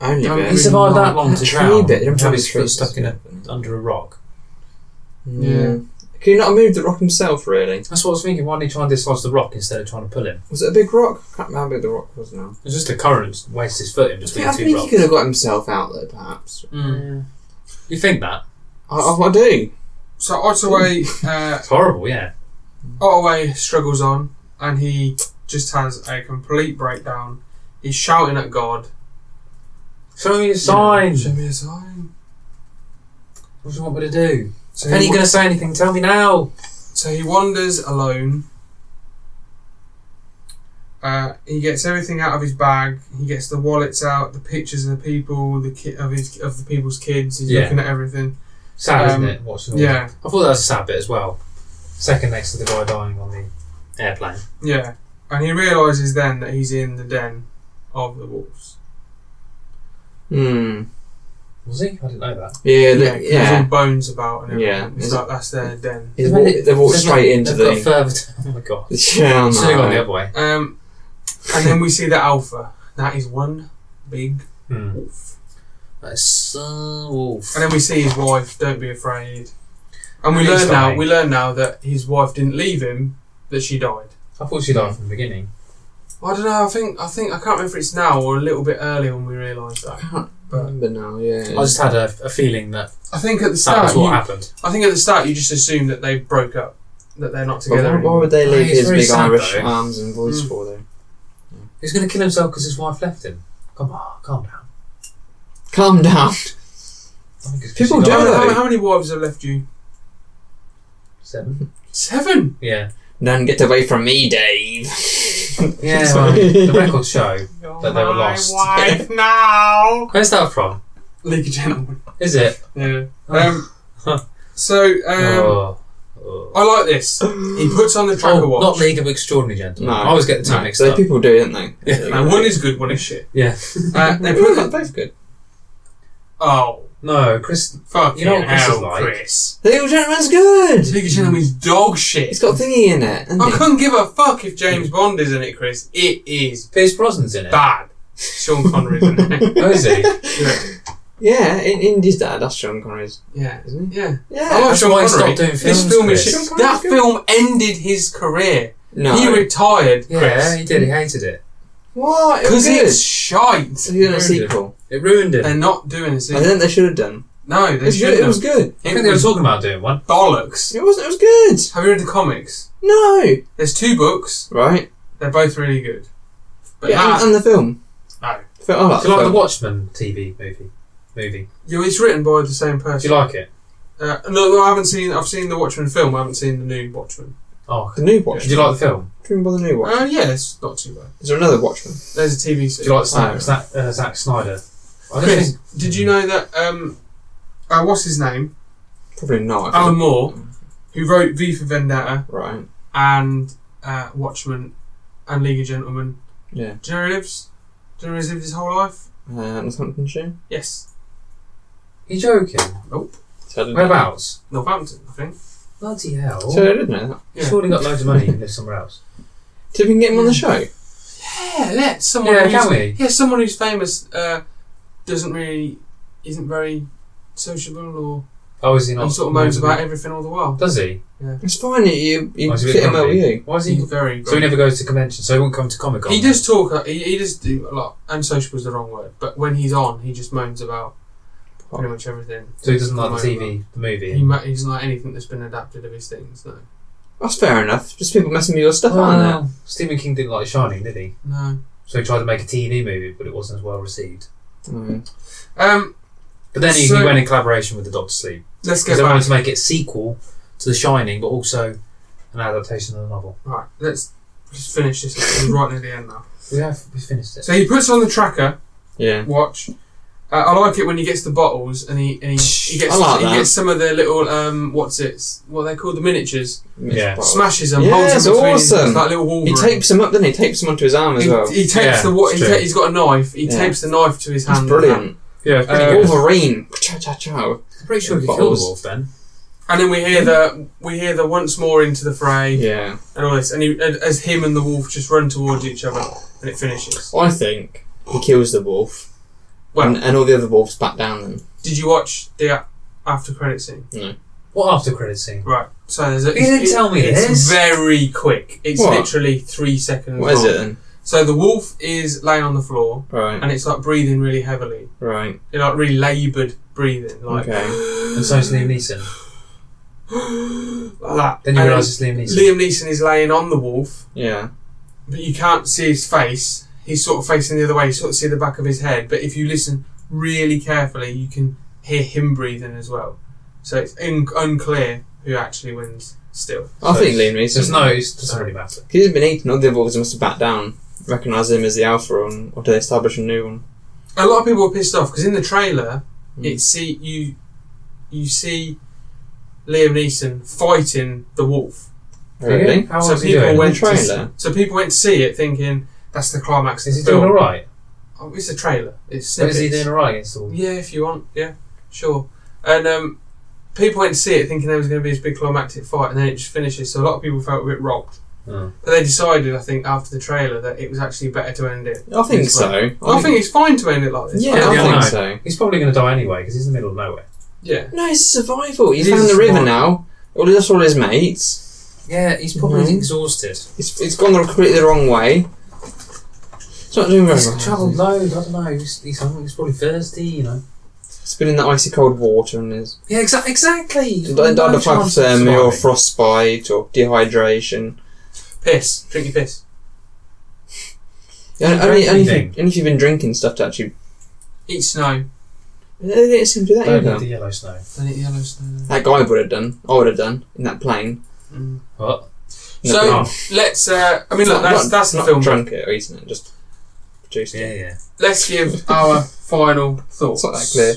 Speaker 3: Only
Speaker 1: Don't
Speaker 2: He
Speaker 1: He's
Speaker 3: bit.
Speaker 2: survived
Speaker 1: not-
Speaker 2: that long
Speaker 3: a
Speaker 2: to
Speaker 3: tree
Speaker 2: drown.
Speaker 3: bit,
Speaker 2: and
Speaker 3: don't
Speaker 2: have
Speaker 3: have
Speaker 2: his
Speaker 3: a
Speaker 2: foot
Speaker 3: tree.
Speaker 2: stuck in a, under a rock.
Speaker 1: Yeah.
Speaker 3: Hmm. Can you not have moved the rock himself, really?
Speaker 2: That's what I was thinking. Why didn't he try and dislodge the rock instead of trying to pull him?
Speaker 3: Was it a big rock? I can't remember how big the rock was now.
Speaker 2: It's just the current wastes his foot in
Speaker 3: I
Speaker 2: between
Speaker 3: think, I
Speaker 2: two
Speaker 3: think he
Speaker 2: rocks.
Speaker 3: could have got himself out, though, perhaps.
Speaker 1: hmm.
Speaker 2: You think that?
Speaker 3: I, I, I do.
Speaker 1: So Ottaway, uh,
Speaker 2: It's horrible, yeah.
Speaker 1: Ottaway struggles on, and he just has a complete breakdown. He's shouting at God.
Speaker 2: Show me a
Speaker 1: You
Speaker 2: sign.
Speaker 1: know, Show me a sign.
Speaker 2: What do you want me to do?
Speaker 1: So
Speaker 2: If any
Speaker 1: he,
Speaker 2: going to say anything, tell me now.
Speaker 1: so he wanders alone. Uh, he gets everything out of his bag. He gets the wallets out, the pictures of the people, the ki- of his of the people's kids. He's
Speaker 2: Yeah.
Speaker 1: looking at everything.
Speaker 2: Sad,
Speaker 1: Um,
Speaker 2: isn't it? Watching all
Speaker 1: Yeah,
Speaker 2: that. I thought that was a sad bit as well. Second next to the guy dying on the airplane.
Speaker 1: yeah, and he realizes then that he's in the den of the wolves.
Speaker 3: Hmm.
Speaker 2: Was he? I didn't know that.
Speaker 3: Yeah,
Speaker 1: Yeah,
Speaker 3: the,
Speaker 1: 'cause there's all
Speaker 3: yeah.
Speaker 1: bones about and everything.
Speaker 3: Yeah.
Speaker 1: It's like that's their den.
Speaker 3: He's walked, they've walked
Speaker 2: They've
Speaker 3: straight
Speaker 2: got-
Speaker 3: into
Speaker 2: they've
Speaker 3: the.
Speaker 2: got further. oh my god.
Speaker 3: the yeah,
Speaker 2: Should have gone the
Speaker 3: no.
Speaker 2: other way.
Speaker 1: Um, and then we see the alpha. That is one big
Speaker 2: Hmm.
Speaker 1: wolf.
Speaker 2: That's so wolf.
Speaker 1: And then we see his wife. Don't be afraid. And we
Speaker 2: He's
Speaker 1: learn now.
Speaker 2: dying.
Speaker 1: We learn now that his wife didn't leave him. That she died.
Speaker 2: I thought she died from the beginning.
Speaker 1: I don't know. I think. I think. I can't remember if it's now or a little bit earlier when we realise that.
Speaker 3: Remember now, yeah.
Speaker 2: I just had a, a feeling that
Speaker 1: I think at the
Speaker 2: that
Speaker 1: start.
Speaker 2: was what
Speaker 1: You,
Speaker 2: happened.
Speaker 1: I think at the start you just assume that they broke up. that they're not
Speaker 3: But
Speaker 1: together.
Speaker 3: why, why
Speaker 1: anymore.
Speaker 3: would they
Speaker 2: Oh,
Speaker 3: leave
Speaker 2: it's
Speaker 3: his
Speaker 2: very
Speaker 3: big
Speaker 2: sad,
Speaker 3: Irish
Speaker 2: though. Hmm.
Speaker 3: arms and voice
Speaker 1: Mm.
Speaker 3: for though?
Speaker 2: He's going to kill himself because his wife left him. Come on, calm down.
Speaker 3: Calm down.
Speaker 2: I think it's 'cause
Speaker 3: People
Speaker 2: he
Speaker 3: do
Speaker 1: How
Speaker 2: got-
Speaker 1: many-
Speaker 3: though.
Speaker 1: how, many- how many wives have left you?
Speaker 2: Seven.
Speaker 1: Seven.
Speaker 2: Yeah.
Speaker 3: None get away from me, Dave.
Speaker 2: Yeah. well,
Speaker 3: Sorry.
Speaker 2: the records show. But they were lost.
Speaker 1: wife now.
Speaker 2: Where's that from?
Speaker 1: League of Gentlemen.
Speaker 2: Is it?
Speaker 1: Yeah. Um. so um,
Speaker 2: oh. Oh.
Speaker 1: I like this. He puts on the tracker
Speaker 2: Oh,
Speaker 1: watch.
Speaker 2: not League of Extraordinary Gentlemen.
Speaker 3: No.
Speaker 2: I always get the two
Speaker 3: No,
Speaker 2: mixed
Speaker 3: so
Speaker 2: up.
Speaker 3: people do, don't they?
Speaker 1: No, one is good, one is shit.
Speaker 2: Yeah.
Speaker 1: Uh, they
Speaker 3: They
Speaker 1: put
Speaker 3: are
Speaker 1: on.
Speaker 3: both good.
Speaker 1: Oh,
Speaker 2: No, Chris.
Speaker 1: fuck
Speaker 2: You know what Chris is
Speaker 1: hell,
Speaker 2: like.
Speaker 1: Chris.
Speaker 3: The Little Gentleman's good.
Speaker 1: League of Gentlemen's dog
Speaker 3: It's
Speaker 1: shit.
Speaker 3: got thingy in it.
Speaker 2: Oh,
Speaker 3: hasn't
Speaker 1: I
Speaker 3: it?
Speaker 1: couldn't give a fuck if James Bond is in it, Chris. It is
Speaker 2: Pierce Brosnan's in it.
Speaker 1: bad. Sean Connery's in it.
Speaker 2: Oh, is he?
Speaker 1: Yeah.
Speaker 3: Yeah, in Indy's dad. That's Sean Connery's. Oh,
Speaker 1: Yeah.
Speaker 3: Isn't it?
Speaker 1: Yeah.
Speaker 3: Yeah.
Speaker 1: I like
Speaker 2: that's
Speaker 1: Sean
Speaker 2: why he
Speaker 1: Connery.
Speaker 2: stopped doing
Speaker 1: this
Speaker 2: films,
Speaker 1: film is
Speaker 2: Chris.
Speaker 1: shit.
Speaker 3: Sean Connery's
Speaker 1: That
Speaker 3: good.
Speaker 1: film ended his career.
Speaker 3: no.
Speaker 1: He retired,
Speaker 2: Yeah,
Speaker 1: Chris.
Speaker 2: he did. He hated it.
Speaker 3: what? It was
Speaker 1: Because
Speaker 3: good.
Speaker 1: it's shite.
Speaker 3: So you done a
Speaker 2: Ruined
Speaker 3: sequel.
Speaker 2: It ruined him.
Speaker 1: They're not doing this.
Speaker 3: I think they should have done.
Speaker 1: No,
Speaker 3: It
Speaker 1: they
Speaker 3: was, good.
Speaker 1: shouldn't.
Speaker 3: it was
Speaker 1: have.
Speaker 3: good.
Speaker 2: I think they were
Speaker 1: was
Speaker 2: talking about doing one.
Speaker 1: bollocks.
Speaker 3: It was. It was good.
Speaker 1: Have you read the comics?
Speaker 3: No.
Speaker 1: There's two books.
Speaker 3: Right.
Speaker 1: They're both really good. But
Speaker 3: yeah,
Speaker 1: that,
Speaker 3: and, and the film. oh,
Speaker 1: No.
Speaker 3: Fi- I like
Speaker 2: Do
Speaker 3: the
Speaker 2: Oh. you like the
Speaker 3: film.
Speaker 2: Watchmen TV movie? Movie.
Speaker 1: yeah, it's written by the same
Speaker 2: Do
Speaker 1: person.
Speaker 2: you like it?
Speaker 1: Uh, no, no, I haven't seen. I've seen the Watchmen film. I haven't seen the new Watchmen.
Speaker 2: Oh,
Speaker 3: The new
Speaker 2: do
Speaker 3: Watchmen.
Speaker 2: you like the film?
Speaker 3: Driven by the new Watchmen.
Speaker 1: Uh, yeah, it's not too bad.
Speaker 3: Is there another Watchman?
Speaker 1: There's a TV
Speaker 2: Do
Speaker 1: series.
Speaker 2: you like Zack,
Speaker 3: No.
Speaker 2: Zack, uh, Zack Snyder? I don't
Speaker 1: Chris,
Speaker 2: think-
Speaker 1: did you know that? Um, uh, what's his name?
Speaker 3: Probably
Speaker 2: Um,
Speaker 3: not.
Speaker 1: Alan Moore, who wrote V for Vendetta
Speaker 3: Right.
Speaker 1: and uh, Watchmen and League of Gentlemen.
Speaker 3: Yeah.
Speaker 1: Do you know where he lives? Do you know where he's lived his whole life?
Speaker 3: Uh, Northamptonshire.
Speaker 1: Yes,
Speaker 2: You joking?
Speaker 3: So I didn't,
Speaker 2: Whereabouts?
Speaker 1: Northampton, I think.
Speaker 2: Bloody hell!
Speaker 3: so I didn't know that.
Speaker 2: He's surely got loads of money. and live somewhere else.
Speaker 3: So we can get him on
Speaker 2: Hmm.
Speaker 3: the show.
Speaker 1: Yeah, let someone.
Speaker 2: Yeah,
Speaker 1: who's,
Speaker 2: can we?
Speaker 1: Yeah, someone who's famous uh, doesn't really isn't very sociable or
Speaker 2: Oh, is he not?
Speaker 1: he sort of moans about everything all the while.
Speaker 2: Does he?
Speaker 3: It's fine. You you, you
Speaker 2: Oh, is he a bit
Speaker 3: fit him well with
Speaker 2: grumpy?
Speaker 3: you.
Speaker 2: Why is he?
Speaker 1: He's very.
Speaker 2: So he never goes to conventions. So he won't come to Comic Con.
Speaker 1: He does talk. uh, He, he does do a lot. And social is the wrong word, but when he's on, he just moans about pretty much everything.
Speaker 2: So he doesn't like the
Speaker 1: Moan
Speaker 2: TV, the movie.
Speaker 1: about- He ma- he doesn't like anything that's been adapted of his things. No,
Speaker 3: That's fair enough. Just people messing with your stuff, aren't
Speaker 2: Well, Oh, Stephen King didn't like Shining, did he?
Speaker 1: no.
Speaker 2: So he tried to make a TV movie, but it wasn't as well received.
Speaker 3: they? Mm.
Speaker 1: Um,
Speaker 2: But then he,
Speaker 1: So-
Speaker 2: he went in collaboration with the Doctor Sleep
Speaker 1: let's
Speaker 2: because
Speaker 1: get
Speaker 2: they
Speaker 1: back.
Speaker 2: wanted to make it sequel to The Shining, but also an adaptation of the novel.
Speaker 1: Right, let's just finish this. It's right near the end now.
Speaker 2: We have we finished it.
Speaker 1: So he puts on the tracker
Speaker 3: Yeah.
Speaker 1: watch. Uh, I like it when he gets the bottles and he and he, he gets
Speaker 3: I like
Speaker 1: he
Speaker 3: that.
Speaker 1: gets some of their little um what's it what they call the miniatures
Speaker 2: Yeah.
Speaker 3: Well,
Speaker 1: smashes them
Speaker 3: Yeah,
Speaker 1: holds
Speaker 3: it's
Speaker 1: them between his,
Speaker 3: awesome.
Speaker 1: like little Wolverine.
Speaker 3: He tapes him up, then he tapes him onto his arm as
Speaker 1: He-
Speaker 3: well.
Speaker 1: he takes
Speaker 2: Yeah,
Speaker 1: the what
Speaker 2: it's
Speaker 1: he
Speaker 2: true.
Speaker 1: ta- he's got a knife. He
Speaker 3: Yeah.
Speaker 1: tapes the knife to his
Speaker 3: That's
Speaker 1: hand.
Speaker 3: brilliant.
Speaker 2: yeah,
Speaker 1: pretty
Speaker 2: uh,
Speaker 1: good.
Speaker 3: Wolverine. Cha cha cha.
Speaker 2: I'm pretty sure we could kill the
Speaker 3: Bottles.
Speaker 2: wolf then.
Speaker 1: And then we hear the we hear the once more into the fray
Speaker 3: Yeah.
Speaker 1: and all this, and, he, and as him and the wolf just run towards each other, and it finishes.
Speaker 3: I think he kills the wolf.
Speaker 1: Well,
Speaker 3: and, and all the other wolves back down then.
Speaker 1: did you watch the a- after credit scene?
Speaker 2: What after credit scene?
Speaker 1: Right. So there's a.
Speaker 2: You didn't tell me
Speaker 1: it's
Speaker 2: this.
Speaker 1: very quick. It's
Speaker 3: What?
Speaker 1: literally three seconds.
Speaker 3: What is
Speaker 1: long.
Speaker 3: it then?
Speaker 1: So the wolf is laying on the floor
Speaker 3: Right.
Speaker 1: and it's like breathing really heavily.
Speaker 3: Right.
Speaker 1: It like really laboured breathing, like,
Speaker 3: Okay.
Speaker 2: And so it's Liam Neeson.
Speaker 1: like that.
Speaker 2: Then you
Speaker 1: And
Speaker 2: realise it's Liam Neeson.
Speaker 1: Liam Neeson is laying on the wolf,
Speaker 3: Yeah.
Speaker 1: but you can't see his face. He's sort of facing the other way. You sort of see the back of his head, but if you listen really carefully, you can hear him breathing as well. So it's un- unclear who actually wins. Still,
Speaker 3: I
Speaker 2: So
Speaker 3: think
Speaker 2: it's-
Speaker 3: Liam Neeson.
Speaker 2: There's no, it doesn't really matter.
Speaker 3: He's been eaten. All the other wolves must have backed down. Recognise him as the alpha, one, or do they establish a new one?
Speaker 1: a lot of people were pissed off because in the trailer,
Speaker 2: Hmm.
Speaker 3: Mm.
Speaker 1: it see you, you see Liam Neeson fighting the wolf.
Speaker 3: Really?
Speaker 2: How
Speaker 1: so
Speaker 2: is he
Speaker 1: people
Speaker 2: doing?
Speaker 3: went-
Speaker 1: went
Speaker 3: The
Speaker 1: to
Speaker 3: trailer?
Speaker 1: s- so people went to see it thinking that's the climax.
Speaker 2: Is he
Speaker 1: of the film.
Speaker 2: doing all right?
Speaker 1: Oh, it's a trailer. It's
Speaker 2: So is he
Speaker 1: snippets.
Speaker 2: doing all right against the wolf?
Speaker 1: Yeah, if you want, yeah, sure. And um, people went to see it thinking there was going to be this big climactic fight, and then it just finishes. So a lot of people felt a bit rocked.
Speaker 2: Oh.
Speaker 1: But they decided, I think, after the trailer, that it was actually better to end it.
Speaker 3: I think
Speaker 1: It's
Speaker 3: so.
Speaker 1: I think it's fine to end it like this.
Speaker 3: Yeah,
Speaker 2: Yeah,
Speaker 3: I
Speaker 2: I
Speaker 3: think
Speaker 2: know.
Speaker 3: so.
Speaker 2: He's probably going to die anyway because he's in the middle of nowhere.
Speaker 1: yeah.
Speaker 3: No, it's survival. He's
Speaker 1: It
Speaker 3: found
Speaker 1: is
Speaker 3: the river
Speaker 1: survival.
Speaker 3: now. Well, he lost all his mates.
Speaker 2: Yeah, he's
Speaker 3: probably
Speaker 2: exhausted.
Speaker 3: It's, it's gone the- completely the wrong way. It's not doing very
Speaker 2: He's
Speaker 3: well.
Speaker 2: travelled loads. I don't know. He's, he's, hungry, he's probably thirsty. You know.
Speaker 3: It's been in that icy cold water and is
Speaker 2: Yeah, exa- exactly.
Speaker 3: died
Speaker 2: No
Speaker 3: of
Speaker 2: chance of
Speaker 3: hypothermia or
Speaker 2: surviving.
Speaker 3: frostbite or dehydration.
Speaker 1: Piss. Drink your piss.
Speaker 3: Yeah,
Speaker 2: It's a
Speaker 3: only,
Speaker 2: very
Speaker 3: only, if
Speaker 2: thin
Speaker 3: you, only if you've been drinking stuff to actually.
Speaker 1: Eat snow.
Speaker 3: They didn't seem to do that
Speaker 2: Don't
Speaker 3: either.
Speaker 2: need the yellow snow.
Speaker 1: Don't eat yellow snow.
Speaker 3: That guy would have done. I would have done in that plane.
Speaker 1: Mm.
Speaker 2: What?
Speaker 3: No,
Speaker 1: So-
Speaker 3: but-
Speaker 2: Oh,
Speaker 1: Let's. Uh, I mean, look.
Speaker 3: Not-
Speaker 1: That's
Speaker 3: not-
Speaker 1: that's the
Speaker 3: not
Speaker 1: film.
Speaker 3: Drunk it, isn't it? Just produced
Speaker 2: yeah,
Speaker 3: it.
Speaker 2: yeah.
Speaker 1: Let's give our final thoughts.
Speaker 3: It's not that clear.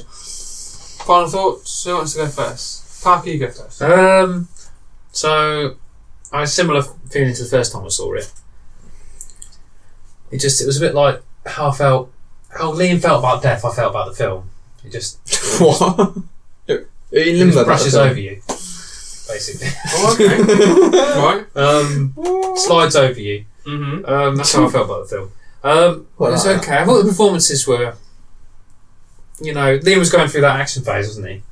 Speaker 1: Final thoughts. Who wants to go first? Parker, you go first.
Speaker 2: Um, so I had a similar feeling to the first time I saw it. It just it was a bit like how I felt how Liam felt about death. I felt about the film. It just,
Speaker 3: what? Are you
Speaker 2: it
Speaker 3: in
Speaker 2: just
Speaker 3: limbo?
Speaker 2: brushes
Speaker 3: That's
Speaker 2: over you, basically.
Speaker 1: Oh, okay. right.
Speaker 2: Um, slides over you.
Speaker 1: Mm-hmm.
Speaker 2: Um, that's how I felt about the film. Um,
Speaker 3: Well, uh,
Speaker 2: it's
Speaker 3: I-
Speaker 2: okay. I thought the performances were. You know, Liam was going through that action phase, wasn't he?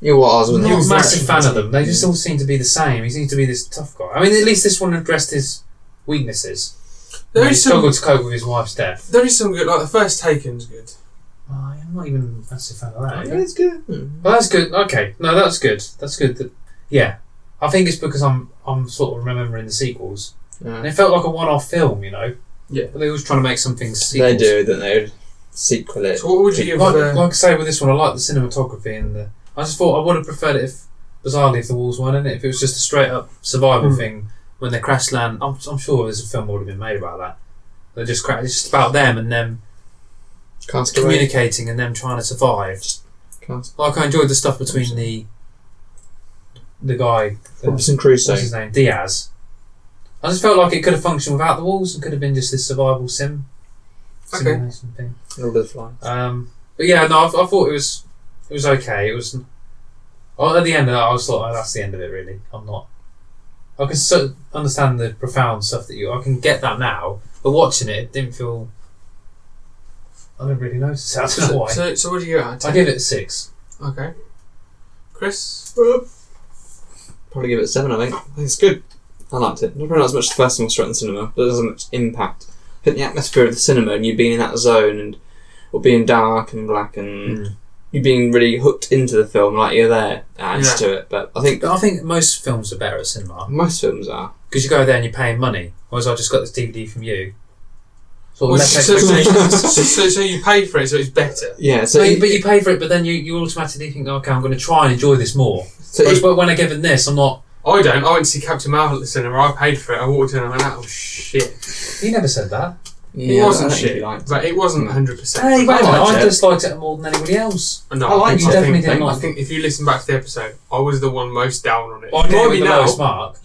Speaker 3: You was,
Speaker 2: I'm
Speaker 3: wasn't
Speaker 2: not
Speaker 3: you?
Speaker 2: a massive fan of
Speaker 3: Wasn't
Speaker 2: them. They just all seem to be the same. He seems to be this tough guy. I mean, at least this one addressed his weaknesses.
Speaker 1: There
Speaker 2: he
Speaker 1: is some.
Speaker 2: struggled to cope with his wife's death.
Speaker 1: There is some good. Like the first Taken's good.
Speaker 2: Oh, I'm not even a massive fan of
Speaker 3: he?
Speaker 2: that.
Speaker 3: Yeah, it's good. Hmm.
Speaker 2: Oh, Well, that's good. Okay, no, that's good. That's good. That, yeah, I think it's because I'm I'm sort of remembering the sequels, and
Speaker 3: Yeah.
Speaker 2: it felt like a one-off film, you know.
Speaker 1: Yeah.
Speaker 2: but they always trying to make something. Sequels.
Speaker 3: They do, don't they? Sequel it.
Speaker 1: So what would you give?
Speaker 2: Like,
Speaker 1: uh,
Speaker 2: like I say with this one, I like the cinematography and the. I just thought I would have preferred it if, bizarrely, if the walls weren't in it. If it was just a straight up survival
Speaker 1: Hmm.
Speaker 2: thing when they crash land, I'm, I'm sure there's a film would have been made about that. They just cra- it's just about them and them
Speaker 3: Cast away.
Speaker 2: communicating and them trying to survive.
Speaker 3: Cast.
Speaker 2: Like I enjoyed the stuff between the the guy, uh, what's
Speaker 3: Robinson Crusoe.
Speaker 2: his name, Diaz. I just felt like it could have functioned without the walls and could have been just this survival sim
Speaker 1: Okay.
Speaker 2: simulation thing.
Speaker 3: Lord of the Flies.
Speaker 2: Um, but yeah, no, I, I thought it was it was okay. It was oh, at the end of that, I was like, oh, that's the end of it. Really, I'm not. I can so understand the profound stuff that you. I can get that now, but watching it, it didn't feel. I didn't really notice. That. I don't know
Speaker 1: so,
Speaker 2: why.
Speaker 1: so, so what do you give it? out
Speaker 2: I
Speaker 1: of
Speaker 2: give it a six.
Speaker 1: 10? Okay. Chris.
Speaker 3: Probably give it a seven. I think. I think it's good. I liked it. Not probably not as much as the first time I saw it in the cinema. There wasn't much impact. I think the atmosphere of the cinema and you being in that zone and or being dark and black and you being really hooked into the film, like you're there, adds
Speaker 1: Yeah.
Speaker 3: to it. But I think
Speaker 2: But I think most films are better at cinema
Speaker 3: most films are.
Speaker 2: because you go there and you're paying money. Whereas I just got this DVD from you. Sort of
Speaker 1: Well,
Speaker 2: less
Speaker 1: so, so,
Speaker 2: expectations.
Speaker 1: so, so- so you paid for it, so it's better.
Speaker 3: Yeah. So,
Speaker 2: But you,
Speaker 3: it-
Speaker 2: but you pay for it, but then you, you automatically think, okay, I'm going to try and enjoy this more.
Speaker 3: so
Speaker 2: Whereas
Speaker 3: it-
Speaker 2: when I give it this, I'm not.
Speaker 1: I don't. I went to see Captain Marvel at the cinema. I paid for it. I walked in and I went, oh shit.
Speaker 2: You never said that.
Speaker 3: yeah,
Speaker 1: it wasn't
Speaker 3: I think you
Speaker 1: shit,
Speaker 3: liked it.
Speaker 1: but it wasn't
Speaker 3: Mm.
Speaker 1: 100%.
Speaker 2: Hey, wait
Speaker 1: I
Speaker 2: a minute,
Speaker 1: liked
Speaker 2: I
Speaker 1: it.
Speaker 2: just liked it more than anybody else.
Speaker 1: No,
Speaker 3: I like
Speaker 1: think-
Speaker 3: you
Speaker 1: I
Speaker 2: definitely
Speaker 1: think,
Speaker 2: didn't
Speaker 1: I
Speaker 2: like
Speaker 1: think if you listen back to the episode, I was the one most down on it.
Speaker 2: Well, Oh, I
Speaker 1: it
Speaker 2: gave
Speaker 1: might
Speaker 2: it
Speaker 1: be
Speaker 2: the
Speaker 1: now.
Speaker 2: lowest mark.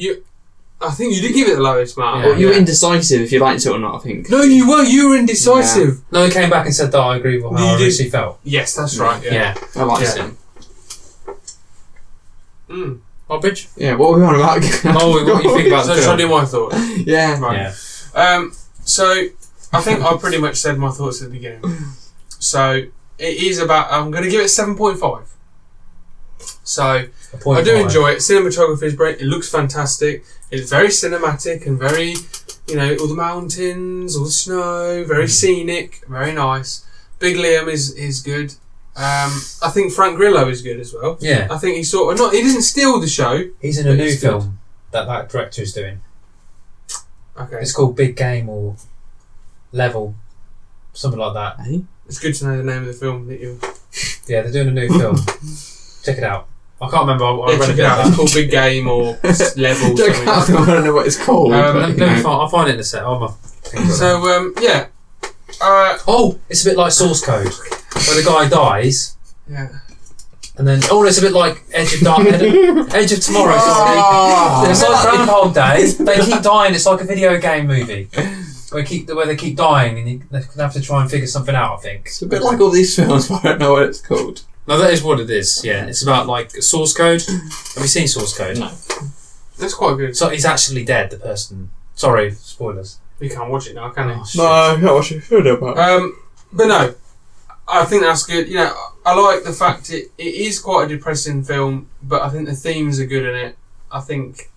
Speaker 1: I think you did give it the lowest mark.
Speaker 2: Yeah.
Speaker 3: Well, you were indecisive if you liked it or not. I think.
Speaker 1: no, you were. You were indecisive.
Speaker 2: No, he came back and said that I agree with
Speaker 1: You
Speaker 2: how I
Speaker 1: did-
Speaker 2: originally felt.
Speaker 1: Yes, that's right. Yeah.
Speaker 2: Yeah.
Speaker 3: I liked
Speaker 1: Yeah.
Speaker 3: it.
Speaker 1: Mm.
Speaker 2: Oh, bitch.
Speaker 3: Yeah. What were we on about?
Speaker 2: No, what do you think about
Speaker 1: So,
Speaker 2: the
Speaker 1: shall I do
Speaker 2: film?
Speaker 1: my thoughts?
Speaker 3: yeah.
Speaker 1: Right.
Speaker 2: Yeah.
Speaker 1: Um, so I think I pretty much said my thoughts at the beginning. So it is about. I'm going to give it seven point five. So
Speaker 2: A point
Speaker 1: I do
Speaker 2: five.
Speaker 1: enjoy it. Cinematography is great. It looks fantastic. It's very cinematic and very, you know, all the mountains, all the snow, very
Speaker 2: Mm.
Speaker 1: scenic, very nice. Big Liam is is good. Um, I think Frank Grillo is good as well.
Speaker 2: Yeah.
Speaker 1: I think he sort of not. He didn't steal the show.
Speaker 2: He's in a
Speaker 1: But
Speaker 2: new
Speaker 1: it's good.
Speaker 2: film that that director is doing.
Speaker 1: Okay,
Speaker 2: It's called Big Game or Level, something like that.
Speaker 3: Hey?
Speaker 1: it's good to know the name of the film that you.
Speaker 2: Yeah, they're doing a new film. Check it out. I can't remember. I, I
Speaker 1: Yeah,
Speaker 2: read a
Speaker 1: check it
Speaker 2: bit
Speaker 1: out.
Speaker 2: about
Speaker 1: It's
Speaker 2: that.
Speaker 1: called Big Game or Level.
Speaker 3: Check
Speaker 1: something
Speaker 3: it out.
Speaker 1: like
Speaker 3: I don't know what it's called.
Speaker 2: Um,
Speaker 3: but,
Speaker 2: let,
Speaker 3: you
Speaker 2: let me
Speaker 3: know.
Speaker 2: find, I'll find it in a sec. Oh, my
Speaker 1: that. So um, yeah. Uh,
Speaker 2: oh, it's a bit like Source Code, where the guy dies
Speaker 1: yeah.
Speaker 2: And then, oh, it's a bit like Edge of Dark, Ed- Edge of Tomorrow.
Speaker 3: Oh.
Speaker 2: it's like Groundhog Day. They keep dying. It's like a video game movie where keep where they keep dying, and you they have to try and figure something out. I think.
Speaker 3: It's a bit like all these films, but I don't know what it's called.
Speaker 2: No, that is what it is. Yeah, it's about like source code. Have you seen source code?
Speaker 3: No.
Speaker 1: That's quite good.
Speaker 2: So he's actually dead. The person. Sorry, spoilers.
Speaker 1: You can't watch it now, can you?
Speaker 3: No, I can't watch it. Who know about?
Speaker 1: Um, but no, I think that's good. You know, I like the fact it, it is quite a depressing film, but I think the themes are good in it. I think,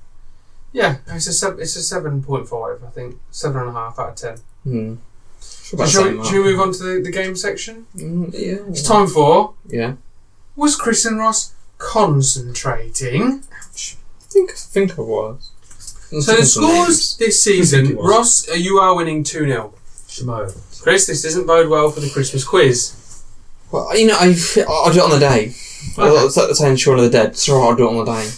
Speaker 1: yeah, it's a sev- it's a seven point five. I think seven and a half out of ten.
Speaker 3: Hmm. About
Speaker 1: shall, we,
Speaker 3: saying that.
Speaker 1: shall we move on to the, the game section?
Speaker 3: Mm, yeah.
Speaker 1: It's time for
Speaker 3: Yeah.
Speaker 1: Was Chris and Ross concentrating?
Speaker 3: I think I think I was. I'm
Speaker 1: So the
Speaker 3: thinking some
Speaker 1: scores
Speaker 3: names.
Speaker 1: this
Speaker 2: I
Speaker 1: season,
Speaker 2: think it was.
Speaker 1: Ross, uh, you are winning 2 0.
Speaker 2: Shamo.
Speaker 1: Chris, this doesn't bode well for the Christmas quiz.
Speaker 3: Well, you know, I I'll do it on the day. I'll It's like the saying Shaun of the Dead. It's alright, I'll do it on the day.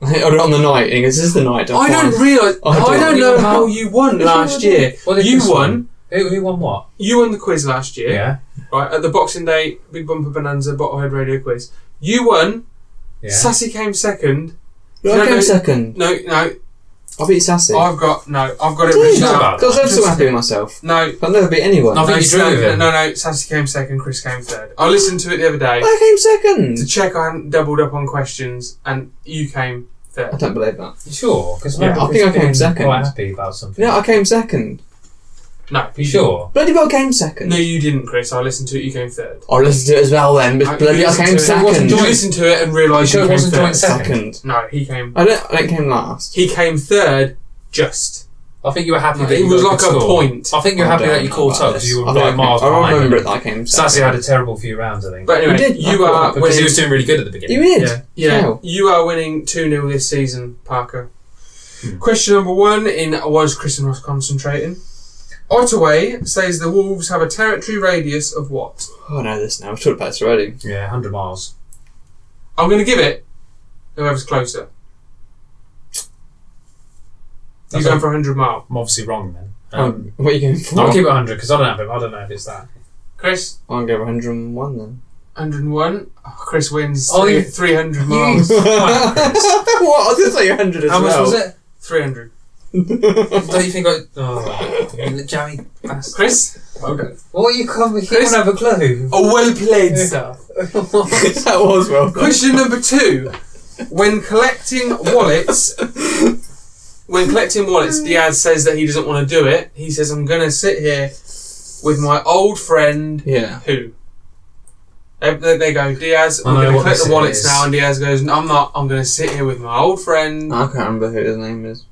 Speaker 3: I'll do it on the night. And he goes, "This is the night."
Speaker 1: I don't realise.
Speaker 3: I don't
Speaker 1: I don't know
Speaker 2: know.
Speaker 1: how you won last year.
Speaker 2: What did
Speaker 1: You
Speaker 2: Chris
Speaker 1: won.
Speaker 2: Who, who won what?
Speaker 1: You won the quiz last year. Right, at the Boxing Day Big Bumper Bonanza Bottlehead Radio Quiz. You won.
Speaker 2: Yeah.
Speaker 1: Sassy came second.
Speaker 3: No,
Speaker 1: No,
Speaker 3: I came
Speaker 1: no.
Speaker 3: second.
Speaker 1: No, no,
Speaker 3: I beat Sassy.
Speaker 1: I've got no, I've got it
Speaker 3: Did
Speaker 1: written
Speaker 3: you?
Speaker 1: down.
Speaker 2: about
Speaker 3: I was never so
Speaker 1: Just-
Speaker 3: happy with myself.
Speaker 1: No,
Speaker 3: I've never beat anyone.
Speaker 2: No, I
Speaker 1: no,
Speaker 2: think you drew
Speaker 1: second-
Speaker 2: with him.
Speaker 1: no, no. Sassy came second. Chris came third. I listened to it the other day
Speaker 3: I came
Speaker 1: to
Speaker 3: second.
Speaker 1: check I hadn't doubled up on questions, and you came
Speaker 3: I
Speaker 1: third.
Speaker 3: don't believe that.
Speaker 2: You sure? Because
Speaker 3: Yeah, I think I came second.
Speaker 2: Quite happy about something.
Speaker 3: No, I came second.
Speaker 1: No,
Speaker 2: you sure?
Speaker 3: Bloody well, came second.
Speaker 1: No, you didn't, Chris. I listened to it. You came third.
Speaker 3: I listened to it as well then, but
Speaker 1: I-
Speaker 3: bloody
Speaker 1: you
Speaker 3: I
Speaker 1: listened
Speaker 3: came
Speaker 1: to it-
Speaker 3: second.
Speaker 1: You listened to it and realised
Speaker 2: You
Speaker 1: you came
Speaker 2: sure it wasn't
Speaker 1: third.
Speaker 2: joint second?
Speaker 3: Second.
Speaker 1: No, he came.
Speaker 3: I don't. I don't came last.
Speaker 1: He came third. Just.
Speaker 2: I think you were happy.
Speaker 1: No,
Speaker 2: that
Speaker 1: it
Speaker 2: you
Speaker 1: was
Speaker 2: got
Speaker 1: like
Speaker 2: good
Speaker 1: a
Speaker 2: score.
Speaker 1: point.
Speaker 2: I think you were
Speaker 3: I
Speaker 2: happy
Speaker 3: don't
Speaker 2: that you
Speaker 3: know
Speaker 2: caught
Speaker 3: about
Speaker 2: up
Speaker 3: this.
Speaker 2: because you were
Speaker 3: I think I
Speaker 2: nine
Speaker 3: came-
Speaker 2: miles
Speaker 3: I
Speaker 2: behind.
Speaker 3: remember it that I came second.
Speaker 2: Sassy had a terrible few rounds, I think.
Speaker 1: But anyway,
Speaker 3: You did. I
Speaker 1: you are
Speaker 3: thought that
Speaker 2: because he
Speaker 1: winning.
Speaker 2: was doing really good at the beginning.
Speaker 3: You did.
Speaker 2: Yeah.
Speaker 1: Yeah,
Speaker 3: Wow.
Speaker 1: you are winning 2 0 this season, Parker.
Speaker 2: Hmm.
Speaker 1: Question number one in Was Chris and Ross concentrating? Ottaway says the Wolves have a territory radius of what?
Speaker 3: Oh, I know this now. I've talked about this already.
Speaker 2: Yeah, 100 miles.
Speaker 1: I'm going to give it whoever's closer. You're
Speaker 2: That's
Speaker 1: going
Speaker 2: all.
Speaker 1: for 100 mile.
Speaker 2: I'm obviously wrong then. Um,
Speaker 3: Um, what are you going for?
Speaker 2: I'll keep it 100 because I don't have it. I don't know if it's that.
Speaker 1: Chris,
Speaker 3: I'll go 101 then.
Speaker 1: 101. Oh, Chris wins
Speaker 2: Oh,
Speaker 1: three-
Speaker 2: you-
Speaker 1: 300
Speaker 3: what?
Speaker 1: miles.
Speaker 3: I did say 100 as
Speaker 2: How much
Speaker 3: well.
Speaker 2: was it?
Speaker 1: 300.
Speaker 2: Don't you think I. Oh, Jamie.
Speaker 1: Chris?
Speaker 2: Okay. What you come You
Speaker 1: Chris-
Speaker 2: don't have a clue.
Speaker 1: Oh, well played, sir.
Speaker 3: that was well done.
Speaker 1: Question number two: When collecting wallets, when collecting wallets, Diaz says that he doesn't want to do it. He says, "I'm going to sit here with my old friend
Speaker 3: Yeah.
Speaker 1: who." They, they- they go, Diaz. We're
Speaker 2: I know
Speaker 1: going to
Speaker 2: what
Speaker 1: collect
Speaker 2: this
Speaker 1: the wallets
Speaker 2: is.
Speaker 1: now, and Diaz goes, "No, "I'm not. I'm going to sit here with my old friend."
Speaker 3: I can't remember who his name is.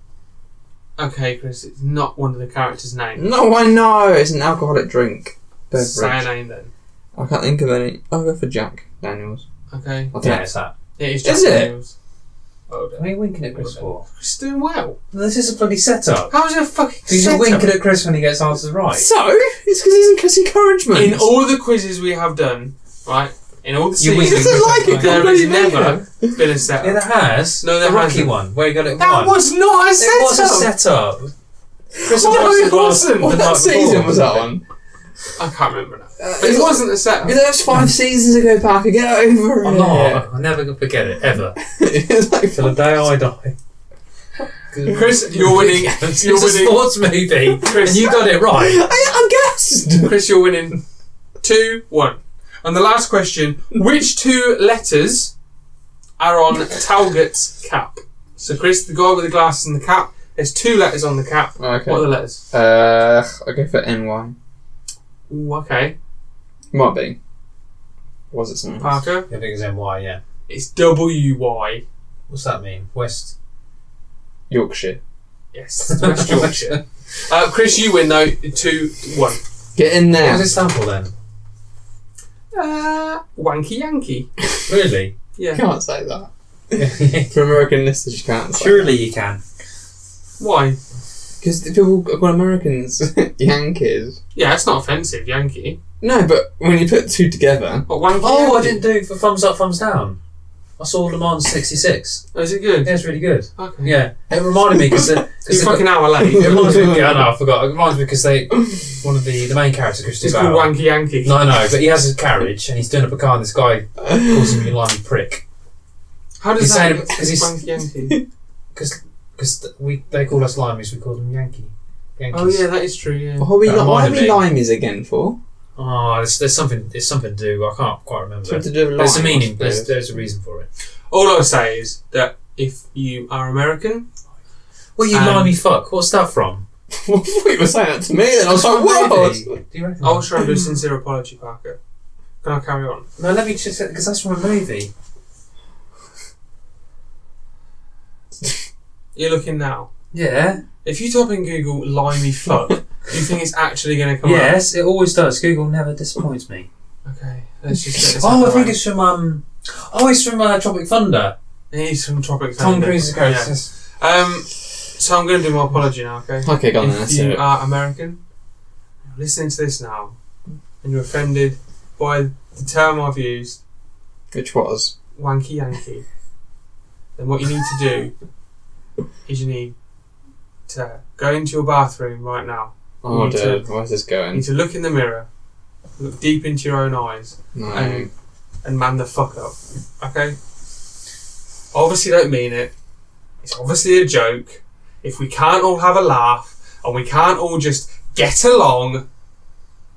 Speaker 1: Okay, Chris, it's not one of the characters' names.
Speaker 3: No, I know. It's an alcoholic drink. Beverage.
Speaker 1: Say a name then.
Speaker 3: I can't think of any. I'll go for Jack Daniels.
Speaker 1: Okay,
Speaker 3: I think
Speaker 2: Yeah, it's that.
Speaker 1: it is.
Speaker 3: Is
Speaker 1: Jack
Speaker 3: it?
Speaker 1: Daniels. Well
Speaker 2: What
Speaker 1: done.
Speaker 2: are you winking at Chris for?
Speaker 1: Chris is doing well.
Speaker 2: This is a bloody setup.
Speaker 1: How is it a fucking?
Speaker 2: He's just
Speaker 1: setup?
Speaker 2: winking at Chris when he gets answers right.
Speaker 3: So, it's because it's in Chris encouragement.
Speaker 1: In all the quizzes we have done, right? In all the
Speaker 2: You win.
Speaker 3: He
Speaker 1: seasons,
Speaker 3: doesn't like it.
Speaker 1: there
Speaker 3: Completely
Speaker 1: has never been a
Speaker 2: Yeah,
Speaker 1: setup.
Speaker 2: there has.
Speaker 1: No, there
Speaker 2: the Rocky
Speaker 1: hasn't.
Speaker 2: one where he got it
Speaker 1: That
Speaker 2: won.
Speaker 1: was not a
Speaker 2: it was a
Speaker 1: setup.
Speaker 2: setup. Chris Watson
Speaker 3: Oh, it
Speaker 2: was
Speaker 3: wasn't.
Speaker 2: the
Speaker 3: What
Speaker 2: night
Speaker 3: season
Speaker 2: before.
Speaker 3: was that on?
Speaker 1: I can't remember now.
Speaker 3: Uh,
Speaker 1: But it wasn't a setup.
Speaker 3: That was five seasons ago, Parker. Get over it.
Speaker 2: I'm not. I'm never gonna forget it ever.
Speaker 3: it's like
Speaker 2: Till the day I die.
Speaker 1: Chris, you're winning.
Speaker 2: It's
Speaker 1: You're
Speaker 2: a
Speaker 1: winning.
Speaker 2: sports movie,
Speaker 1: Chris.
Speaker 2: and you got it right.
Speaker 3: I, I guessed.
Speaker 1: Chris, you're winning. Two, one. And the last question: Which two letters are on Talbot's cap? So, Chris, the guy with the glasses and the cap. There's two letters on the cap.
Speaker 3: Okay.
Speaker 1: What are the letters?
Speaker 3: Uh, I go for NY.
Speaker 1: Ooh, okay,
Speaker 3: Might be. Was it something? else?
Speaker 1: Parker.
Speaker 2: I think it's NY. Yeah.
Speaker 1: It's W Y.
Speaker 2: What's that mean? West.
Speaker 3: Yorkshire.
Speaker 1: Yes, it's West Yorkshire. Uh, Chris, you win though, two one.
Speaker 3: Get in
Speaker 2: What
Speaker 3: there.
Speaker 2: does it stand for then?
Speaker 1: Uh, wanky Yankee.
Speaker 2: Really?
Speaker 3: You
Speaker 1: Yeah.
Speaker 3: can't say that. For American listeners, you can't say
Speaker 2: Surely you can.
Speaker 1: Why?
Speaker 3: Because the people call Americans Yankees.
Speaker 1: Yeah, it's not offensive, Yankee.
Speaker 3: No, but when you put two together,
Speaker 1: What wanky?
Speaker 2: Oh, I
Speaker 1: Yankee?
Speaker 2: didn't do for thumbs up, thumbs down. I saw Le Mans '66.
Speaker 1: Oh, is it good?
Speaker 2: Yeah, it's really good.
Speaker 1: Okay.
Speaker 2: Yeah, it reminded me because
Speaker 1: It's fucking hour late.
Speaker 2: It reminds me. Yeah, no, I forgot. It reminds me because they, one of the the main character, Christy
Speaker 1: It's called
Speaker 2: Bauer.
Speaker 1: Wanky Yankee.
Speaker 2: No, no, but he has a carriage and he's doing up a car, and this guy calls him a limey prick
Speaker 1: How does
Speaker 2: He's
Speaker 1: that?
Speaker 2: saying- 'cause he's-
Speaker 1: wanky Yankee.
Speaker 2: because we they call us limeys, we call them Yankee. Yankees.
Speaker 1: oh yeah, that is true. Yeah.
Speaker 3: what are we,
Speaker 2: That
Speaker 3: li- what are
Speaker 2: reminded
Speaker 3: we
Speaker 2: me.
Speaker 3: limeys again for?
Speaker 2: Oh, there's, there's something. There's something to do. I can't quite remember.
Speaker 3: Something to do with
Speaker 2: there's a
Speaker 3: lime, I
Speaker 2: meaning. There's,
Speaker 3: suppose.
Speaker 2: there's a reason for it.
Speaker 1: All I'll say is that if you are American,
Speaker 2: Well, you
Speaker 1: Um,
Speaker 2: limey fuck. What's that from?
Speaker 3: I thought you were saying that to me, then I was like, what?
Speaker 2: Do you reckon?
Speaker 1: I will try and do a sincere apology, Parker. Can I carry on?
Speaker 2: no, let me just because that's from a movie.
Speaker 1: You're looking now.
Speaker 2: Yeah.
Speaker 1: If you type in Google "limey fuck," Do you think it's actually going to come out?
Speaker 2: yes, it always does. Google never disappoints me.
Speaker 1: Okay, let's just get this out
Speaker 2: Oh, I
Speaker 1: the
Speaker 2: think
Speaker 1: way.
Speaker 2: it's from um. Oh, it's from uh, Tropic Thunder.
Speaker 1: He's from Tropic
Speaker 2: Tom
Speaker 1: Thunder.
Speaker 2: Cruise's
Speaker 1: Oh, Yeah.
Speaker 2: character.
Speaker 1: Um, so I'm going to do my apology now, okay?
Speaker 3: Okay, go on then.
Speaker 1: if
Speaker 3: Let's
Speaker 1: you
Speaker 3: hear it.
Speaker 1: are American, you're listening to this now, and you're offended by the term I've used,
Speaker 3: Which was?
Speaker 1: wanky Yankee, then what you need to do is you need to go into your bathroom right now.
Speaker 3: Oh,
Speaker 1: Me too.
Speaker 3: dear. Where's this
Speaker 1: You need
Speaker 3: going?
Speaker 1: to look in the mirror, look deep into your own eyes,
Speaker 3: No.
Speaker 1: Um, and man the fuck up. Okay? Obviously, don't mean it. It's obviously a joke. If we can't all have a laugh and we can't all just get along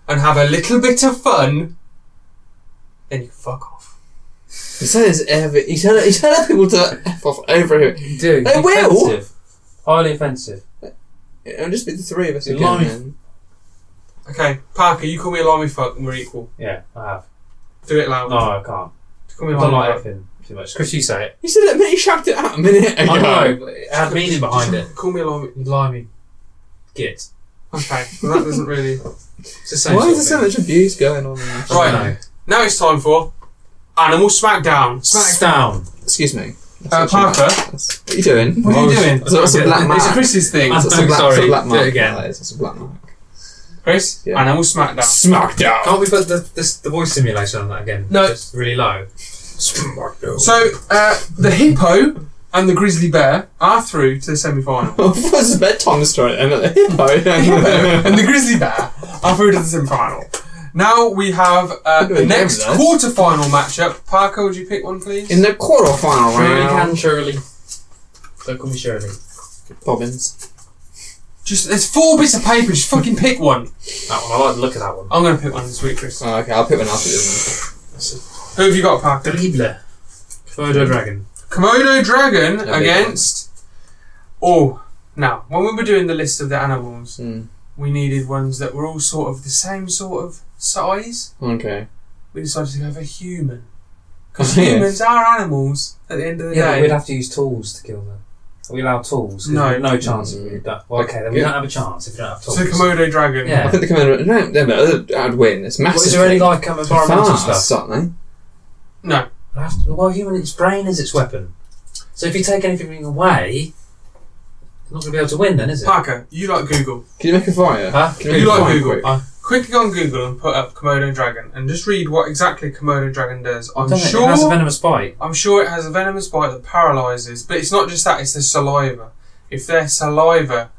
Speaker 1: and have a little bit of fun, then you fuck off.
Speaker 3: You said this every. You tell you tell people to f off over here.
Speaker 2: You do.
Speaker 3: They will.
Speaker 2: Offensive. Highly offensive.
Speaker 3: It'll just be the three of us again.
Speaker 2: Blimey.
Speaker 3: Then.
Speaker 1: Okay, Parker, you call me a limey fuck and we're equal.
Speaker 2: Yeah, I have.
Speaker 1: Do it loud.
Speaker 2: No, I can't.
Speaker 1: Call
Speaker 2: I
Speaker 1: me a
Speaker 2: Oh, don't
Speaker 1: limey
Speaker 2: like
Speaker 1: fuck.
Speaker 2: effing too much. Chris, you say it.
Speaker 3: You said it a minute. You shouted it out a minute ago.
Speaker 2: I know. but It had meaning behind it.
Speaker 1: Just Call me a limey.
Speaker 2: You limey git.
Speaker 1: Okay, well, that doesn't really.
Speaker 2: It's the same
Speaker 3: Why
Speaker 2: sort
Speaker 3: is there
Speaker 2: of
Speaker 3: so
Speaker 2: thing.
Speaker 3: much abuse going on? there?
Speaker 1: so much- Right. Now it's time for Animal Smackdown.
Speaker 2: Smack down.
Speaker 3: Excuse me.
Speaker 1: Uh,
Speaker 3: That's what you-
Speaker 1: Parker,
Speaker 3: that's- What are you doing?
Speaker 1: what are you doing?
Speaker 3: So that's a black
Speaker 1: It's a
Speaker 3: mark.
Speaker 1: Chris's thing.
Speaker 3: That's a
Speaker 2: I'm
Speaker 3: black, that's a
Speaker 2: sorry.
Speaker 3: black
Speaker 2: Do
Speaker 3: mark.
Speaker 2: it again.
Speaker 3: That is, that's a black mark.
Speaker 1: Chris,
Speaker 3: Yeah.
Speaker 1: Animal Smackdown.
Speaker 3: Smackdown.
Speaker 2: Can't we put the, this, the voice simulation on that again?
Speaker 1: No.
Speaker 2: Just really low. Smackdown.
Speaker 1: So uh, the hippo and the grizzly bear are through to the semi-final.
Speaker 3: What's a bedtime story? And a
Speaker 1: The hippo
Speaker 3: hippo.
Speaker 1: and the grizzly bear are through to the semi-final. Now we have uh,
Speaker 3: We're doing
Speaker 1: the next
Speaker 3: them, though.
Speaker 1: quarter-final matchup. Parker, would you pick one, please?
Speaker 3: In the quarterfinal
Speaker 2: Shirley can
Speaker 3: round,
Speaker 2: Shirley. So call me Shirley.
Speaker 3: Bobbins.
Speaker 1: just there's four bits of paper. Just fucking pick one.
Speaker 2: That one. I like the look of that one.
Speaker 1: I'm gonna pick one this week, Chris.
Speaker 3: Oh, okay, I'll pick one after this.
Speaker 1: Who have you got, Parker?
Speaker 2: Dribbler. Komodo dragon.
Speaker 1: Komodo dragon
Speaker 3: Yeah, big
Speaker 1: against. Oh, now when we were doing the list of the animals,
Speaker 2: Hmm.
Speaker 3: one.
Speaker 1: we needed ones that were all sort of the same sort of size.
Speaker 3: Mm, okay.
Speaker 1: we decided to go for human. Because
Speaker 3: Yeah.
Speaker 1: humans are animals at the end of the
Speaker 2: Yeah, but
Speaker 1: day.
Speaker 2: we'd have to use tools to kill them. Are we allowed tools? 'Cause
Speaker 1: No.
Speaker 2: we've No chance if we
Speaker 3: Mm.
Speaker 2: don't. Well, okay, then we
Speaker 3: Yeah.
Speaker 2: don't have a chance if we don't have
Speaker 1: So
Speaker 2: tools.
Speaker 1: the Komodo dragon.
Speaker 2: Yeah.
Speaker 3: I think the commander. No, no, no, I'd win. It's
Speaker 2: Well,
Speaker 3: massive.
Speaker 2: is there any like um, environmental
Speaker 3: Farce,
Speaker 2: stuff?
Speaker 3: something.
Speaker 1: No.
Speaker 2: It has to- Well, human, its brain is its weapon. So if you take anything away, you're not going to be able to win then, is it?
Speaker 1: Parker, you like Google.
Speaker 3: Can you make a fire?
Speaker 2: Huh?
Speaker 3: Can
Speaker 1: You
Speaker 3: make a
Speaker 1: like
Speaker 3: fire
Speaker 1: Google?
Speaker 3: quick?
Speaker 2: I-
Speaker 1: Quickly go on Google and put up Komodo dragon and just read what exactly Komodo dragon does. I'm
Speaker 2: Doesn't it? It has a
Speaker 1: sure.
Speaker 2: venomous bite.
Speaker 1: I'm sure it has a venomous bite that paralyzes, but it's not just that. It's the saliva. If their saliva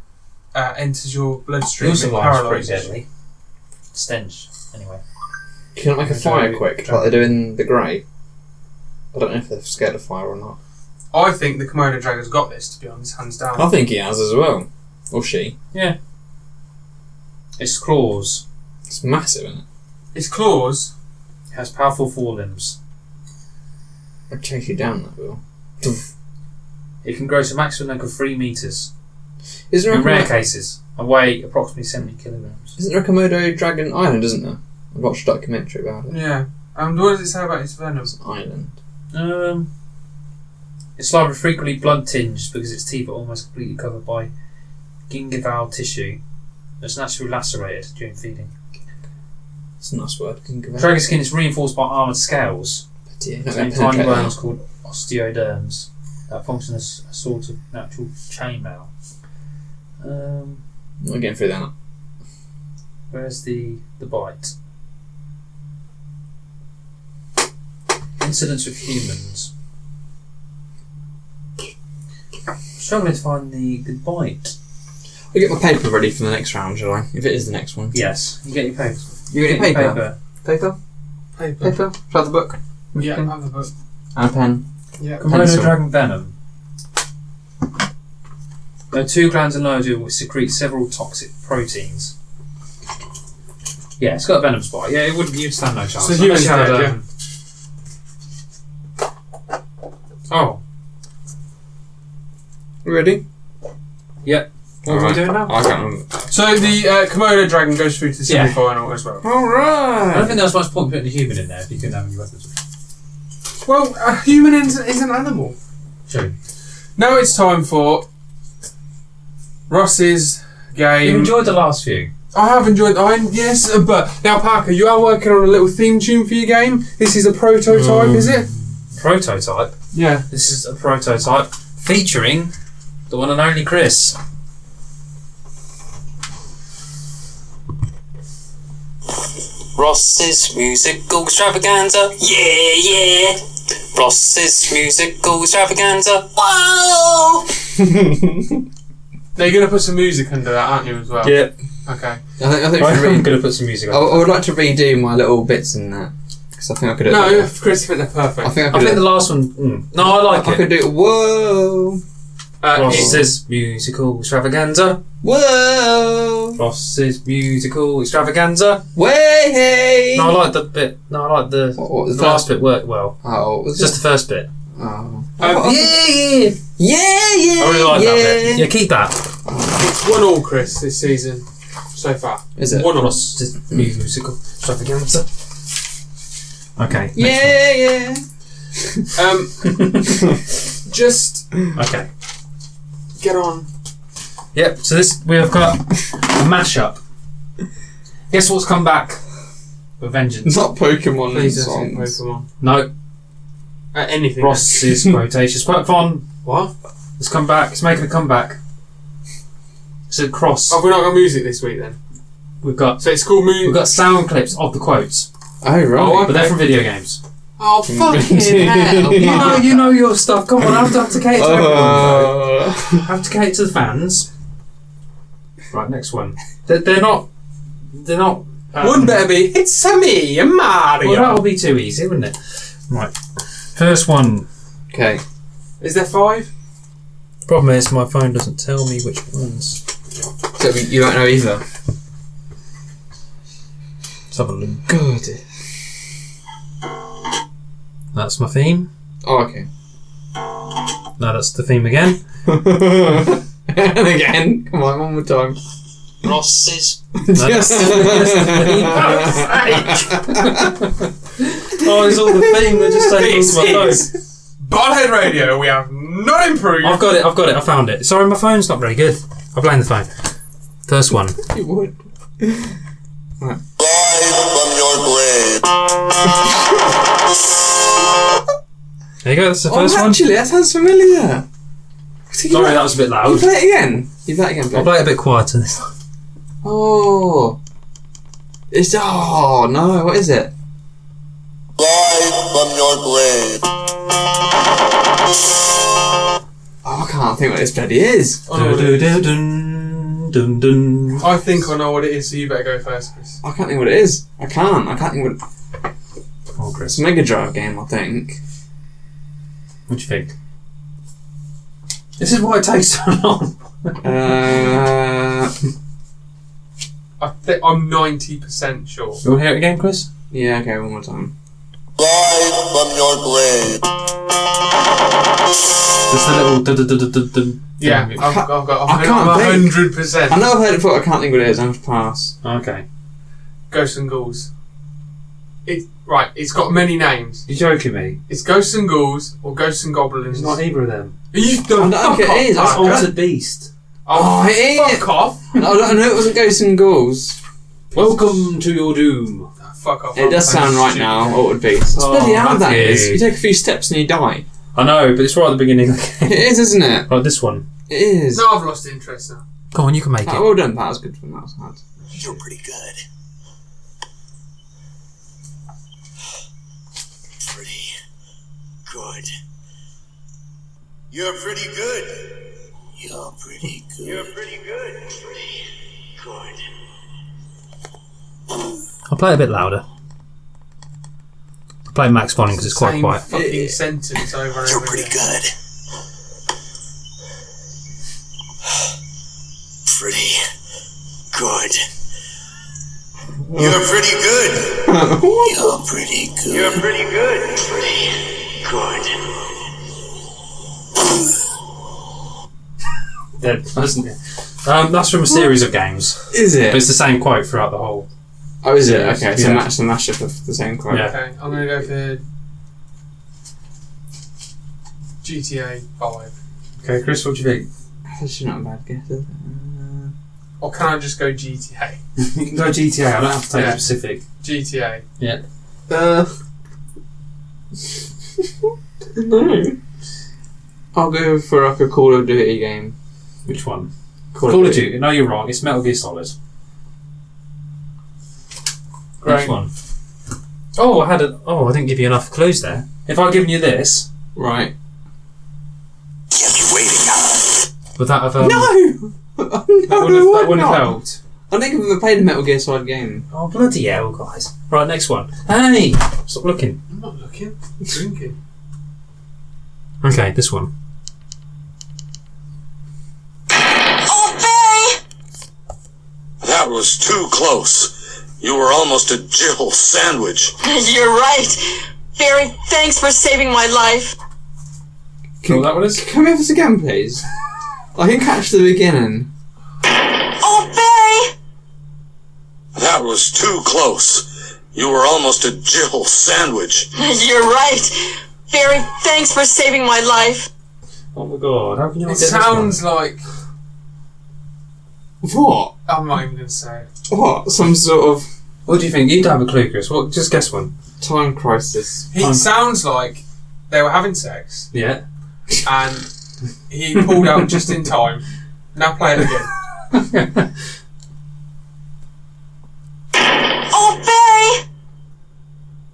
Speaker 1: uh, enters your bloodstream, it
Speaker 2: Also, lime's pretty
Speaker 1: paralyzes. you.
Speaker 2: deadly. Stench, anyway.
Speaker 3: Can you not make a
Speaker 2: Dragon.
Speaker 3: fire quick, like they do in the Grey? I don't know if they're scared of fire or not.
Speaker 1: I think the Komodo dragon's got this. To be honest, hands down.
Speaker 3: I think he has as well. Or she.
Speaker 2: Its claws
Speaker 3: It's massive, isn't it?
Speaker 1: Its claws.
Speaker 2: has powerful forelimbs.
Speaker 3: I'd chase you down, that will.
Speaker 2: It can grow to a maximum length of three meters.
Speaker 3: Is there a
Speaker 2: In rare
Speaker 3: Komodo,
Speaker 2: cases, and weigh approximately seventy kilograms.
Speaker 3: isn't there a Komodo dragon island, isn't there? I watched a documentary about it.
Speaker 1: Yeah. And what does it say about its venom?
Speaker 3: It's an island.
Speaker 2: Um, its larvae are frequently blood tinged because its teeth are almost completely covered by gingival tissue that's naturally lacerated during feeding.
Speaker 3: It's a nice word. Can you give it-
Speaker 2: Dragon skin is reinforced by armoured scales
Speaker 3: But yeah, not gonna
Speaker 2: containing tiny
Speaker 3: penetrate that.
Speaker 2: bones called osteoderms that function as a sort of natural chainmail. Um,
Speaker 3: I'm not getting through that.
Speaker 2: Where's the the bite? Incidents with humans. Struggling to find the, the bite.
Speaker 3: I get my paper ready for the next round, shall I? If it is the next one.
Speaker 2: Yes. You get your papers.
Speaker 3: You
Speaker 2: Get
Speaker 3: get
Speaker 2: your
Speaker 3: paper? paper? Paper?
Speaker 1: Paper.
Speaker 3: Paper? Try the book.
Speaker 1: Yeah.
Speaker 3: Pen
Speaker 1: Have the book.
Speaker 3: And a pen.
Speaker 1: Yeah.
Speaker 2: Komodo
Speaker 3: Pencil.
Speaker 2: dragon venom. There are two glands in lower dual which secrete several toxic proteins. Yeah, it's got a venom spot. Yeah, it would you'd stand no chance.
Speaker 1: So
Speaker 2: Unless
Speaker 1: humans
Speaker 2: you had,
Speaker 1: dead,
Speaker 2: um, Oh,
Speaker 3: You ready?
Speaker 2: what are we
Speaker 3: Alright.
Speaker 2: doing now?
Speaker 3: I can't remember.
Speaker 1: So the uh, Komodo dragon goes through to the
Speaker 2: Yeah.
Speaker 1: semi-final as well.
Speaker 2: I don't
Speaker 3: Alright!
Speaker 2: think there was much point putting a human in there if you couldn't have any weapons.
Speaker 1: Well, a human is, is an animal.
Speaker 2: True.
Speaker 1: Now it's time for Ross's
Speaker 2: You
Speaker 1: game.
Speaker 2: enjoyed the last few.
Speaker 1: I have enjoyed. I yes, uh, but now Parker, you are working on a little theme tune for your game. This is a prototype, is it?
Speaker 2: Prototype.
Speaker 1: Yeah.
Speaker 2: This is a prototype featuring the one and only Chris.
Speaker 4: Ross's musical extravaganza, yeah, yeah. Ross's musical extravaganza, wow.
Speaker 1: Now you're gonna put some music under that, aren't you, as well?
Speaker 2: Yeah.
Speaker 1: Okay.
Speaker 3: I think, I think we should
Speaker 2: I'm
Speaker 3: read.
Speaker 2: going to put some music
Speaker 3: I,
Speaker 2: on.
Speaker 3: I would like to redo my little bits in that because I think I could.
Speaker 1: No, Chris, I think they're perfect.
Speaker 3: I think I
Speaker 2: I
Speaker 3: could.
Speaker 2: think the last one. Mm, no, I like
Speaker 3: I
Speaker 2: it.
Speaker 3: could do. Whoa,
Speaker 1: Uh, it's-
Speaker 2: Ross's musical extravaganza.
Speaker 3: whoa,
Speaker 2: Ross's musical extravaganza.
Speaker 3: way.
Speaker 2: No, I like the bit. No, I like the,
Speaker 3: What- what was
Speaker 2: the
Speaker 3: that?
Speaker 2: last bit worked well.
Speaker 3: Oh, it's
Speaker 2: Just the first bit.
Speaker 3: Oh.
Speaker 1: Um,
Speaker 2: Yeah, yeah, yeah.
Speaker 3: Yeah, yeah.
Speaker 2: I really like
Speaker 3: yeah.
Speaker 2: that bit. Yeah, keep that.
Speaker 1: it's one all, Chris, this season so far.
Speaker 3: Is it?
Speaker 1: One all.
Speaker 2: Ross's musical extravaganza. Okay.
Speaker 3: Yeah, yeah.
Speaker 1: Um, just
Speaker 2: Okay.
Speaker 1: get on.
Speaker 2: Yep. So this we have got a mashup. Guess what's come back with vengeance?
Speaker 3: Not Pokemon
Speaker 1: Please don't
Speaker 3: songs.
Speaker 1: say Pokemon.
Speaker 2: No,
Speaker 1: Uh, anything.
Speaker 2: Ross's quotations. Quite fun.
Speaker 1: What?
Speaker 2: It's come back. It's making a comeback. It's a cross.
Speaker 1: Oh, we're not got music this week then.
Speaker 2: We've got
Speaker 1: So it's called
Speaker 2: we've
Speaker 1: Moon.
Speaker 2: got sound clips of the quotes,
Speaker 3: Oh
Speaker 1: Oh,
Speaker 3: right.
Speaker 2: but they're from video games.
Speaker 1: Oh fucking hell!
Speaker 2: You know, you know your stuff. Come on, I have to, have to cater to everyone.
Speaker 3: Uh,
Speaker 2: Have to cater to the fans. Right, next one. They're, they're not. They're not. um,
Speaker 1: One better be. It's a me, a Mario.
Speaker 2: Well, that would be too easy, wouldn't it? Right. First one.
Speaker 3: okay.
Speaker 1: Is there five?
Speaker 2: Problem is, my phone doesn't tell me which ones.
Speaker 3: So you- you don't know either.
Speaker 2: Let's have a look.
Speaker 3: Good.
Speaker 2: That's my theme.
Speaker 3: Oh, okay.
Speaker 2: No, that's the theme again.
Speaker 3: and again, come on, one more time.
Speaker 4: Ross's
Speaker 3: Yes.
Speaker 2: Oh, it's all the theme. They're just taking
Speaker 1: This is Ballhead Radio. We have not improved.
Speaker 2: I've got it. I've got it. I found it. Sorry, my phone's not very good. I blame the phone. First one.
Speaker 3: You would.
Speaker 5: Live from your grave.
Speaker 2: There you go. That's the
Speaker 3: Oh,
Speaker 2: first one.
Speaker 3: actually, that sounds familiar. Can
Speaker 2: Sorry,
Speaker 3: you,
Speaker 2: that was a bit
Speaker 3: you
Speaker 2: loud.
Speaker 3: play it again. You play it again.
Speaker 2: I'll
Speaker 3: Play.
Speaker 2: play it a bit quieter this time.
Speaker 3: Oh, it's oh no, what is it?
Speaker 5: Live from your grave.
Speaker 3: Oh, I can't think what this bloody is.
Speaker 1: I,
Speaker 2: Oh,
Speaker 1: know what it is.
Speaker 2: Dun, dun, dun.
Speaker 1: I think I know what it is. So you better go first, Chris.
Speaker 3: I can't think what it is. I can't. I can't think what.
Speaker 2: Oh, Chris,
Speaker 3: It's a Mega Drive game, I think.
Speaker 2: what do you think? This is why it takes so long.
Speaker 3: Uh,
Speaker 1: I think I'm ninety percent sure.
Speaker 2: You want to hear it again, Chris?
Speaker 3: yeah. Okay, one more time.
Speaker 5: Live from your grave.
Speaker 2: Just a little. Dun, dun, dun, dun, dun.
Speaker 1: Yeah, I've, I've
Speaker 3: can't-
Speaker 1: got.
Speaker 3: I
Speaker 1: I've
Speaker 3: can't
Speaker 1: got
Speaker 3: think.
Speaker 1: hundred percent.
Speaker 3: I know I've heard it before. I can't think what it is. I have to pass.
Speaker 2: Okay.
Speaker 1: Ghosts and Ghouls. It right. It's got many names.
Speaker 2: You're joking me.
Speaker 1: It's Ghosts and Ghouls or Ghosts and Goblins.
Speaker 2: It's not either of them.
Speaker 1: you don't.
Speaker 3: I don't think it is.
Speaker 2: That's
Speaker 3: I-
Speaker 1: Oh,
Speaker 2: Altered Beast.
Speaker 3: Oh, it is.
Speaker 1: fuck off!
Speaker 3: I, don't, I know it wasn't Ghosts and Ghouls.
Speaker 2: Welcome to your doom.
Speaker 1: Fuck off!
Speaker 3: It does sound right now. What would be? It's
Speaker 2: Oh,
Speaker 3: bloody hard that
Speaker 2: Matthew.
Speaker 3: is. You take a few steps and you die.
Speaker 2: I know, but it's right at the beginning. Okay.
Speaker 3: It is, isn't it?
Speaker 2: Like this one.
Speaker 3: It is.
Speaker 1: No, I've lost interest now.
Speaker 2: Go on, you can make
Speaker 3: Oh, well done. That was good. That was hard.
Speaker 5: You're pretty good. Pretty good. You're pretty good. You're pretty good. You're pretty good. Pretty good.
Speaker 2: I'll play it a bit louder. I'll play Max Bonning because it's quite
Speaker 1: Same
Speaker 2: quiet.
Speaker 1: fucking sentence over and
Speaker 5: You're
Speaker 1: over
Speaker 5: pretty
Speaker 1: again.
Speaker 5: good. Pretty good. You're pretty good. You're pretty good. You're pretty good. Pretty good.
Speaker 2: Dead, isn't it? Um, that's from a series of games.
Speaker 3: Is
Speaker 2: But
Speaker 3: it?
Speaker 2: it's the same quote throughout the whole.
Speaker 3: Oh, is it?
Speaker 2: Yeah,
Speaker 3: Okay, so
Speaker 2: yeah.
Speaker 3: match the mashup of the same quote.
Speaker 2: Yeah.
Speaker 1: Okay, I'm gonna go for GTA Five.
Speaker 2: Okay, Chris, what do you think?
Speaker 3: That's actually not a bad guess. Is it?
Speaker 1: Or can I just go GTA?
Speaker 2: You can go GTA. I don't have to take
Speaker 1: Yeah.
Speaker 2: specific.
Speaker 1: GTA.
Speaker 3: Uh, no. I'll go for like a Call of Duty game.
Speaker 2: Which one? Call of Duty. No, you're wrong. It's Metal Gear Solid. Next
Speaker 1: Great.
Speaker 2: one. Oh, I had a. Oh, I didn't give you enough clues there. If I'd given you this,
Speaker 3: Right.
Speaker 5: Kept you waiting, huh?
Speaker 2: would that have? Um,
Speaker 3: No!
Speaker 2: That
Speaker 3: no,
Speaker 2: would have,
Speaker 3: why
Speaker 2: that would have
Speaker 3: not?
Speaker 2: helped.
Speaker 3: I think I've ever played a Metal Gear Solid game.
Speaker 2: Oh bloody hell, guys! Right, next one. Hey, stop looking.
Speaker 1: I'm not looking. I'm drinking.
Speaker 2: Okay, this one.
Speaker 5: That was too close. You were almost a Jill sandwich.
Speaker 6: You're right. Barry, thanks for saving my life.
Speaker 2: Cool, that one is.
Speaker 3: Can we have this again, please? I can catch the beginning.
Speaker 6: Oh,
Speaker 5: That was too close. You were almost a Jill sandwich.
Speaker 6: Barry! You're right. Barry, thanks for saving my life.
Speaker 2: Oh my god! How can you
Speaker 1: It
Speaker 2: not get
Speaker 1: sounds like
Speaker 3: What?
Speaker 1: I'm not even gonna say. it.
Speaker 3: What? Some sort of
Speaker 2: This one? What do you think? You'd have a clue, Chris. What? Just guess one.
Speaker 3: time crisis.
Speaker 1: It
Speaker 2: Um,
Speaker 1: sounds like they were having sex
Speaker 2: Yeah.
Speaker 1: and he pulled out just in time. Now play it again.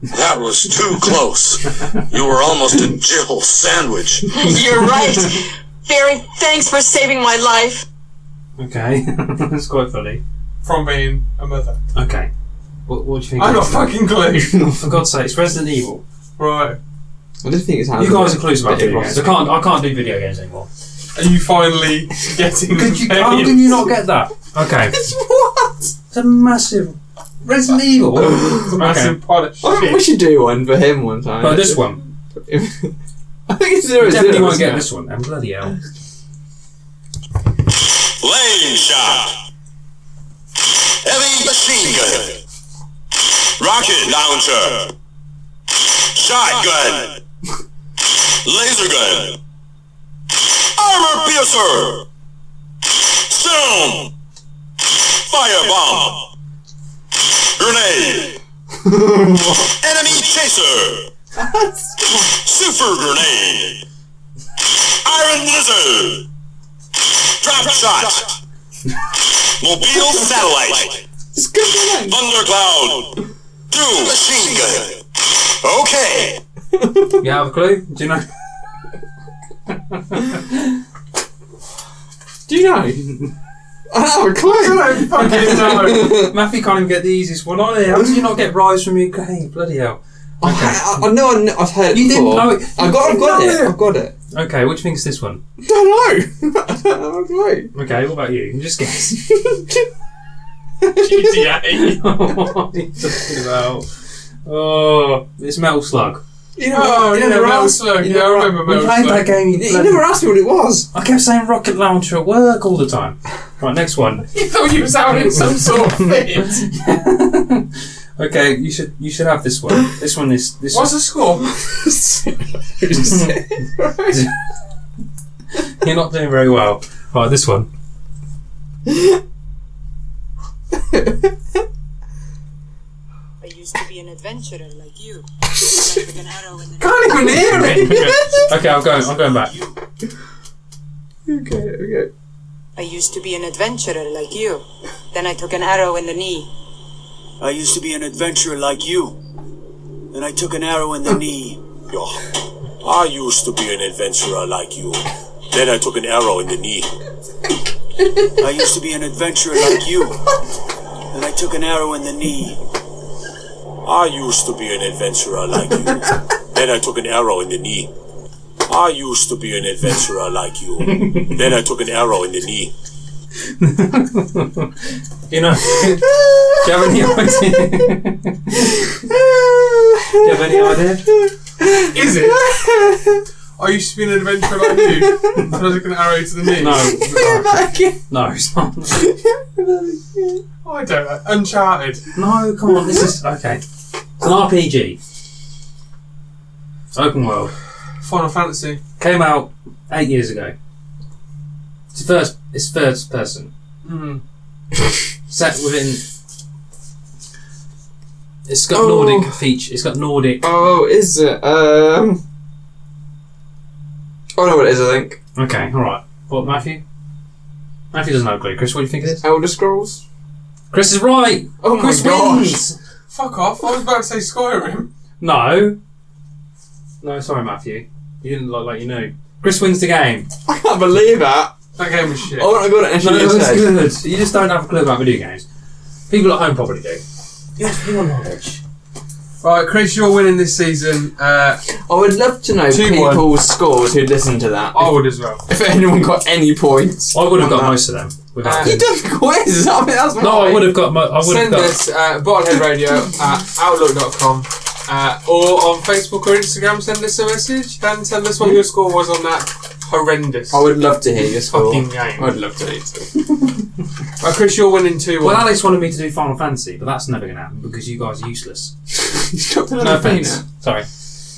Speaker 5: That was too close. You were almost a Jill sandwich.
Speaker 6: You're right. Barry, thanks for saving my life.
Speaker 2: Okay, that's quite funny.
Speaker 1: From being a mother.
Speaker 2: Okay. What, what do you think?
Speaker 1: I got fucking clue.
Speaker 2: For God's sake, it's Resident Evil.
Speaker 1: Right.
Speaker 3: I did think it sounded.
Speaker 2: You guys are clues about
Speaker 3: Video
Speaker 2: video
Speaker 3: games.
Speaker 2: games. I can't. I can't do video games anymore.
Speaker 1: Are you finally getting the
Speaker 2: how
Speaker 1: variants?
Speaker 2: can you not get that? Okay. it's
Speaker 3: What?
Speaker 2: a massive Resident Evil. okay.
Speaker 1: Massive pile of
Speaker 3: I think
Speaker 1: shit.
Speaker 3: we should do one for him one time.
Speaker 2: But this one,
Speaker 3: I think it's zero
Speaker 2: you definitely
Speaker 3: zero,
Speaker 2: won't
Speaker 3: isn't
Speaker 2: get
Speaker 3: it?
Speaker 2: this one. And bloody hell.
Speaker 5: Lane shot. Heavy machine gun. Rocket launcher. Shotgun. Laser gun. Armor piercer. Stone. Firebomb. Grenade. Enemy chaser. Super grenade. Iron lizard. Drop shot. Mobile satellite.
Speaker 3: It's good for them.
Speaker 5: Thundercloud. Doom machine gun. Okay.
Speaker 2: You have a clue? Do you know?
Speaker 3: Do you know? Ah, I don't have a
Speaker 2: I
Speaker 3: clue.
Speaker 2: don't fucking know. Matthew can't even get the easiest one on here. How do you not get rise from your game? Bloody hell.
Speaker 3: I, I, I know I kn- I've heard it
Speaker 2: You didn't
Speaker 3: before.
Speaker 2: know it.
Speaker 3: I got, I've
Speaker 2: You
Speaker 3: got
Speaker 2: didn't
Speaker 3: it.
Speaker 2: know
Speaker 3: I've got it.
Speaker 2: Okay, what do you think is this one?
Speaker 3: Don't know. I don't have a clue.
Speaker 2: Okay, what about you? You Just guess.
Speaker 1: GTA.
Speaker 2: what are you talking about? Oh, it's Metal Slug.
Speaker 3: You never,
Speaker 1: Oh,
Speaker 3: you
Speaker 1: yeah,
Speaker 3: never
Speaker 1: Metal
Speaker 3: asked.
Speaker 1: Slug.
Speaker 3: you
Speaker 1: Yeah, I
Speaker 3: never-
Speaker 1: remember
Speaker 2: We
Speaker 1: Metal
Speaker 2: played
Speaker 1: Slug.
Speaker 2: that game. You,
Speaker 3: You never asked me what it was.
Speaker 2: I kept saying rocket launcher at work all the time. Right, next one.
Speaker 1: You thought you was out in some sort of fit.
Speaker 2: okay, you should you should have this one. This one is this.
Speaker 1: What's the score?
Speaker 2: You're not doing very well. Right, this one.
Speaker 7: I used to be an adventurer like you. like an arrow in the
Speaker 1: Can't even hear it.
Speaker 2: Okay, I'm going. I'm going back.
Speaker 3: okay, okay.
Speaker 7: I used to be an adventurer like you. Then I took an arrow in the knee.
Speaker 8: I used to be an adventurer like you, and I took an arrow in the knee.
Speaker 5: I used to be an adventurer like you. Then I took an arrow in the knee.
Speaker 8: I used to be an adventurer like you, and I took an arrow in the knee.
Speaker 5: I used to be an adventurer like you. Then I took an arrow in the knee. I used to be an adventurer like you. Then I took an arrow in the knee.
Speaker 2: You know. do you have any idea? do you have any idea?
Speaker 1: Is it? I used to be an adventurer like you. And I took an arrow to the knee.
Speaker 2: No. No, it's not.
Speaker 1: Oh, I don't know. Uncharted.
Speaker 2: No, come on. This is okay. It's an RPG. Open world.
Speaker 1: Final Fantasy.
Speaker 2: Came out eight years ago. It's first. It's first person.
Speaker 1: Mm.
Speaker 3: Mm-hmm.
Speaker 2: set within. It's got Nordic feature. It's got Nordic.
Speaker 3: Oh, is it? Um. I know what it is. I think
Speaker 2: Okay, all right. What, Matthew? Matthew doesn't have a clue. Chris, what do you think it is?
Speaker 3: Elder Scrolls.
Speaker 2: Chris is right.
Speaker 3: Oh
Speaker 2: Chris
Speaker 3: my gosh.
Speaker 2: wins.
Speaker 9: Fuck off! I was about to say Skyrim.
Speaker 2: No. No, sorry, Matthew. You didn't look like you knew. Chris wins the game.
Speaker 3: I can't believe that.
Speaker 9: That game was shit.
Speaker 3: I
Speaker 1: Oh,
Speaker 3: want to go to
Speaker 2: No,
Speaker 3: Anthony
Speaker 2: it was
Speaker 3: Ted.
Speaker 2: good. You just don't have a clue about video games. People at home probably do. You have more knowledge.
Speaker 1: Right, Chris, you're winning this season. Uh,
Speaker 3: I would love to know
Speaker 9: Two, one.
Speaker 3: people's scores who listen to that.
Speaker 9: I would as well.
Speaker 3: If anyone got any points.
Speaker 2: I would have
Speaker 3: on
Speaker 2: got
Speaker 3: that.
Speaker 2: most of them. Without
Speaker 1: Uh,
Speaker 3: You done a quiz? I mean, that's
Speaker 2: no, I would have got. Mo- I would have
Speaker 1: send
Speaker 2: got.
Speaker 1: us uh, bottleheadradio at outlook.com uh, or on Facebook or Instagram, send us a message and tell us what your score was on that horrendous
Speaker 3: I would love to hear your score.
Speaker 1: fucking game.
Speaker 3: I'd love to hear. it.
Speaker 1: Right, Chris, you're winning 2 1.
Speaker 2: Well, Alex wanted me to do Final Fantasy, but that's never going to happen because you guys are useless.
Speaker 3: He's dropped
Speaker 2: No
Speaker 3: another penis.
Speaker 2: offense.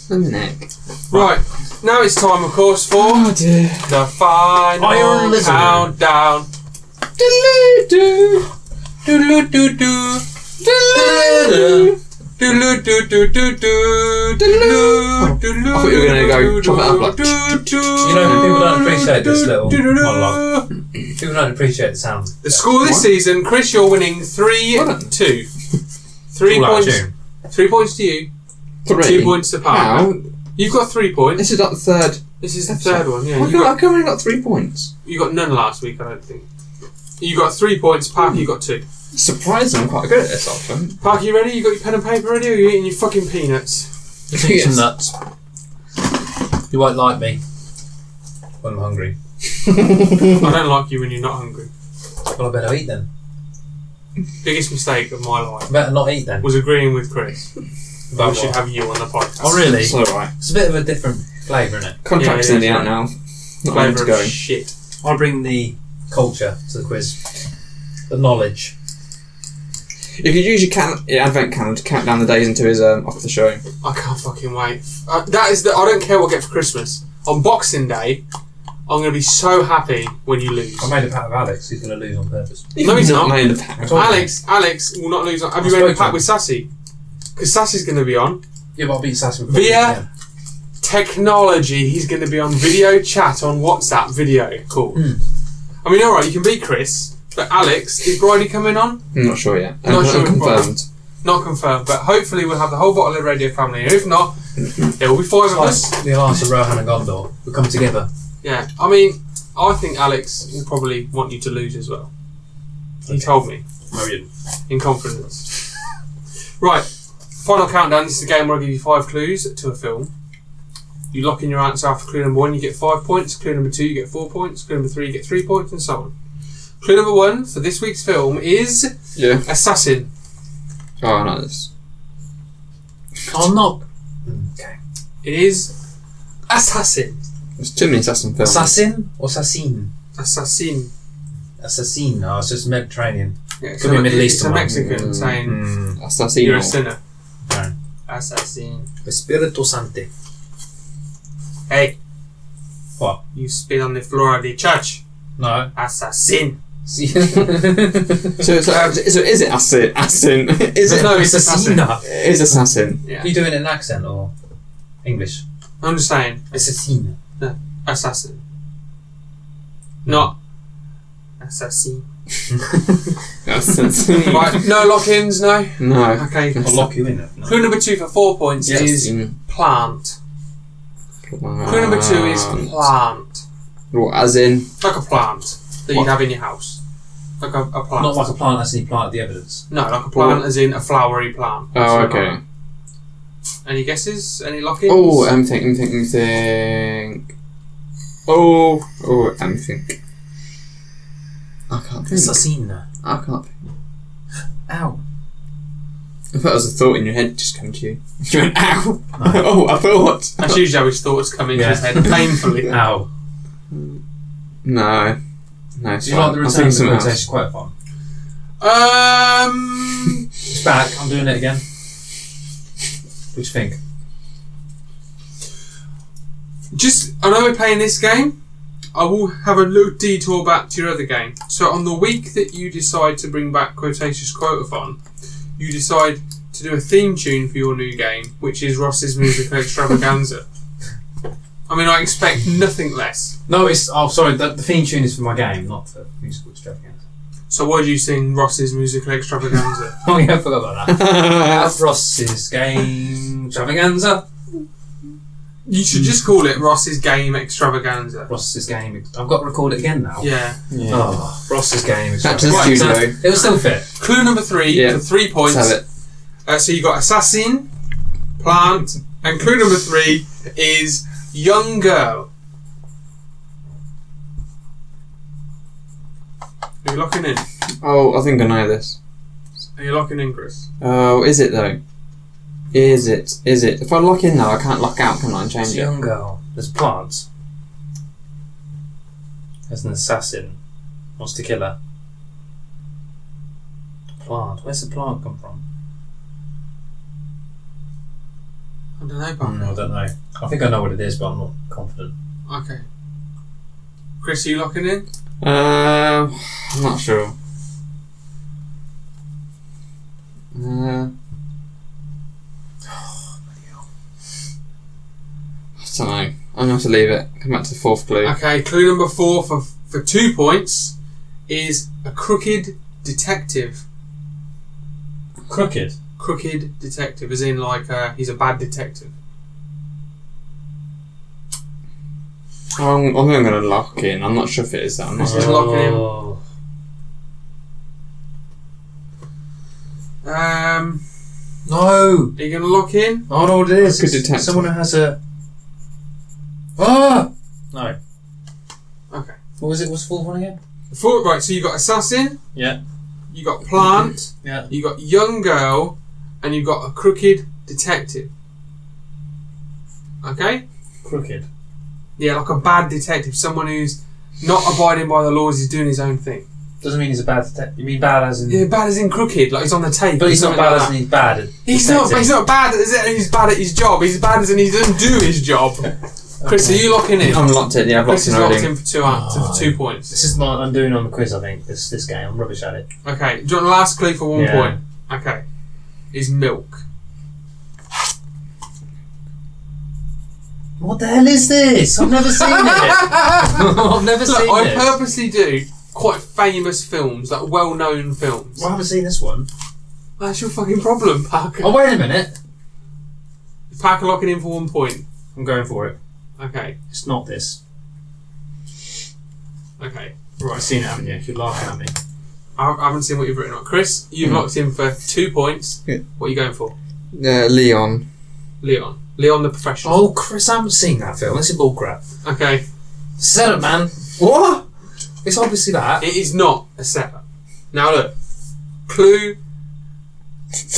Speaker 2: Sorry.
Speaker 3: Dominic.
Speaker 1: right, now it's time, of course, for
Speaker 3: Oh dear.
Speaker 1: the final
Speaker 2: Iron Lizard.
Speaker 1: countdown. Do-do-do. Do-do-do. Do-do-do-do-do-do. Do-do-do.
Speaker 3: I thought you were gonna go chop it up like-
Speaker 1: You
Speaker 2: You know, people don't appreciate this little monologue. People don't appreciate the sound.
Speaker 1: The score this season, Chris, you're winning 3 2. Three
Speaker 2: All out of
Speaker 1: points.
Speaker 2: tune.
Speaker 1: Three points to you,
Speaker 3: Three.
Speaker 1: two points to Palmer.
Speaker 3: How?
Speaker 1: You've got three points.
Speaker 3: This is not the third.
Speaker 1: This is the
Speaker 3: That's right.
Speaker 1: third one, yeah.
Speaker 3: How
Speaker 1: You
Speaker 3: come-
Speaker 1: got,
Speaker 3: how come I only got three points?
Speaker 1: you got none last week, I don't think. You got three points, Park, you got two.
Speaker 3: Surprising, I'm quite good at this often.
Speaker 1: Park, you ready? You got your pen and paper ready, or you eating your fucking peanuts?
Speaker 2: Just eat some nuts. You won't like me when I'm hungry.
Speaker 1: I don't like you when you're not hungry.
Speaker 2: Well, I better eat then.
Speaker 1: Biggest mistake of my life
Speaker 2: I better not eat then.
Speaker 1: was agreeing with Chris.
Speaker 2: About
Speaker 1: we should
Speaker 2: what?
Speaker 1: have you on the podcast.
Speaker 2: Oh, really?
Speaker 3: It's alright.
Speaker 2: It's a bit of a different flavour, isn't it?
Speaker 3: Contract's
Speaker 1: Yeah, yeah,
Speaker 3: nearly
Speaker 1: yeah.
Speaker 3: out now. Not long to
Speaker 1: Flavour
Speaker 3: go.
Speaker 1: of shit.
Speaker 2: I bring the culture to the quiz, the knowledge.
Speaker 3: If you use your cal- your advent calendar to count down the days until his um, off the show.
Speaker 1: I can't fucking wait. Uh, that is the. I don't care what I get for Christmas. On Boxing Day, I'm gonna be so happy when you lose.
Speaker 2: I made a pact with Alex. He's going to lose on purpose.
Speaker 1: No, he's not.
Speaker 3: made a pack.
Speaker 2: Sorry.
Speaker 1: Alex, Alex will not lose. On, have
Speaker 2: I
Speaker 1: you made a
Speaker 2: spoke to
Speaker 1: pact
Speaker 2: him.
Speaker 1: with Sassy? Because Sassy's going to be on
Speaker 2: Yeah, but I'll beat Sassy with
Speaker 1: Via- technology. He's going to be on video chat on WhatsApp video call. I mean, all right, you can beat Chris, but Alex is Bridie coming on?
Speaker 3: I'm not sure yet.
Speaker 1: Not sure if-
Speaker 3: confirmed.
Speaker 1: Not confirmed, but hopefully we'll have the whole bottle of radio family. If not, there will be five of us.
Speaker 2: The alliance of Rohan and Gondor. We come together.
Speaker 1: Yeah, I mean, I think Alex will probably want you to lose as well. He told me
Speaker 2: No, we didn't.
Speaker 1: in confidence. right, final countdown. This is the game where I give you five clues to a film. You lock in your answer after clue number one, you get five points. Clue number two, you get four points. Clue number three, you get three points, and so on. Clue number one for this week's film is
Speaker 3: Yeah.
Speaker 1: Assassin.
Speaker 3: Oh, no, this.
Speaker 2: I'm not. Okay.
Speaker 1: It is Assassin.
Speaker 3: There's too many assassin films.
Speaker 2: Assassin or Assassin?
Speaker 1: Assassin.
Speaker 2: Assassin. Oh, it's just Mediterranean.
Speaker 1: Yeah, it's
Speaker 2: Could be
Speaker 1: a-
Speaker 2: Middle
Speaker 1: It's a
Speaker 2: Eastern one.
Speaker 1: Mexican
Speaker 3: Mm.
Speaker 1: saying
Speaker 2: Hmm.
Speaker 3: Assassin.
Speaker 1: you're a sinner.
Speaker 2: No.
Speaker 1: Assassin.
Speaker 2: Espirito Sante.
Speaker 1: Hey.
Speaker 2: What?
Speaker 1: You spit on the floor of the church.
Speaker 2: No.
Speaker 1: Assassin.
Speaker 3: So, so, uh, so is it assassin? Assassin? Is it?
Speaker 1: No, it's assassin.
Speaker 2: Assassina.
Speaker 3: It is assassin.
Speaker 1: Yeah.
Speaker 2: Are you doing it in accent or English?
Speaker 1: I'm just saying.
Speaker 2: Assassina.
Speaker 1: assassin. Not assassin.
Speaker 3: Assassin.
Speaker 1: Right, no lock-ins, no.
Speaker 3: No.
Speaker 1: Okay.
Speaker 2: I'll lock you in it.
Speaker 1: Clue number two for four points is
Speaker 3: Assassin.
Speaker 1: plant. Clue
Speaker 3: Clue
Speaker 1: number two is
Speaker 3: Ah.
Speaker 1: plant,
Speaker 3: Well, as in.
Speaker 1: like a plant that you'd have in your house, like a, a plant.
Speaker 2: Not like a plant that's any plant of the evidence.
Speaker 1: no, like a plant as in a flowery plant.
Speaker 3: Oh,
Speaker 1: Something
Speaker 3: okay.
Speaker 1: like that. Any guesses? Any lock-ins?
Speaker 3: Oh, I'm thinking, thinking, think. Oh, oh, I'm think. I can't
Speaker 2: Hmm.
Speaker 3: think.
Speaker 2: Assassina.
Speaker 3: I can't think.
Speaker 2: Ow.
Speaker 3: If that was a thought in your head, just come to you. You went, ow! oh, I thought!
Speaker 1: That's usually how his thoughts come into
Speaker 2: Yeah.
Speaker 1: his head painfully.
Speaker 2: Ow.
Speaker 3: No. No, it's
Speaker 2: Do you
Speaker 3: fine.
Speaker 2: like the return of
Speaker 3: I'll think of
Speaker 2: the
Speaker 3: something else.
Speaker 2: quotation? Quite fun.
Speaker 1: um,
Speaker 2: It's back. I'm doing it again. What do you think?
Speaker 1: just I know we're playing this game. I will have a little detour back to your other game. So on the week that you decide to bring back Quotacious Quotathon, you decide to do a theme tune for your new game, which is Ross's musical extravaganza. I mean, I expect nothing less.
Speaker 2: No, it's. Oh, sorry. The, the theme tune is for my game, not for musical extravaganza.
Speaker 1: So why do you sing Ross's musical extravaganza?
Speaker 2: Oh yeah, I forgot about that. That's Ross's game extravaganza.
Speaker 1: You should just call it Ross's Game Extravaganza.
Speaker 2: Ross's game. ex- I've got to record it again now.
Speaker 1: Yeah.
Speaker 2: Oh, Ross's game
Speaker 3: Back to
Speaker 2: extravaganza.
Speaker 3: the
Speaker 1: Right,
Speaker 3: studio.
Speaker 2: It will still fit.
Speaker 1: Clue number three
Speaker 3: Yeah.
Speaker 1: for three points.
Speaker 3: Let's have it.
Speaker 1: Uh, so you got assassin, plant, and clue number three is young girl. Are you locking in?
Speaker 3: Oh, I think I know this.
Speaker 1: Are you locking in, Chris?
Speaker 3: Oh, is it though? Is it? Is it? If I lock in though, I can't lock out, can I? And
Speaker 2: It's
Speaker 3: change
Speaker 2: a
Speaker 3: it.
Speaker 2: young girl. There's plants. There's an assassin. Wants to kill her. Plant. Where's the plant come from?
Speaker 1: I don't know,
Speaker 2: Mm, I don't know. I think I know what it is, but I'm not confident.
Speaker 1: Okay. Chris, are you locking in?
Speaker 3: Um, I'm not sure. Uh, I don't know. I'm going to leave it. Come back to the fourth clue.
Speaker 1: Okay, clue number four for, for two points is a crooked detective.
Speaker 2: Crooked.
Speaker 1: Crooked detective, as in, like, uh, he's a bad detective.
Speaker 3: Oh, I'm, I'm going to lock in. I'm not sure if it is that. I'm not
Speaker 1: This is
Speaker 3: sure.
Speaker 1: locking in.
Speaker 2: Oh.
Speaker 1: Um,
Speaker 2: No!
Speaker 1: are you going to lock in?
Speaker 2: I don't know what it is.
Speaker 3: Crooked
Speaker 2: It's
Speaker 3: detective.
Speaker 2: Someone who has a. Ah! No.
Speaker 1: Okay.
Speaker 2: What was it? What's the fourth one again?
Speaker 1: Four, right, so you got assassin,
Speaker 2: Yeah.
Speaker 1: you got plant,
Speaker 2: Yeah.
Speaker 1: you got young girl, and you got a crooked detective. Okay?
Speaker 2: Crooked.
Speaker 1: Yeah, like a bad detective, someone who's not abiding by the laws, he's doing his own thing.
Speaker 2: Doesn't mean he's a bad detective. You mean bad as in.
Speaker 1: Yeah, bad as in crooked, like he's on the tape.
Speaker 2: But he's not
Speaker 1: something
Speaker 2: bad
Speaker 1: like
Speaker 2: as
Speaker 1: that.
Speaker 2: in he's bad. at
Speaker 1: He's not.
Speaker 2: detecting.
Speaker 1: He's not bad. As in he's bad at his job. He's bad as in he doesn't do his job. Chris, are you locking in?
Speaker 3: I'm locked in. Yeah, I've locked
Speaker 1: Chris
Speaker 3: in
Speaker 1: is locked
Speaker 3: already.
Speaker 1: in for two, uh, to- for
Speaker 2: Oh,
Speaker 1: two points.
Speaker 2: This is my undoing on the quiz, I think. This this game. I'm rubbish at it.
Speaker 1: Okay, do you want the last clue for one
Speaker 2: Yeah.
Speaker 1: point? Okay, is milk.
Speaker 2: What the hell is this? I've never seen it. I've never
Speaker 1: Look,
Speaker 2: seen
Speaker 1: I
Speaker 2: it.
Speaker 1: purposely do quite famous films, like well-known films.
Speaker 2: Well, I haven't seen this one.
Speaker 1: That's your fucking problem, Parker.
Speaker 2: Oh, wait a minute.
Speaker 1: Parker locking in for one point.
Speaker 2: I'm going for it.
Speaker 1: Okay,
Speaker 2: It's not this.
Speaker 1: okay.
Speaker 2: Right, I've seen it, haven't you? You're laughing at me.
Speaker 1: I I haven't seen what you've written on. Chris,
Speaker 2: Hmm.
Speaker 1: you've locked in for two points.
Speaker 3: Yeah.
Speaker 1: What are you going for?
Speaker 3: Yeah, Uh, Leon.
Speaker 1: Leon. Leon the professional.
Speaker 2: Oh, Chris, I haven't seen that film. This is bull crap.
Speaker 1: Okay.
Speaker 2: Set it, man. What? It's obviously that.
Speaker 1: It is not a setup. Now look, clue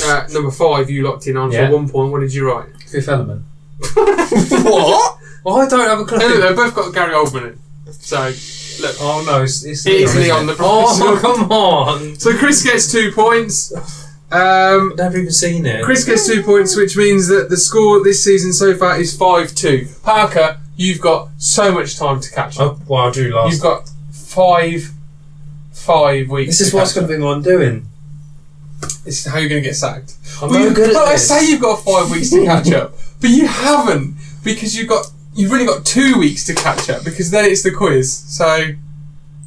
Speaker 1: uh, number five you locked in on
Speaker 2: Yeah.
Speaker 1: for one point. What did you write?
Speaker 2: Fifth Element. what? Well, I don't have a clue.
Speaker 1: No, no, they both got Gary Oldman in. So look,
Speaker 2: Oh no, it's, it's
Speaker 1: It is
Speaker 2: isn't
Speaker 1: Leon,
Speaker 2: it?
Speaker 1: the
Speaker 2: Oh,
Speaker 1: professor.
Speaker 2: come on.
Speaker 1: so Chris gets two points. Um,
Speaker 2: I've never even seen it.
Speaker 1: Chris gets two points, which means that the score this season so far is five two. Parker, you've got so much time to catch up.
Speaker 2: Oh, well, I drew last.
Speaker 1: You've got five, five weeks.
Speaker 2: this is
Speaker 1: to
Speaker 2: what's
Speaker 1: catch up.
Speaker 2: going to be my undoing.
Speaker 1: This is how you're going to get sacked.
Speaker 2: I'm
Speaker 1: Well,
Speaker 2: no
Speaker 1: you-
Speaker 2: good at
Speaker 1: well, I
Speaker 2: this.
Speaker 1: say you've got five weeks to catch up, but you haven't because you've got you've really got two weeks to catch up because then it's the quiz. So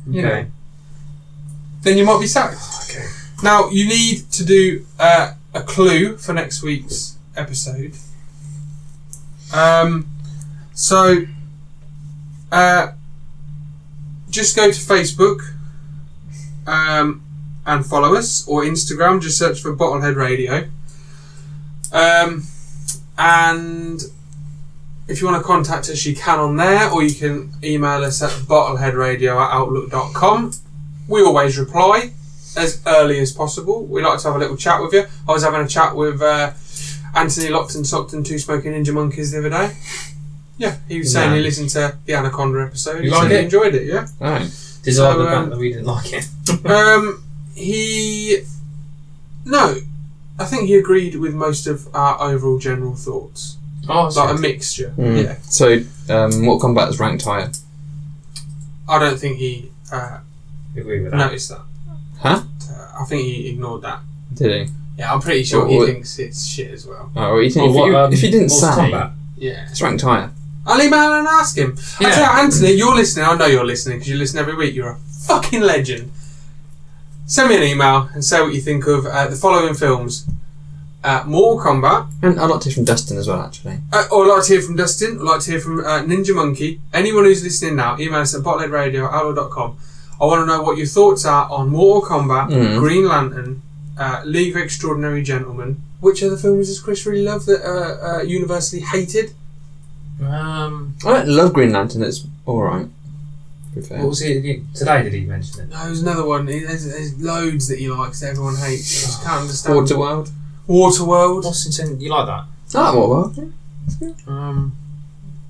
Speaker 1: you know,
Speaker 2: Okay.
Speaker 1: then you might be sacked.
Speaker 2: Okay.
Speaker 1: Now you need to do uh, a clue for next week's episode. Um, so uh, just go to Facebook. Um, and follow us or Instagram. Just search for Bottlehead Radio. Um, and if you want to contact us, you can on there, or you can email us at bottleheadradio at outlook.com. We always reply as early as possible. We like to have a little chat with you. I was having a chat with uh, Anthony Lockton Sockton, Two Smoking Ninja Monkeys, the other day. Yeah, he was saying he
Speaker 2: Man.
Speaker 1: listened to the Anaconda episode.
Speaker 2: You
Speaker 1: He
Speaker 2: like
Speaker 1: said he
Speaker 2: it?
Speaker 1: enjoyed it, yeah.
Speaker 3: Alright.
Speaker 2: Desired
Speaker 1: So,
Speaker 2: the fact
Speaker 1: um,
Speaker 2: that we didn't like it.
Speaker 1: Um, he no, I think he agreed with most of our overall general thoughts.
Speaker 2: Oh,
Speaker 1: Like a mixture.
Speaker 3: Mm.
Speaker 1: Yeah.
Speaker 3: So, um, Mortal Kombat is ranked higher.
Speaker 1: I don't think he uh,
Speaker 2: Agree with that.
Speaker 1: noticed that.
Speaker 3: Huh?
Speaker 1: Uh, I think he ignored that.
Speaker 3: Did he?
Speaker 1: Yeah, I'm pretty sure he
Speaker 3: Well, what-
Speaker 1: thinks it's shit as well.
Speaker 3: Oh, well, he didn't,
Speaker 2: Or
Speaker 3: if,
Speaker 2: what,
Speaker 3: you,
Speaker 2: um,
Speaker 3: if you didn't
Speaker 2: Mortal
Speaker 3: say,
Speaker 2: Kombat?
Speaker 1: Yeah.
Speaker 3: it's ranked higher.
Speaker 1: I'll email and ask him. I
Speaker 9: Yeah.
Speaker 1: tell you, Anthony, you're listening. I know you're listening because you listen every week. You're a fucking legend. Send me an email and say what you think of uh, the following films: uh, Mortal Kombat.
Speaker 3: And I'd like to hear from Dustin as well, actually.
Speaker 1: Uh, or I'd like to hear from Dustin. I'd like to hear from uh, Ninja Monkey. Anyone who's listening now, email us at botledradio@outlaw.com. I want to know what your thoughts are on Mortal Kombat,
Speaker 3: Mm.
Speaker 1: Green Lantern, uh, League of Extraordinary Gentlemen. Which other films does Chris really love that uh, uh, universally hated?
Speaker 2: Um,
Speaker 3: I don't love Green Lantern, it's alright. To be fair.
Speaker 2: what was he, he- today? Did he mention it?
Speaker 1: No, there's another one. There's, there's loads that he likes that everyone hates. I just can't understand.
Speaker 3: Waterworld?
Speaker 1: Waterworld.
Speaker 2: Washington, you like that?
Speaker 3: I like Waterworld.
Speaker 2: Um,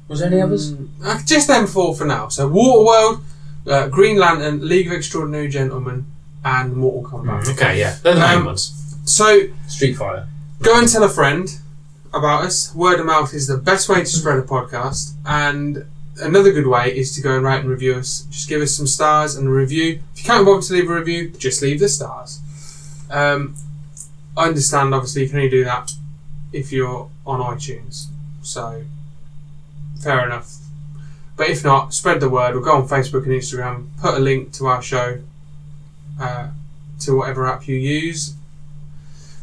Speaker 2: was there any others?
Speaker 1: Uh, just them four for now. So Waterworld, uh, Green Lantern, League of Extraordinary Gentlemen, and Mortal Kombat.
Speaker 2: Okay, yeah, they're the main
Speaker 1: mm, Um,
Speaker 2: ones.
Speaker 1: So
Speaker 2: Street Fighter.
Speaker 1: go and tell a friend about us. Word of mouth is the best way to spread a podcast. And another good way is to go and rate and review us. Just give us some stars and a review. If you can't bother to leave a review, just leave the stars. Um, I understand, obviously, you can only do that if you're on iTunes. So, fair enough. But if not, spread the word or go on Facebook and Instagram, put a link to our show uh, to whatever app you use,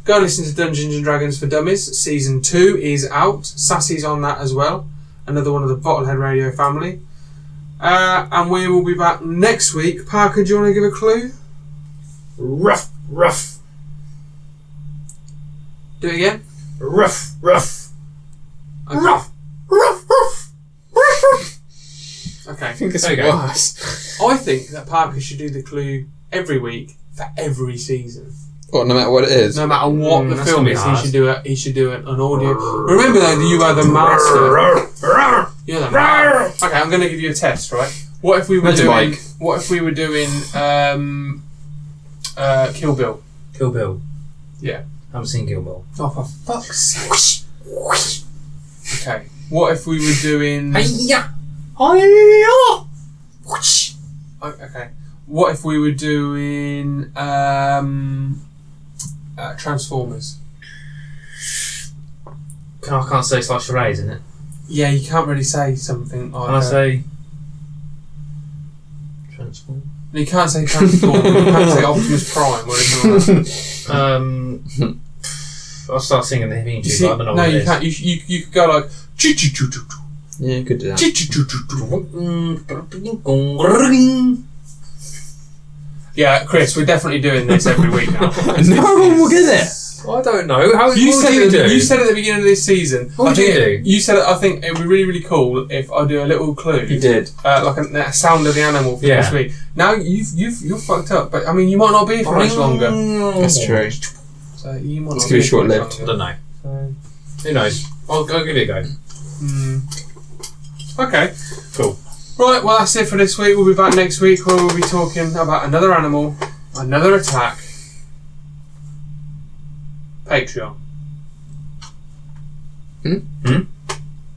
Speaker 1: Go and listen to Dungeons and Dragons for Dummies. Season two is out. Sassy's on that as well. Another one of the Bottlehead Radio family. Uh, and we will be back next week. Parker, do you want to give a clue?
Speaker 2: Rough, rough,
Speaker 1: Do it again.
Speaker 2: rough, rough,
Speaker 1: Okay.
Speaker 2: rough, rough, rough, rough, rough.
Speaker 1: Okay.
Speaker 3: think it's
Speaker 2: There you go.
Speaker 3: worse.
Speaker 1: I think that Parker should do the clue every week for every season.
Speaker 3: What, no matter what it is?
Speaker 1: No matter what
Speaker 2: Mm,
Speaker 1: the
Speaker 2: that's
Speaker 1: film
Speaker 2: gonna be
Speaker 1: is, he
Speaker 2: hard.
Speaker 1: should do a, he should do an, an audio. Remember though, that you are the master.
Speaker 2: Rough, rough,
Speaker 1: You're the
Speaker 2: rough.
Speaker 1: Okay, I'm going to give you a test, right? What if we were doing?
Speaker 3: Motorbike.
Speaker 1: What if we were doing um, uh, Kill Bill?
Speaker 2: Kill Bill.
Speaker 1: Yeah.
Speaker 2: I haven't seen Kill Bill.
Speaker 1: Oh, for fuck's sake. Okay. What if we were doing.
Speaker 2: Yeah.
Speaker 1: Oh, Okay. What if we were doing. Um, uh, Transformers?
Speaker 2: Can, I can't say it's like charades, isn't it?
Speaker 1: Yeah, you can't really say something like
Speaker 2: Can I
Speaker 1: that.
Speaker 2: say transform?
Speaker 1: You can't say Transformers. you can't say Optimus Prime or anything like that.
Speaker 2: Um, I'll start singing the theme
Speaker 1: You
Speaker 2: tune.
Speaker 1: see,
Speaker 2: but I don't
Speaker 1: no,
Speaker 2: know what it
Speaker 1: you
Speaker 2: is.
Speaker 1: can't. You, you, you could go like. choo choo choo choo choo,
Speaker 3: Yeah, you could do that.
Speaker 1: choo choo choo choo choo.
Speaker 2: Every
Speaker 1: Yeah, Chris, we're definitely doing this every week now.
Speaker 3: no one will get it!
Speaker 2: I don't know. How
Speaker 1: You
Speaker 2: what
Speaker 1: said,
Speaker 2: would you
Speaker 1: it,
Speaker 2: do?
Speaker 1: you said at the beginning of this season.
Speaker 2: What
Speaker 1: I
Speaker 2: would you
Speaker 1: think
Speaker 2: do?
Speaker 1: You said I think it would be really really cool if I do a little clue.
Speaker 3: You did.
Speaker 1: uh, like a, a sound of the animal for
Speaker 2: Yeah.
Speaker 1: next week. Now you've you've you're fucked up, but I mean you might not be here for much longer.
Speaker 2: Oh.
Speaker 3: That's true.
Speaker 1: So you might
Speaker 3: It's
Speaker 1: not be here for
Speaker 3: gonna be
Speaker 1: much
Speaker 3: short-lived.
Speaker 2: I
Speaker 1: longer.
Speaker 2: don't know.
Speaker 1: So,
Speaker 2: Who knows? I'll, I'll give it a go.
Speaker 1: mm. Okay.
Speaker 2: Cool.
Speaker 1: Right. Well, that's it for this week. We'll be back next week where we'll be talking about another animal, another attack. Patreon.
Speaker 3: Hmm?
Speaker 2: Hmm?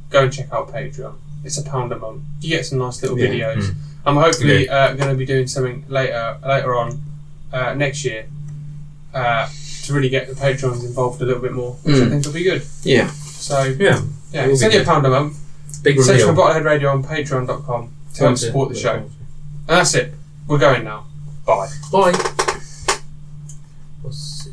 Speaker 1: Go and check out Patreon. It's a pound a month. You get some nice little
Speaker 3: Yeah.
Speaker 1: videos.
Speaker 2: Hmm.
Speaker 1: I'm hopefully uh, going to be doing something later later on uh, next year uh, to really get the patrons involved a little bit more, which I
Speaker 3: Mm.
Speaker 1: think will be good.
Speaker 3: Yeah.
Speaker 1: So
Speaker 2: Yeah.
Speaker 1: yeah,
Speaker 2: It will
Speaker 1: it's
Speaker 2: be
Speaker 1: only a
Speaker 2: good.
Speaker 1: pound a month.
Speaker 2: Big
Speaker 1: Search for
Speaker 2: reveal.
Speaker 1: Bottlehead Radio on Patreon.com to help support the show. And that's it. We're going now. Bye.
Speaker 2: Bye. What's